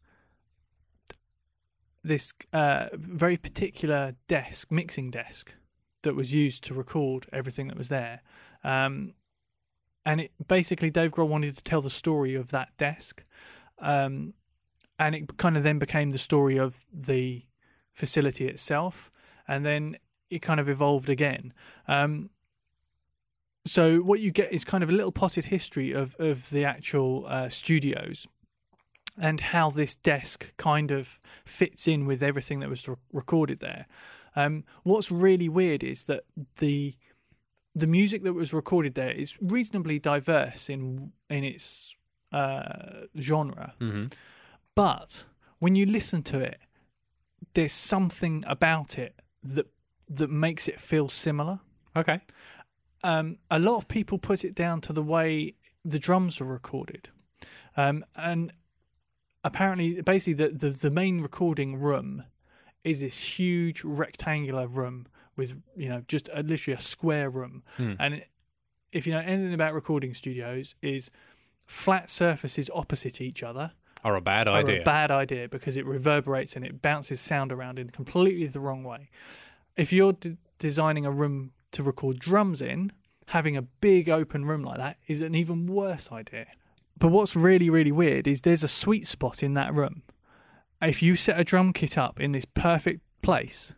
[SPEAKER 2] this uh, very particular desk, mixing desk, that was used to record everything that was there. Um, and it basically Dave Grohl wanted to tell the story of that desk, um, and it kind of then became the story of the facility itself, and then it kind of evolved again. Um, so what you get is kind of a little potted history of of the actual uh, studios and how this desk kind of fits in with everything that was re- recorded there. Um, what's really weird is that the the music that was recorded there is reasonably diverse in in its uh, genre, but when you listen to it, there's something about it that that makes it feel similar
[SPEAKER 1] Okay,
[SPEAKER 2] um, a lot of people put it down to the way the drums are recorded. Um, and apparently, basically, the, the, the main recording room is this huge rectangular room with, you know, just a, literally a square room. And it, if you know anything about recording studios, is flat surfaces opposite each other
[SPEAKER 1] are a bad
[SPEAKER 2] are
[SPEAKER 1] idea.
[SPEAKER 2] a bad idea because it reverberates and it bounces sound around in completely the wrong way. If you're d- designing a room to record drums in, having a big open room like that is an even worse idea. But what's really, really weird is there's a sweet spot in that room. If you set a drum kit up in this perfect place,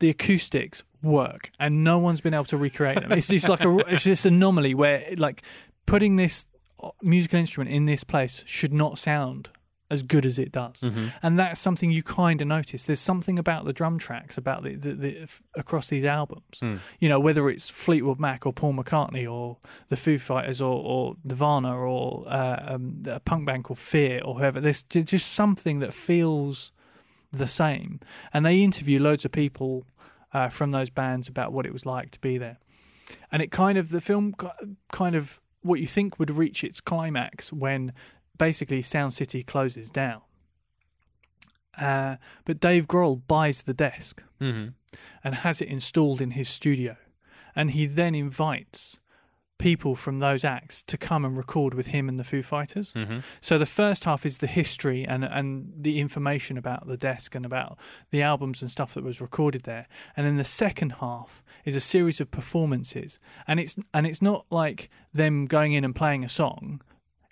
[SPEAKER 2] the acoustics work and no one's been able to recreate them. It's just like a, it's this anomaly where like putting this uh, musical instrument in this place should not sound as good as it does. And that's something you kind of notice. There's something about the drum tracks about the, the, the f- across these albums. You know, whether it's Fleetwood Mac or Paul McCartney or the Foo Fighters or, or Nirvana or uh, um, a punk band called Fear or whoever. There's ju- just something that feels the same. And they interview loads of people uh, from those bands about what it was like to be there. And it kind of, the film ki- kind of, what you think would reach its climax when basically Sound City closes down. Uh, but Dave Grohl buys the desk and has it installed in his studio. And he then invites people from those acts to come and record with him and the Foo Fighters. So the first half is the history and and the information about the desk and about the albums and stuff that was recorded there. And then the second half is a series of performances. And it's and it's not like them going in and playing a song.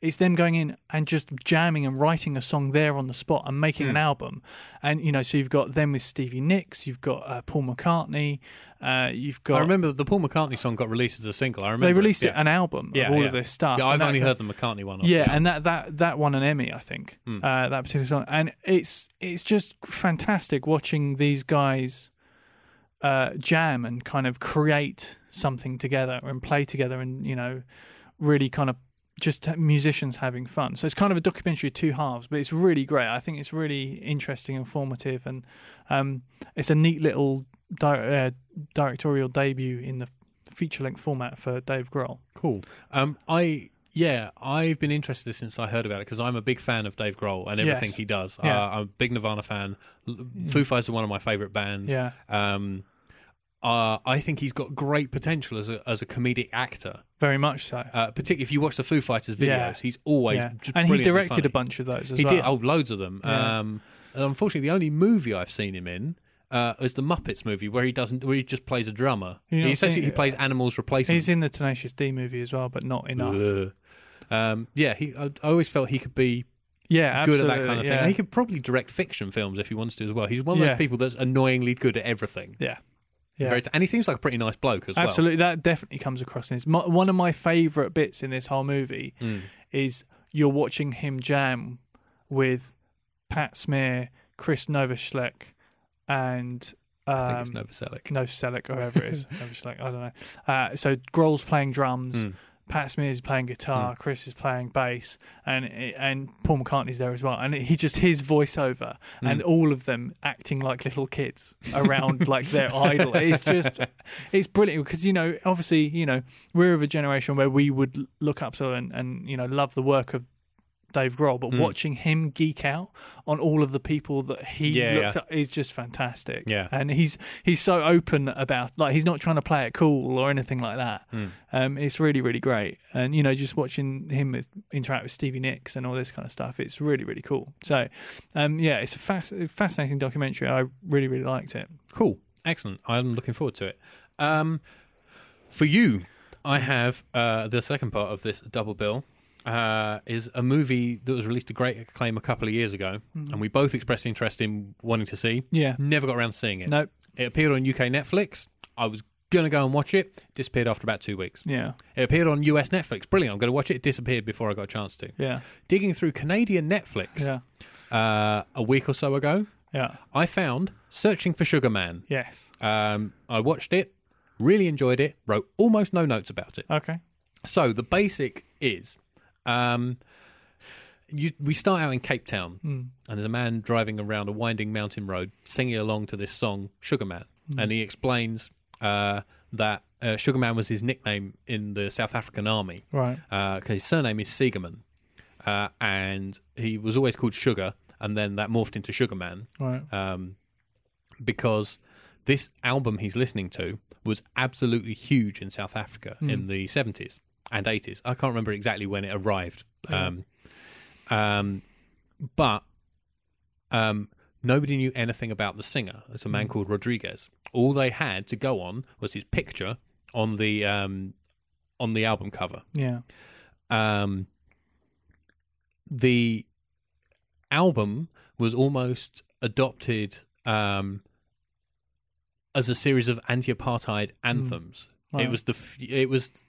[SPEAKER 2] It's them going in and just jamming and writing a song there on the spot and making an album. And you know, so you've got them with Stevie Nicks, you've got uh, Paul McCartney, uh, you've got
[SPEAKER 1] I remember that the Paul McCartney song got released as a single. I remember
[SPEAKER 2] they released
[SPEAKER 1] yeah.
[SPEAKER 2] it, an album
[SPEAKER 1] Yeah,
[SPEAKER 2] of all
[SPEAKER 1] yeah.
[SPEAKER 2] of this stuff.
[SPEAKER 1] Yeah,
[SPEAKER 2] and
[SPEAKER 1] I've
[SPEAKER 2] that-
[SPEAKER 1] only heard the McCartney one.
[SPEAKER 2] yeah, and that that that won an Emmy, I think.
[SPEAKER 1] Hmm.
[SPEAKER 2] Uh, that particular song, and it's it's just fantastic watching these guys uh, jam and kind of create something together and play together, and you know, really kind of just musicians having fun. So it's kind of a documentary of two halves, but it's really great. I think it's really interesting, informative, and um, it's a neat little di- uh, directorial debut in the feature length format for Dave Grohl.
[SPEAKER 1] cool. Um, I Yeah, I've been interested since I heard about it because I'm a big fan of Dave Grohl and everything
[SPEAKER 2] Yes.
[SPEAKER 1] he does.
[SPEAKER 2] Yeah. Mm.
[SPEAKER 1] Uh, I'm a big Nirvana fan. L- Foo Fighters are one of my favorite bands.
[SPEAKER 2] Yeah.
[SPEAKER 1] Um, uh, I think he's got great potential as a as a comedic actor.
[SPEAKER 2] Very much so.
[SPEAKER 1] Uh, particularly if you watch the Foo Fighters videos,
[SPEAKER 2] Yeah.
[SPEAKER 1] he's always
[SPEAKER 2] yeah.
[SPEAKER 1] just
[SPEAKER 2] And he
[SPEAKER 1] brilliantly
[SPEAKER 2] directed
[SPEAKER 1] funny.
[SPEAKER 2] a bunch of those as
[SPEAKER 1] He
[SPEAKER 2] well.
[SPEAKER 1] did oh loads of them.
[SPEAKER 2] Yeah.
[SPEAKER 1] Um, and unfortunately, the only movie I've seen him in uh, is the Muppets movie where he doesn't where he just plays a drummer.
[SPEAKER 2] You've not
[SPEAKER 1] He essentially
[SPEAKER 2] seen
[SPEAKER 1] he
[SPEAKER 2] it?
[SPEAKER 1] plays animals replacement.
[SPEAKER 2] He's in the Tenacious D movie as well, but not enough.
[SPEAKER 1] Ugh. Um, yeah, he. I, I always felt he could be
[SPEAKER 2] Yeah, absolutely.
[SPEAKER 1] good at that kind of thing.
[SPEAKER 2] yeah.
[SPEAKER 1] And he could probably direct fiction films if he wants to as well. He's one of
[SPEAKER 2] Yeah.
[SPEAKER 1] those people that's annoyingly good at everything.
[SPEAKER 2] Yeah. Yeah.
[SPEAKER 1] Very- and he seems like a pretty nice bloke as
[SPEAKER 2] Absolutely, that definitely comes across in this. My, one of my favourite bits in this whole movie
[SPEAKER 1] Hmm.
[SPEAKER 2] is you're watching him jam with Pat Smear, Chris Novoselic, and um,
[SPEAKER 1] well. I think it's Novoselic.
[SPEAKER 2] Novoselic, or whoever it is. Novoselic, I don't know. Uh, so Grohl's playing drums,
[SPEAKER 1] Hmm.
[SPEAKER 2] Pat Smear's playing guitar, Chris is playing bass, and and Paul McCartney's there as well. And he just his voiceover
[SPEAKER 1] Hmm.
[SPEAKER 2] and all of them acting like little kids around like their idol. It's just it's brilliant because you know obviously you know we're of a generation where we would l- look up to and, and you know love the work of Dave Grohl,
[SPEAKER 1] Hmm.
[SPEAKER 2] but watching him geek out on all of the people that he
[SPEAKER 1] Yeah,
[SPEAKER 2] looked
[SPEAKER 1] yeah.
[SPEAKER 2] up is just fantastic.
[SPEAKER 1] Yeah.
[SPEAKER 2] and he's he's so open about like he's not trying to play it cool or anything like that. Um, it's really really great, and you know just watching him with, interact with Stevie Nicks and all this kind of stuff, it's really really cool. So, um, yeah, it's a fasc- fascinating documentary. I really really liked it.
[SPEAKER 1] Cool. Excellent. I'm looking forward to it. Um, for you, I have uh, the second part of this double bill. Uh, is a movie that was released to great acclaim a couple of years ago, and we both expressed interest in wanting to see.
[SPEAKER 2] Hmm. Yeah.
[SPEAKER 1] Never got around to seeing it.
[SPEAKER 2] Nope.
[SPEAKER 1] It appeared on UK Netflix. I was going to go and watch it. Disappeared after about two weeks.
[SPEAKER 2] Yeah.
[SPEAKER 1] It appeared on US Netflix. Brilliant. I'm going to watch it. It disappeared before I got a chance to.
[SPEAKER 2] Yeah.
[SPEAKER 1] Digging through Canadian Netflix
[SPEAKER 2] Yeah.
[SPEAKER 1] uh, a week or so ago,
[SPEAKER 2] Yeah.
[SPEAKER 1] I found Searching for Sugar Man.
[SPEAKER 2] Yes.
[SPEAKER 1] Um, I watched it, really enjoyed it, wrote almost no notes about it.
[SPEAKER 2] Okay.
[SPEAKER 1] So the basic is um, you, we start out in Cape Town, and there's a man driving around a winding mountain road singing along to this song, Sugar Man. And he explains uh, that uh, Sugar Man was his nickname in the South African army
[SPEAKER 2] Right.
[SPEAKER 1] because his surname is Siegerman. Uh, and he was always called Sugar, and then that morphed into Sugar Man
[SPEAKER 2] Right.
[SPEAKER 1] because this album he's listening to was absolutely huge in South Africa in the 70s and 80s. I can't remember exactly when it arrived. Um, um, but um, nobody knew anything about the singer. It's a man called Rodriguez. All they had to go on was his picture on the um, on the album cover
[SPEAKER 2] yeah.
[SPEAKER 1] um, the album was almost adopted um, as a series of anti-apartheid anthems. It
[SPEAKER 2] Hmm. Right.
[SPEAKER 1] was the f- it was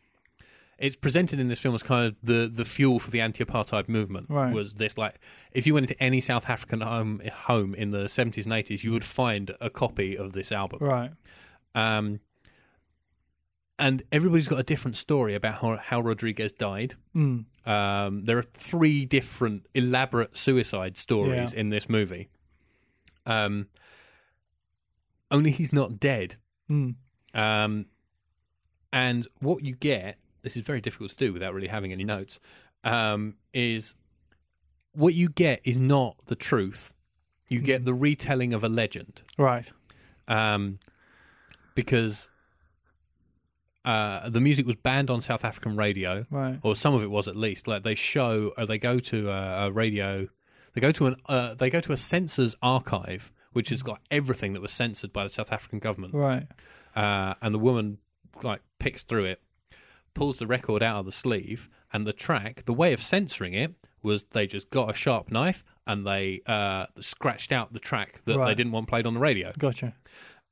[SPEAKER 1] it's presented in this film as kind of the the fuel for the anti-apartheid movement.
[SPEAKER 2] Right.
[SPEAKER 1] Was this like if you went into any South African home home in the seventies and eighties, you would find a copy of this album.
[SPEAKER 2] Right.
[SPEAKER 1] Um, and everybody's got a different story about how, how Rodriguez died.
[SPEAKER 2] Hmm.
[SPEAKER 1] Um, there are three different elaborate suicide stories
[SPEAKER 2] Yeah.
[SPEAKER 1] in this movie. Um, only he's not dead.
[SPEAKER 2] Mm.
[SPEAKER 1] Um, and what you get, this is very difficult to do without really having any notes, um, is what you get is not the truth. You get the retelling of a legend
[SPEAKER 2] Right.
[SPEAKER 1] um, because uh, the music was banned on South African radio,
[SPEAKER 2] Right.
[SPEAKER 1] or some of it was at least. Like they show, or they go to uh, a, a radio, they go to an, uh, they go to a censors archive, which has got everything that was censored by the South African government.
[SPEAKER 2] Mm-hmm. Right.
[SPEAKER 1] Uh, and the woman like picks through it, pulls the record out of the sleeve, and the track. The way of censoring it was they just got a sharp knife and they uh, scratched out the track that they
[SPEAKER 2] Right.
[SPEAKER 1] didn't want played on the radio
[SPEAKER 2] Gotcha.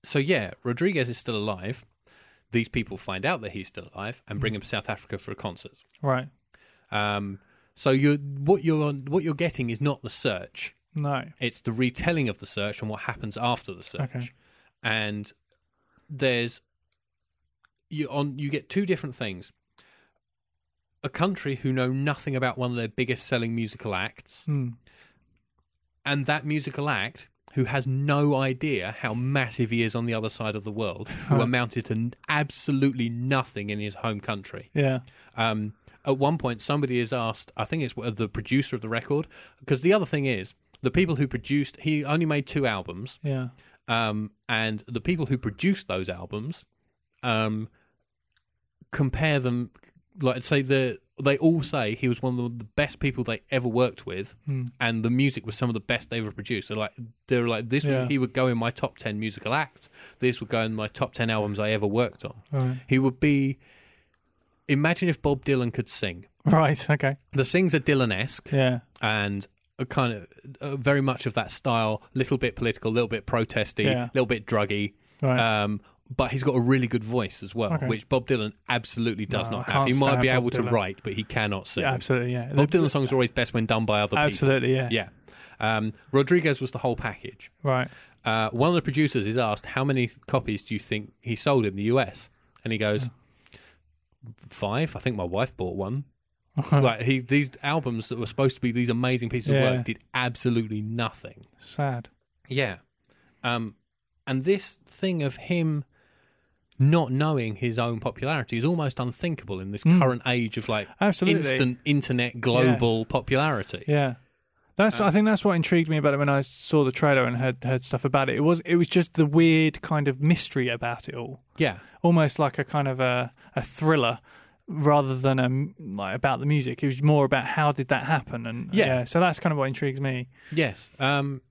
[SPEAKER 1] so yeah, Rodriguez is still alive. These people find out that he's still alive and
[SPEAKER 2] Mm.
[SPEAKER 1] bring him to South Africa for a concert.
[SPEAKER 2] Right.
[SPEAKER 1] Um, so you're what you're what you're getting is not the search;
[SPEAKER 2] No.
[SPEAKER 1] it's the retelling of the search and what happens after the search.
[SPEAKER 2] Okay.
[SPEAKER 1] And there's you on you get two different things: a country who know nothing about one of their biggest selling musical acts,
[SPEAKER 2] Hmm.
[SPEAKER 1] and that musical act who has no idea how massive he is on the other side of the world, who amounted to n- absolutely nothing in his home country.
[SPEAKER 2] Yeah.
[SPEAKER 1] Um, at one point somebody is asked, I think it's uh, the producer of the record, because the other thing is the people who produced, he only made two albums,
[SPEAKER 2] Yeah.
[SPEAKER 1] um, and the people who produced those albums um, compare them. Like say the they all say he was one of the best people they ever worked with,
[SPEAKER 2] Hmm.
[SPEAKER 1] and the music was some of the best they ever produced. So like they're like this,
[SPEAKER 2] Yeah.
[SPEAKER 1] he would go in my top ten musical acts. This would go in my top ten albums I ever worked on.
[SPEAKER 2] Right.
[SPEAKER 1] He would be. Imagine if Bob Dylan could sing.
[SPEAKER 2] Right. Okay.
[SPEAKER 1] The sings are Dylan-esque
[SPEAKER 2] Yeah.
[SPEAKER 1] and a kind of uh, very much of that style, little bit political, little bit protesty,
[SPEAKER 2] Yeah.
[SPEAKER 1] little bit druggy.
[SPEAKER 2] Right.
[SPEAKER 1] Um, but he's got a really good voice as well,
[SPEAKER 2] Okay.
[SPEAKER 1] which Bob Dylan absolutely does
[SPEAKER 2] No,
[SPEAKER 1] not
[SPEAKER 2] I
[SPEAKER 1] have. He
[SPEAKER 2] can't
[SPEAKER 1] might
[SPEAKER 2] stand
[SPEAKER 1] be
[SPEAKER 2] Bob
[SPEAKER 1] able to
[SPEAKER 2] Dylan.
[SPEAKER 1] write, but he cannot sing.
[SPEAKER 2] yeah. Absolutely. Yeah.
[SPEAKER 1] Bob Dylan songs are always best when done by other
[SPEAKER 2] absolutely. Yeah.
[SPEAKER 1] people. Yeah. Um, Rodriguez was the whole package.
[SPEAKER 2] Right.
[SPEAKER 1] Uh, one of the producers is asked, How many copies do you think he sold in the US? And he goes, Five. I think my wife bought one like he these albums that were supposed to be these amazing pieces
[SPEAKER 2] Yeah.
[SPEAKER 1] of work did absolutely nothing.
[SPEAKER 2] Sad.
[SPEAKER 1] Yeah. Um and this thing of him not knowing his own popularity is almost unthinkable in this current age of like
[SPEAKER 2] Mm. Absolutely.
[SPEAKER 1] instant internet global popularity.
[SPEAKER 2] Yeah. That's.
[SPEAKER 1] Uh,
[SPEAKER 2] I think that's what intrigued me about it when I saw the trailer and heard heard stuff about it. It was. It was just the weird kind of mystery about it all.
[SPEAKER 1] Yeah.
[SPEAKER 2] almost like a kind of a, a thriller rather than a like about the music it was more about how did that happen and
[SPEAKER 1] Yeah.
[SPEAKER 2] yeah, so that's kind of what intrigues me
[SPEAKER 1] Yes. Um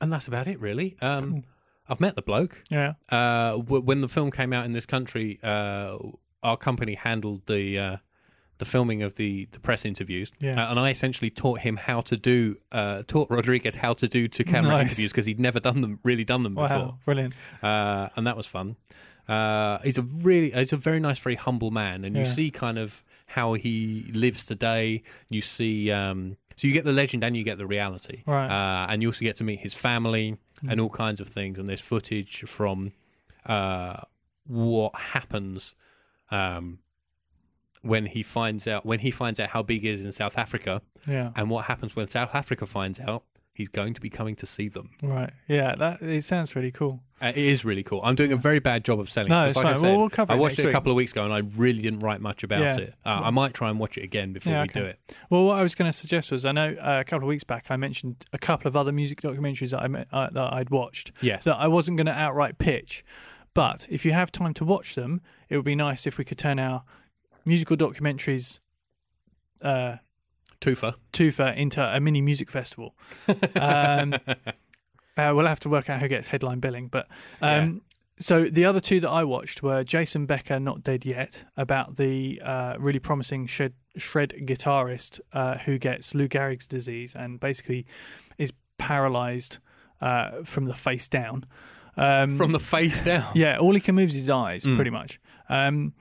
[SPEAKER 1] and that's about it really. Um I've met the bloke.
[SPEAKER 2] yeah
[SPEAKER 1] uh, w- when the film came out in this country, uh, our company handled the uh, the filming of the, the press interviews,
[SPEAKER 2] Yeah.
[SPEAKER 1] uh, and I essentially taught him how to do uh, taught Rodriguez how to do to camera
[SPEAKER 2] Nice.
[SPEAKER 1] interviews because he'd never done them really done them
[SPEAKER 2] wow brilliant
[SPEAKER 1] before, uh, and that was fun. Uh, he's a really he's a very nice, very humble man, and you
[SPEAKER 2] Yeah.
[SPEAKER 1] see kind of how he lives today. You see. Um, so you get the legend and you get the reality,
[SPEAKER 2] Right. Mm.
[SPEAKER 1] Uh, and you also get to meet his family and all kinds of things. And there's footage from uh, what happens um, when he finds out when he finds out how big he is in South Africa,
[SPEAKER 2] yeah
[SPEAKER 1] and what happens when South Africa finds out he's going to be coming to see them.
[SPEAKER 2] right yeah that it sounds really cool
[SPEAKER 1] Uh, it is really cool. I'm doing a very bad job of selling. it,
[SPEAKER 2] No,
[SPEAKER 1] 'cause
[SPEAKER 2] it's
[SPEAKER 1] like I
[SPEAKER 2] fine.
[SPEAKER 1] said,
[SPEAKER 2] We'll- we'll cover
[SPEAKER 1] I
[SPEAKER 2] it
[SPEAKER 1] watched
[SPEAKER 2] next
[SPEAKER 1] it a
[SPEAKER 2] week.
[SPEAKER 1] couple of weeks ago, and I really didn't write much about
[SPEAKER 2] Yeah.
[SPEAKER 1] it. Uh, I might try and watch it again before
[SPEAKER 2] Yeah,
[SPEAKER 1] we
[SPEAKER 2] okay.
[SPEAKER 1] do it.
[SPEAKER 2] well what i was going to suggest was i know uh, a couple of weeks back i mentioned a couple of other music documentaries that i me- uh, that i'd watched
[SPEAKER 1] Yes.
[SPEAKER 2] that i wasn't going to outright pitch but if you have time to watch them it would be nice if we could turn our musical documentaries uh
[SPEAKER 1] Tufa.
[SPEAKER 2] Tufa into a mini music festival. Um, uh, we'll have to work out who gets headline billing, but um, so the other two that I watched were Jason Becker, Not Dead Yet, about the uh, really promising shred, shred guitarist uh, who gets Lou Gehrig's disease and basically is paralyzed uh, from the face down. Um,
[SPEAKER 1] From the face down.
[SPEAKER 2] yeah, all he can move is his eyes,
[SPEAKER 1] Mm.
[SPEAKER 2] pretty much. Um,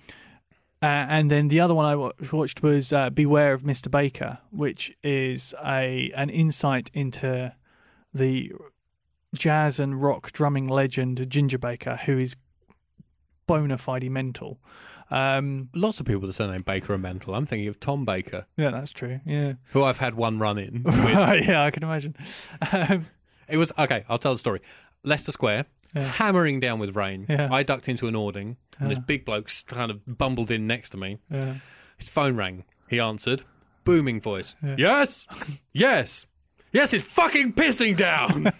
[SPEAKER 2] uh, and then the other one I wa- watched was uh, Beware of Mr. Baker, which is a an insight into the jazz and rock drumming legend Ginger Baker, who is bona fide mental. Um,
[SPEAKER 1] Lots of people with the surname Baker are mental. I'm thinking of Tom Baker,
[SPEAKER 2] yeah, that's true. Yeah,
[SPEAKER 1] who I've had one run in.
[SPEAKER 2] yeah, I can imagine. Um,
[SPEAKER 1] It was okay. I'll tell the story. Leicester Square, hammering down with rain.
[SPEAKER 2] Yeah.
[SPEAKER 1] I ducked into an awning, and this big bloke s- kind of bumbled in next to me.
[SPEAKER 2] yeah.
[SPEAKER 1] His phone rang. He answered, booming voice. Yes, yes, yes. It's fucking pissing down.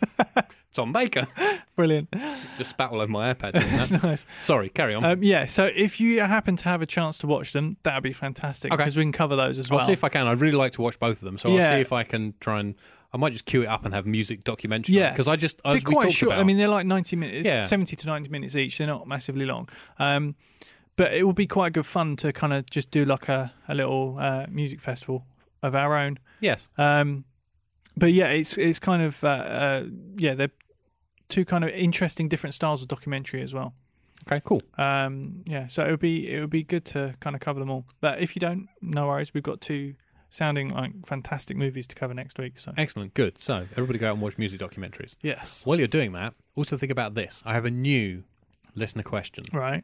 [SPEAKER 1] Tom Baker
[SPEAKER 2] Brilliant,
[SPEAKER 1] just spat all over my iPad. doing that.
[SPEAKER 2] nice.
[SPEAKER 1] Sorry, carry on.
[SPEAKER 2] Um, yeah, so if you happen to have a chance to watch them, that would be fantastic
[SPEAKER 1] Okay.
[SPEAKER 2] because we can cover those as
[SPEAKER 1] I'll
[SPEAKER 2] well.
[SPEAKER 1] see if I can. I'd really like to watch both of them, so I'll
[SPEAKER 2] Yeah.
[SPEAKER 1] see if I can try and. I might just queue it up and have music documentary.
[SPEAKER 2] Yeah.
[SPEAKER 1] because I just I,
[SPEAKER 2] they're
[SPEAKER 1] we
[SPEAKER 2] quite
[SPEAKER 1] talked
[SPEAKER 2] short.
[SPEAKER 1] about.
[SPEAKER 2] I mean, they're like ninety minutes,
[SPEAKER 1] Yeah.
[SPEAKER 2] seventy to ninety minutes each. They're not massively long, um, but it would be quite good fun to kind of just do like a a little uh, music festival of our own.
[SPEAKER 1] yes,
[SPEAKER 2] Um, but yeah, it's it's kind of uh, uh, yeah, they're two kind of interesting different styles of documentary as well.
[SPEAKER 1] okay, cool.
[SPEAKER 2] Um, yeah, so it would be it would be good to kind of cover them all. But if you don't, no worries. We've got two sounding like fantastic movies to cover next week. So
[SPEAKER 1] Excellent, good. So everybody go out and watch music documentaries.
[SPEAKER 2] yes,
[SPEAKER 1] While you're doing that, also think about this. I have a new listener question.
[SPEAKER 2] right,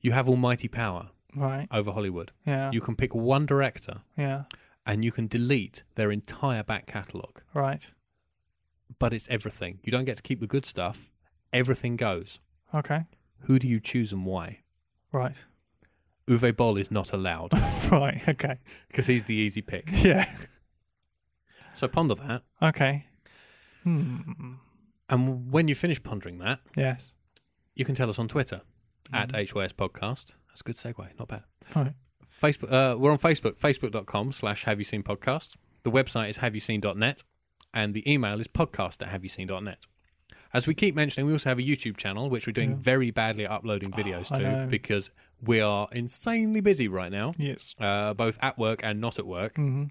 [SPEAKER 1] You have almighty power
[SPEAKER 2] right,
[SPEAKER 1] over Hollywood.
[SPEAKER 2] yeah,
[SPEAKER 1] You can pick one director
[SPEAKER 2] yeah,
[SPEAKER 1] and you can delete their entire back catalogue,
[SPEAKER 2] right.
[SPEAKER 1] but it's everything. You don't get to keep the good stuff, everything goes.
[SPEAKER 2] Okay.
[SPEAKER 1] Who do you choose and why?
[SPEAKER 2] Right.
[SPEAKER 1] Uwe Boll is not allowed
[SPEAKER 2] Right. Okay.
[SPEAKER 1] because he's the easy pick.
[SPEAKER 2] Yeah.
[SPEAKER 1] So ponder that.
[SPEAKER 2] Okay. Hmm.
[SPEAKER 1] And when you finish pondering that,
[SPEAKER 2] Yes.
[SPEAKER 1] you can tell us on Twitter at HYS Podcast. That's a good segue. Not bad.
[SPEAKER 2] All right.
[SPEAKER 1] Facebook, uh, we're on Facebook, facebook.com slash have you seen podcast. The website is have you seen.net and the email is podcast at have you seen.net. As we keep mentioning, we also have a YouTube channel, which we're doing very badly at uploading videos
[SPEAKER 2] Ah, I
[SPEAKER 1] to
[SPEAKER 2] know.
[SPEAKER 1] because we are insanely busy right now,
[SPEAKER 2] Yes.
[SPEAKER 1] uh, both at work and not at work.
[SPEAKER 2] Mhm.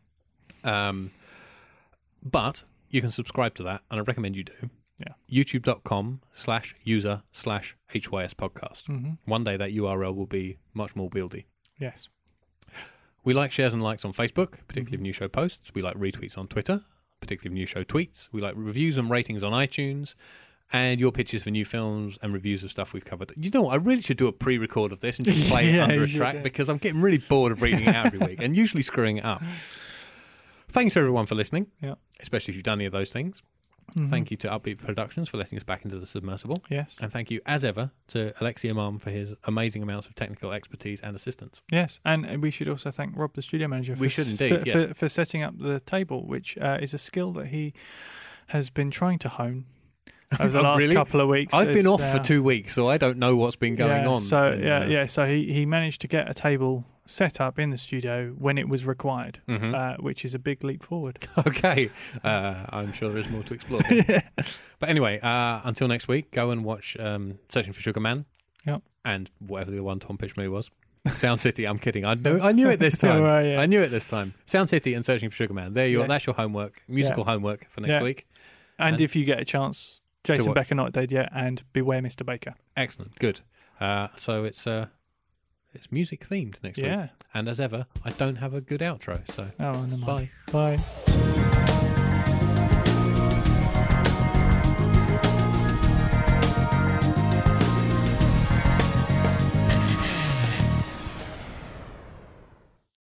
[SPEAKER 1] Um, but you can subscribe to that, and I recommend you do.
[SPEAKER 2] Yeah.
[SPEAKER 1] YouTube.com slash user slash HYS podcast.
[SPEAKER 2] Mm-hmm.
[SPEAKER 1] One day that URL will be much more wieldy.
[SPEAKER 2] Yes.
[SPEAKER 1] We like shares and likes on Facebook,
[SPEAKER 2] Mm-hmm.
[SPEAKER 1] particularly of new show posts. We like retweets on Twitter, particularly of new show tweets. We like reviews and ratings on iTunes, and your pitches for new films and reviews of stuff we've covered. You know, what? I really should do a pre-record of this and just play
[SPEAKER 2] Yeah,
[SPEAKER 1] it under
[SPEAKER 2] you
[SPEAKER 1] a
[SPEAKER 2] should
[SPEAKER 1] track
[SPEAKER 2] do.
[SPEAKER 1] because I'm getting really bored of reading it out every week and usually screwing it up. Thanks everyone for listening,
[SPEAKER 2] Yeah.
[SPEAKER 1] especially if you've done any of those things.
[SPEAKER 2] Mm-hmm.
[SPEAKER 1] Thank you to Upbeat Productions for letting us back into the submersible.
[SPEAKER 2] Yes.
[SPEAKER 1] And thank you, as ever, to Alexi Imam for his amazing amounts of technical expertise and assistance.
[SPEAKER 2] Yes, and we should also thank Rob, the studio manager. For,
[SPEAKER 1] We should
[SPEAKER 2] s-
[SPEAKER 1] indeed,
[SPEAKER 2] for,
[SPEAKER 1] yes.
[SPEAKER 2] for, for setting up the table, which uh, is a skill that he has been trying to hone over the
[SPEAKER 1] Oh,
[SPEAKER 2] last
[SPEAKER 1] really?
[SPEAKER 2] couple of weeks.
[SPEAKER 1] I've been
[SPEAKER 2] It's,
[SPEAKER 1] off
[SPEAKER 2] uh,
[SPEAKER 1] for two weeks, so I don't know what's been going
[SPEAKER 2] yeah,
[SPEAKER 1] on.
[SPEAKER 2] So
[SPEAKER 1] in,
[SPEAKER 2] yeah,
[SPEAKER 1] uh,
[SPEAKER 2] yeah. So he he managed to get a table set up in the studio when it was required,
[SPEAKER 1] Hmm.
[SPEAKER 2] uh, which is a big leap forward.
[SPEAKER 1] Mm-hmm. Okay. Uh, I'm sure there's more to explore. But anyway, uh, until next week, go and watch um, Searching for Sugar Man
[SPEAKER 2] Yep.
[SPEAKER 1] and whatever the other one Tom Pitch movie was. Sound City. I'm kidding. I know. I knew it this time.
[SPEAKER 2] Right, yeah.
[SPEAKER 1] I knew it this time. Sound City and Searching for Sugar Man. There you are.
[SPEAKER 2] Yes.
[SPEAKER 1] That's your homework. Musical homework for next
[SPEAKER 2] Yeah.
[SPEAKER 1] week.
[SPEAKER 2] And,
[SPEAKER 1] And-
[SPEAKER 2] if you get a chance, Jason
[SPEAKER 1] watch.
[SPEAKER 2] Becker not dead yet, and beware Mr. Baker.
[SPEAKER 1] Excellent. Good. Uh, so it's uh, it's music themed next
[SPEAKER 2] Yeah.
[SPEAKER 1] week. And as ever, I don't have a good outro. So
[SPEAKER 2] Oh, never mind.
[SPEAKER 1] bye.
[SPEAKER 2] Bye.